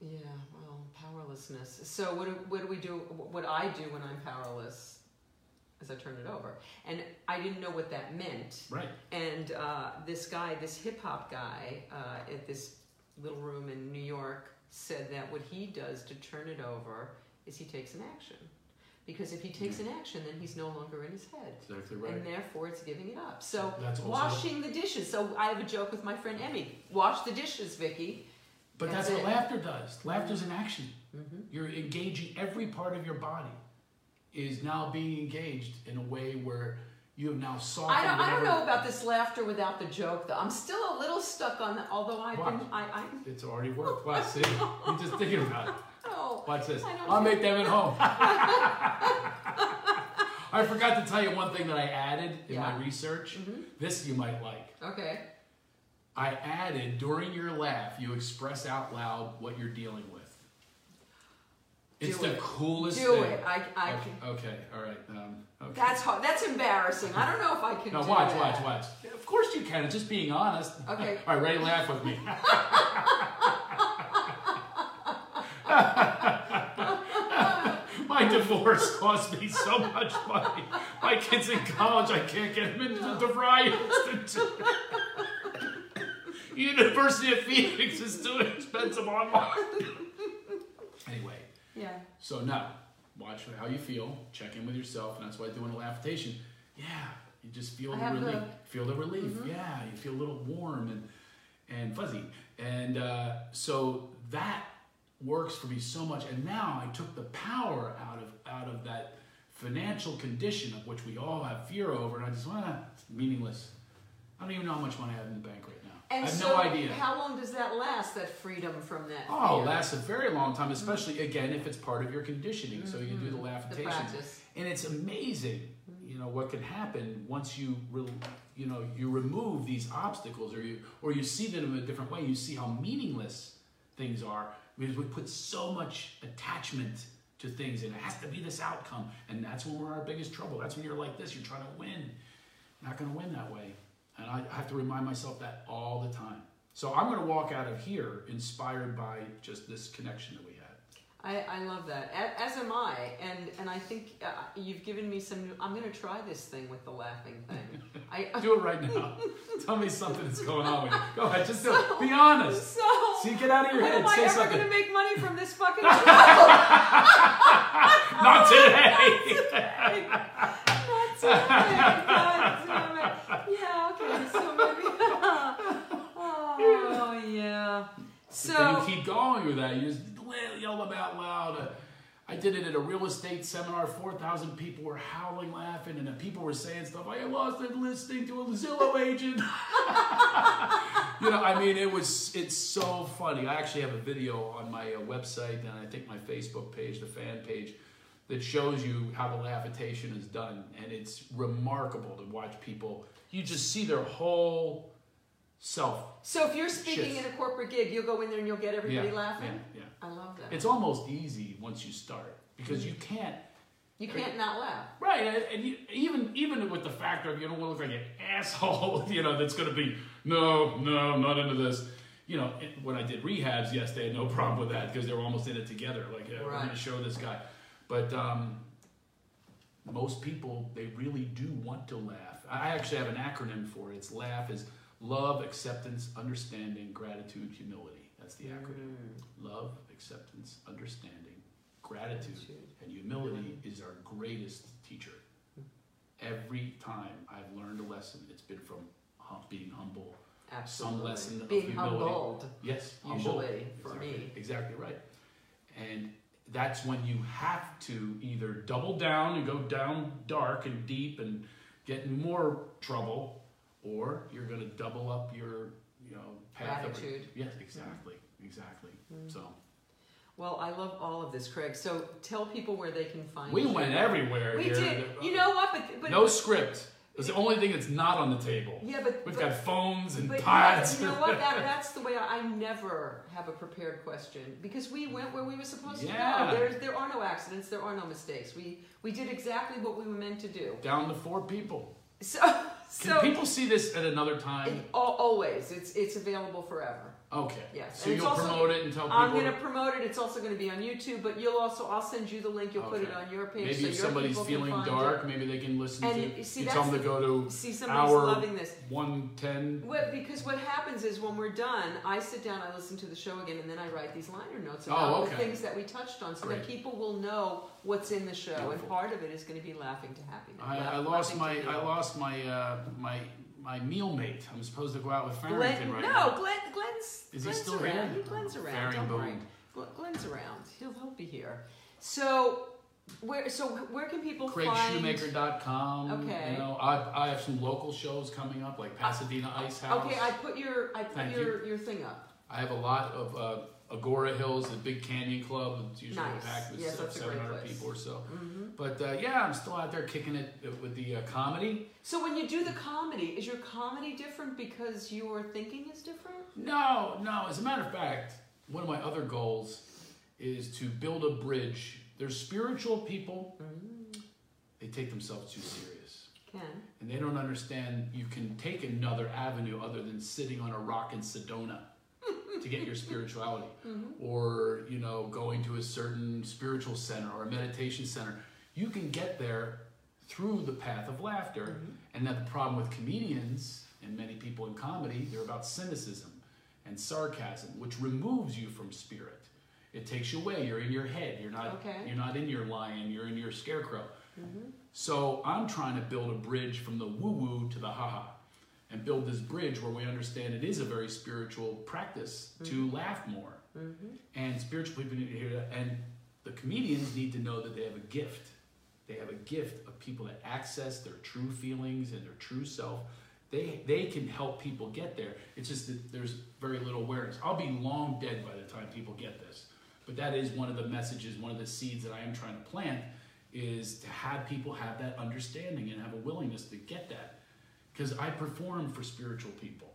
S2: yeah, well, powerlessness. So what do, what do we do? What I do when I'm powerless is I turn it over, and I didn't know what that meant.
S1: Right.
S2: And uh, this guy, this hip hop guy uh, at this little room in New York, said that what he does to turn it over is he takes an action. Because if he takes an action, then he's no longer in his head.
S1: Exactly right.
S2: And therefore, it's giving it up. So,
S1: That's also-
S2: washing the dishes. So, I have a joke with my friend Emmy wash the dishes, Vicky.
S1: But
S2: That's
S1: that's, what
S2: it.
S1: laughter does. Laughter's an action.
S2: Mm-hmm.
S1: You're engaging every part of your body is now being engaged in a way where you have now softened.
S2: I don't, I don't
S1: whatever-
S2: know about this laughter without the joke, though. I'm still a little stuck on the, although I've
S1: Watch.
S2: been, I, I,
S1: It's already worked. Watch,
S2: *laughs*
S1: see? You're just thinking about it.
S2: oh.
S1: Watch this.
S2: I don't
S1: I'll
S2: do-
S1: make them at home. *laughs* I forgot to tell you one thing that I added in
S2: Yeah. Mm-hmm.
S1: my research. This you might like.
S2: Okay.
S1: I added during your laugh, you express out loud what you're dealing with. It's
S2: Do
S1: the
S2: it.
S1: coolest
S2: Do
S1: thing.
S2: it. I, I
S1: okay,
S2: can.
S1: okay, all right. Um, okay.
S2: That's hard. That's embarrassing. I don't know if I can.
S1: now
S2: do
S1: watch,
S2: that.
S1: watch, watch. Of course you can. It's just being honest.
S2: *laughs* Okay.
S1: all right, ready? Laugh with
S2: *laughs*
S1: me. My divorce cost me so much money. My kid's in college. I can't get him into the Ryan Institute. University of Phoenix is too expensive online. anyway,
S2: Yeah.
S1: so now watch how you feel. Check in with yourself, and that's why I do in a laffitation. Yeah, you just feel
S2: I
S1: the
S2: have
S1: relief.
S2: the- Mm-hmm.
S1: Feel the relief. Yeah, you feel a little warm and and fuzzy, and uh, so that works for me so much. And now I took the power out of out of that financial condition of which we all have fear over, and I just want to meaningless. I don't even know how much money I have in the bank right now.
S2: And
S1: I have
S2: so,
S1: no idea.
S2: how long does that last? That freedom from that.
S1: Oh,
S2: fear? Mm-hmm.
S1: lasts a very long time, especially again if it's part of your conditioning. So you do the
S2: The
S1: laffitation,
S2: practice.
S1: and it's amazing, you know, what can happen once you, re- you know, you remove these obstacles, or you, or you see them in a different way. You see how meaningless things are because we put so much attachment to things, and it has to be this outcome, and that's when we're in our biggest trouble. That's when you're like this, you're trying to win. Not going to win that way. And I I have to remind myself that all the time. So I'm going to walk out of here inspired by just this connection that we had.
S2: I, I love that, A- as am I, and and I think uh, you've given me some. New, I'm going to try this thing with the laughing
S1: *laughs*
S2: thing. I *laughs*
S1: Do it right now. *laughs* Tell me something that's going on with you. Go ahead, just do it. Be honest.
S2: so
S1: See, get out of your
S2: when
S1: head.
S2: am I
S1: Say
S2: ever
S1: something.
S2: going to make money from this fucking
S1: *laughs*
S2: show? *laughs*
S1: Not
S2: Oh,
S1: today.
S2: God damn it! God damn it! Yeah. Okay. So maybe. *laughs* oh yeah.
S1: But
S2: So
S1: you keep going with that. You just yell- yell about loud. Uh, I did it at a real estate seminar. 4,000 people were howling, laughing, and the people were saying stuff like, I lost it listening to a Zillow agent. *laughs* you know, I mean, it was, it's so funny. I actually have a video on my uh, website and I think my Facebook page, the fan page, that shows you how the laughitation is done. And it's remarkable to watch people. You just see their whole self.
S2: so if you're speaking
S1: Shit.
S2: in a corporate gig, you'll go in there and you'll get everybody
S1: yeah,
S2: laughing.
S1: Yeah, yeah.
S2: I love that.
S1: It's almost easy once you start because you can't.
S2: you can't not laugh.
S1: Right, and- and you, even even with the factor of you don't want to look like an *laughs* asshole, you know that's going to be no, no, I'm not into this. You know, it- when I did rehabs, yes, they had no *laughs* problem with that because they were almost in it together. Like, yeah, we're going to
S2: Right.
S1: show this guy, but um, most people they really do want to laugh. I I actually have an acronym for it. It's laugh is love, acceptance, understanding, gratitude, humility. That's the acronym love, acceptance, understanding, gratitude,
S2: Gratitude. Hmm.
S1: and humility is our greatest teacher. Every time I've learned a lesson, it's been from hum- being humble.
S2: Absolutely.
S1: lesson of
S2: Being
S1: humility.
S2: humbled.
S1: Yes, humble.
S2: usually for
S1: exactly,
S2: me.
S1: Exactly right. And that's when you have to either double down and go down dark and deep and get in more trouble, or you're going to double up your you know path of-
S2: Gratitude. Hmm.
S1: Yes, exactly, exactly. So
S2: Well, I love all of this, Craig. So tell people where they can find
S1: we
S2: you.
S1: went everywhere.
S2: We
S1: here.
S2: did. You know what? But, but
S1: no script. It's the only thing that's not on the table.
S2: Yeah, but
S1: We've
S2: but,
S1: got phones and *laughs*
S2: but
S1: pads.
S2: You know what? That, that's the way I, I never have a prepared question because we went where we were supposed
S1: Yeah.
S2: to go. There's, there are no accidents. There are no mistakes. We we did exactly what we were meant to do. *laughs*
S1: Down to four people.
S2: So
S1: Can
S2: so
S1: people see this at another time?
S2: it- al- always it's it's available forever.
S1: Okay.
S2: Yes,
S1: So
S2: and it's
S1: you'll
S2: also-
S1: promote it and tell people.
S2: I'm going to promote it. It's also going to be on YouTube, but you'll also I'll send you the link. You'll put it
S1: Okay.
S2: on your page.
S1: maybe
S2: so
S1: if
S2: your
S1: somebody's
S2: people can
S1: feeling
S2: find it.
S1: dark, maybe they can listen
S2: And
S1: to
S2: it- you see,
S1: tell them
S2: that's
S1: to go to
S2: See, somebody's
S1: Our-
S2: loving this.
S1: one ten.
S2: What, because what happens is when we're done, I sit down, I listen to the show again, and then I write these liner notes
S1: Oh,
S2: about
S1: okay.
S2: the things that we touched on, so
S1: Great.
S2: that people will know what's in the show.
S1: Beautiful.
S2: And part of it is going to be laughing to happiness.
S1: I,
S2: laugh-
S1: I lost my
S2: laughing to
S1: I
S2: you.
S1: lost my uh, my my meal mate. I'm supposed to go out with Farrington
S2: Glenn,
S1: right
S2: no,
S1: now.
S2: Glenn, Glenn's,
S1: Is he
S2: Glenn's
S1: still
S2: around.
S1: here? Oh,
S2: He- Glenn's around.
S1: Faring
S2: Don't worry.
S1: bone.
S2: Gl- Glenn's around. He'll he'll be here. So where so where can people find?
S1: CraigShoemaker.com.
S2: Okay.
S1: You know, I, I have some local shows coming up, like Pasadena Ice House.
S2: Okay, I put your I put
S1: Thank
S2: your, your thing up.
S1: I have a lot of uh, Agora Hills, the Big Canyon Club. It's usually
S2: Nice.
S1: packed with
S2: Yes,
S1: se-
S2: that's a great
S1: 700
S2: place.
S1: people or so. But uh, yeah, I'm still out there kicking it with the uh, comedy.
S2: So when you do the comedy, is your comedy different because your thinking is different?
S1: No, no. As a matter of fact, one of my other goals is to build a bridge. There's spiritual people.
S2: Mm.
S1: They take themselves too serious.
S2: Ken.
S1: And they don't understand you can take another avenue other than sitting on a rock in Sedona to get your spirituality. Or, you know, going to a certain spiritual center or a meditation center. You can get there through the path of laughter. And that the problem with comedians and many people in comedy, they're about cynicism and sarcasm, which removes you from spirit. It takes you away. You're in your head. You're not
S2: Okay.
S1: you're not in your lion, you're in your scarecrow. So I'm trying to build a bridge from the woo woo to the haha and build this bridge where we understand it is a very spiritual practice to laugh more. And spiritual people need to hear that. And the comedians need to know that they have a gift. They have a gift of people that access their true feelings and their true self. They, they can help people get there. It's just that there's very little awareness. I'll be long dead by the time people get this. But that is one of the messages, one of the seeds that I am trying to plant is to have people have that understanding and have a willingness to get that. Because I perform for spiritual people.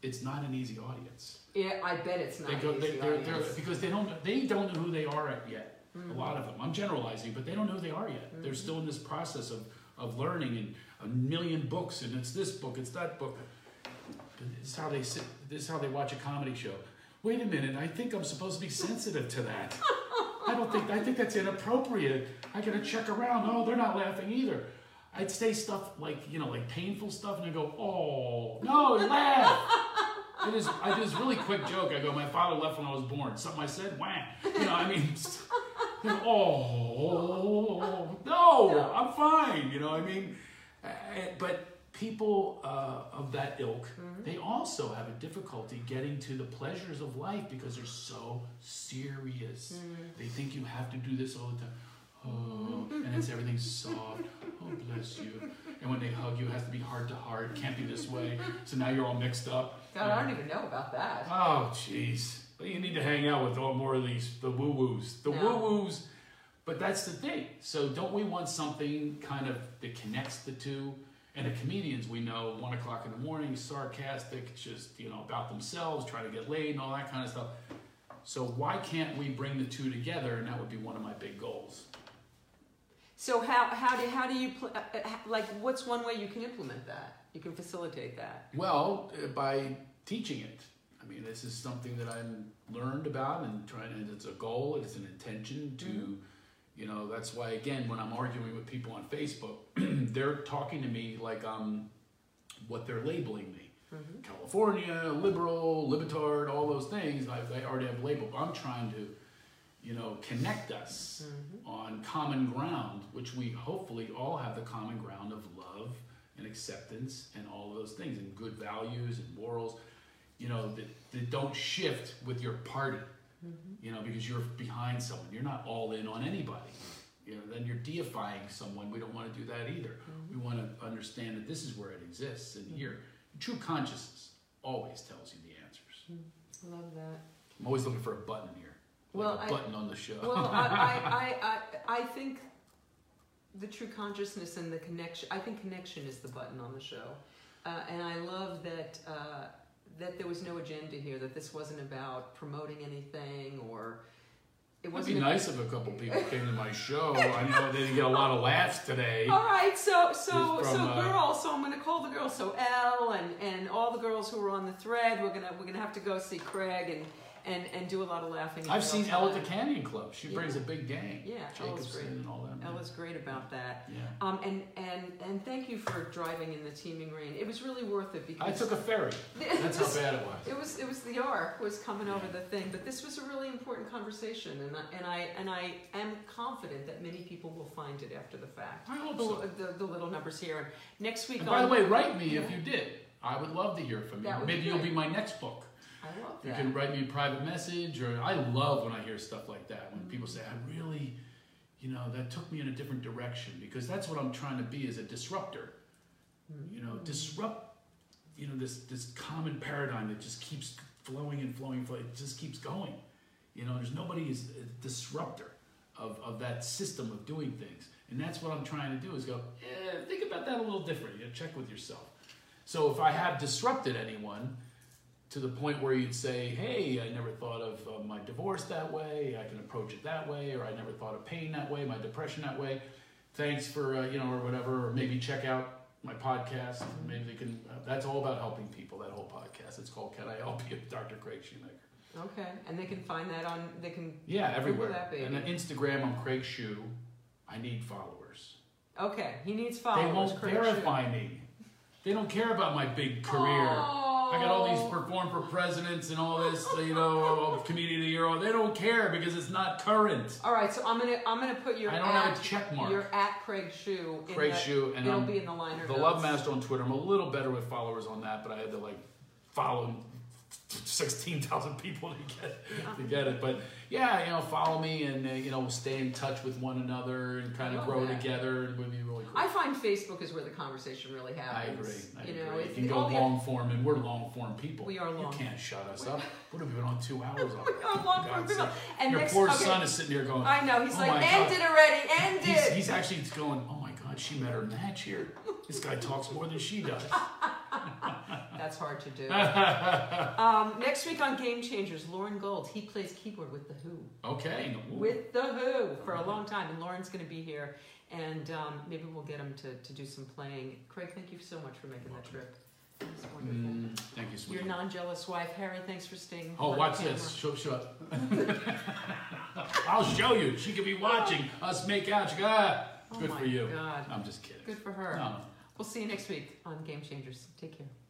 S1: It's not an easy audience.
S2: Yeah, I bet it's not
S1: They go, they,
S2: easy
S1: they're, they're,
S2: audience.
S1: because they don't, they don't know who they are at- yet.
S2: Mm-hmm.
S1: A lot of them. I'm generalizing, but they don't know who they are yet. They're still in this process of, of learning. And a million books, and it's this book, it's that book. This is how they sit. This is how they watch a comedy show. Wait a minute. I think I'm supposed to be sensitive to that. I don't think. I think that's inappropriate. I gotta check around. Oh, they're not laughing either. I'd say stuff like you know, like painful stuff, and I go, oh no, laugh. It is. I do this really quick joke. I go, my father left when I was born. Something I said, wham. You know, I mean, *laughs* you know, oh no, I'm fine. You know, I mean, uh, but people uh, of that ilk, they also have a difficulty getting to the pleasures of life because they're so serious. They think you have to do this all the time. Oh, and it's everything soft. Oh, bless you. And when they hug you, it has to be heart to heart. Can't be this way. So now you're all mixed up.
S2: God, I don't even know about that.
S1: Oh, jeez. But You need to hang out with all more of these the woo woos, the
S2: No.
S1: woo woos. But that's the thing. So don't we want something kind of that connects the two? And the comedians we know, one o'clock in the morning, sarcastic, just you know about themselves, trying to get laid, and all that kind of stuff. So why can't we bring the two together? And that would be one of my big goals.
S2: So how, how do, how do you, pl- uh, uh, h- like, what's one way you can implement that? You can facilitate that?
S1: Well, uh, by teaching it. I mean, this is something that I'm learned about and trying to, it's a goal, it's an intention to, you know, that's why, again, when I'm arguing with people on Facebook, *clears throat* they're talking to me like I'm what they're labeling me. California, liberal, libertard, all those things, I, I already have labeled. But I'm trying to, you know, connect us
S2: Mm-hmm.
S1: on common ground, which we hopefully all have the common ground of love and acceptance and all of those things and good values and morals, you know, that, that don't shift with your party,
S2: Mm-hmm.
S1: you know, because you're behind someone. You're not all in on anybody. You know, then you're deifying someone. We don't want to do that either.
S2: Mm-hmm.
S1: We want to understand that this is where it exists and here. True consciousness always tells you the answers.
S2: Love that.
S1: I'm always looking for a button here. Like
S2: Well,
S1: a
S2: I-
S1: button on the show.
S2: Well,
S1: *laughs*
S2: I, I, I, I, I think the true consciousness and the connection, I think connection is the button on the show. Uh, and I love that, uh, that there was no agenda here, that this wasn't about promoting anything or it
S1: It'd be
S2: wasn't.
S1: nice if a couple people came to my show. I know they didn't get a lot of laughs
S2: *laughs*
S1: today.
S2: All right, so so
S1: Who's from,
S2: so
S1: uh,
S2: girls. So I'm gonna call the girls. So Elle and and all the girls who were on the thread. We're gonna we're gonna have to go see Craig and and and do a lot of laughing.
S1: I've seen Elle at the
S2: camp.
S1: Canyon Club. She
S2: Yeah.
S1: brings a big gang.
S2: Yeah, Elle's
S1: Jacobson
S2: great.
S1: and all that.
S2: Elle is great about that.
S1: yeah.
S2: Um, and, and, and thank you for driving in the teeming rain. It was really worth it because
S1: I took a ferry.
S2: *laughs*
S1: That's how bad it was.
S2: it was it was the arc was coming over the thing, but this was a really important conversation, and I, and I and I am confident that many people will find it after the fact.
S1: I hope
S2: The,
S1: so.
S2: the, the little numbers here. And next week.
S1: And by the
S2: on-
S1: way, write me if you did. I would love to hear from you.
S2: That would be
S1: Maybe you'll
S2: great.
S1: be my next book.
S2: I love
S1: You
S2: that.
S1: can write me a private message, or I love when I hear stuff like that.
S2: Mm-hmm.
S1: When people say, "I really, you know, that took me in a different direction," because that's what I'm trying to be as a disruptor.
S2: Mm-hmm.
S1: You know, disrupt. You know this this common paradigm that just keeps flowing and flowing, flowing. It just keeps going. You know, there's nobody is a disruptor of of that system of doing things, and that's what I'm trying to do is go. Eh, think about that a little different. You know, check with yourself. So if I have disrupted anyone, to the point where you'd say, "Hey, I never thought of uh, my divorce that way. I can approach it that way, or I never thought of pain that way, my depression that way. Thanks for uh, you know, or whatever, or maybe check out my podcast. Maybe they can. Uh, that's all about helping people. That whole podcast. It's called "Can I Help You, *laughs* Dr. Craig Shoemaker."
S2: Okay, and they can find that on. They can.
S1: Yeah, everywhere.
S2: that baby.
S1: And on Instagram, I'm Craig Shoe. I need followers.
S2: Okay, he needs
S1: They
S2: followers.
S1: won't
S2: correct you.
S1: verify me. They don't care about my big career.
S2: Oh.
S1: I got all these perform for presidents and all this, you know, comedian of the year. They don't care because it's not current.
S2: All right, so I'm gonna I'm gonna put your
S1: I don't
S2: at,
S1: have a check mark.
S2: Your at Craig Shoe. in
S1: Craig
S2: the-
S1: Shoe, and
S2: it'll
S1: I'm
S2: be in the liner.
S1: The
S2: notes.
S1: Love Master on Twitter. I'm a little better with followers on that, but I had to like follow sixteen thousand people to get to get it. But yeah, you know, follow me and uh, you know, we'll stay in touch with one another and kind
S2: Love
S1: of grow
S2: that.
S1: together and would be really cool.
S2: I find Facebook is where the conversation really
S1: I
S2: happens.
S1: agree. I
S2: you know,
S1: agree.
S2: it's
S1: you can go
S2: all the-
S1: long form, and we're long form people.
S2: We are long-
S1: You can't shut us up. What have we been on two hours
S2: *laughs*
S1: on?
S2: We are long form
S1: For God's
S2: people.
S1: sake.
S2: And
S1: Your
S2: next,
S1: poor
S2: okay,
S1: son is sitting there going.
S2: I know. He's
S1: "Oh my
S2: like,
S1: God."
S2: end it already, end
S1: He's,
S2: it.
S1: he's actually
S2: *laughs*
S1: going. Oh my God, she met her match here. This guy talks more than she does.
S2: That's that's hard to
S1: *laughs*
S2: do. um, next week on Game Changers, Lauren Gold. He plays keyboard with the Who.
S1: Okay. Ooh.
S2: With the Who for a long time, and Lauren's going to be here, and um, maybe we'll get him to, to do some playing. Craig, thank you so much for making that trip. That was wonderful.
S1: Mm, thank you,
S2: Your
S1: sweetie.
S2: non-jealous wife, Harry. Thanks for staying.
S1: Oh,
S2: on
S1: watch
S2: camera.
S1: this. Show, show. *laughs* I'll show you. She could be watching us make out. She go, ah,
S2: Oh
S1: good
S2: my
S1: for you.
S2: God.
S1: I'm just kidding.
S2: Good for her.
S1: No.
S2: We'll see you next week on Game Changers. Take care.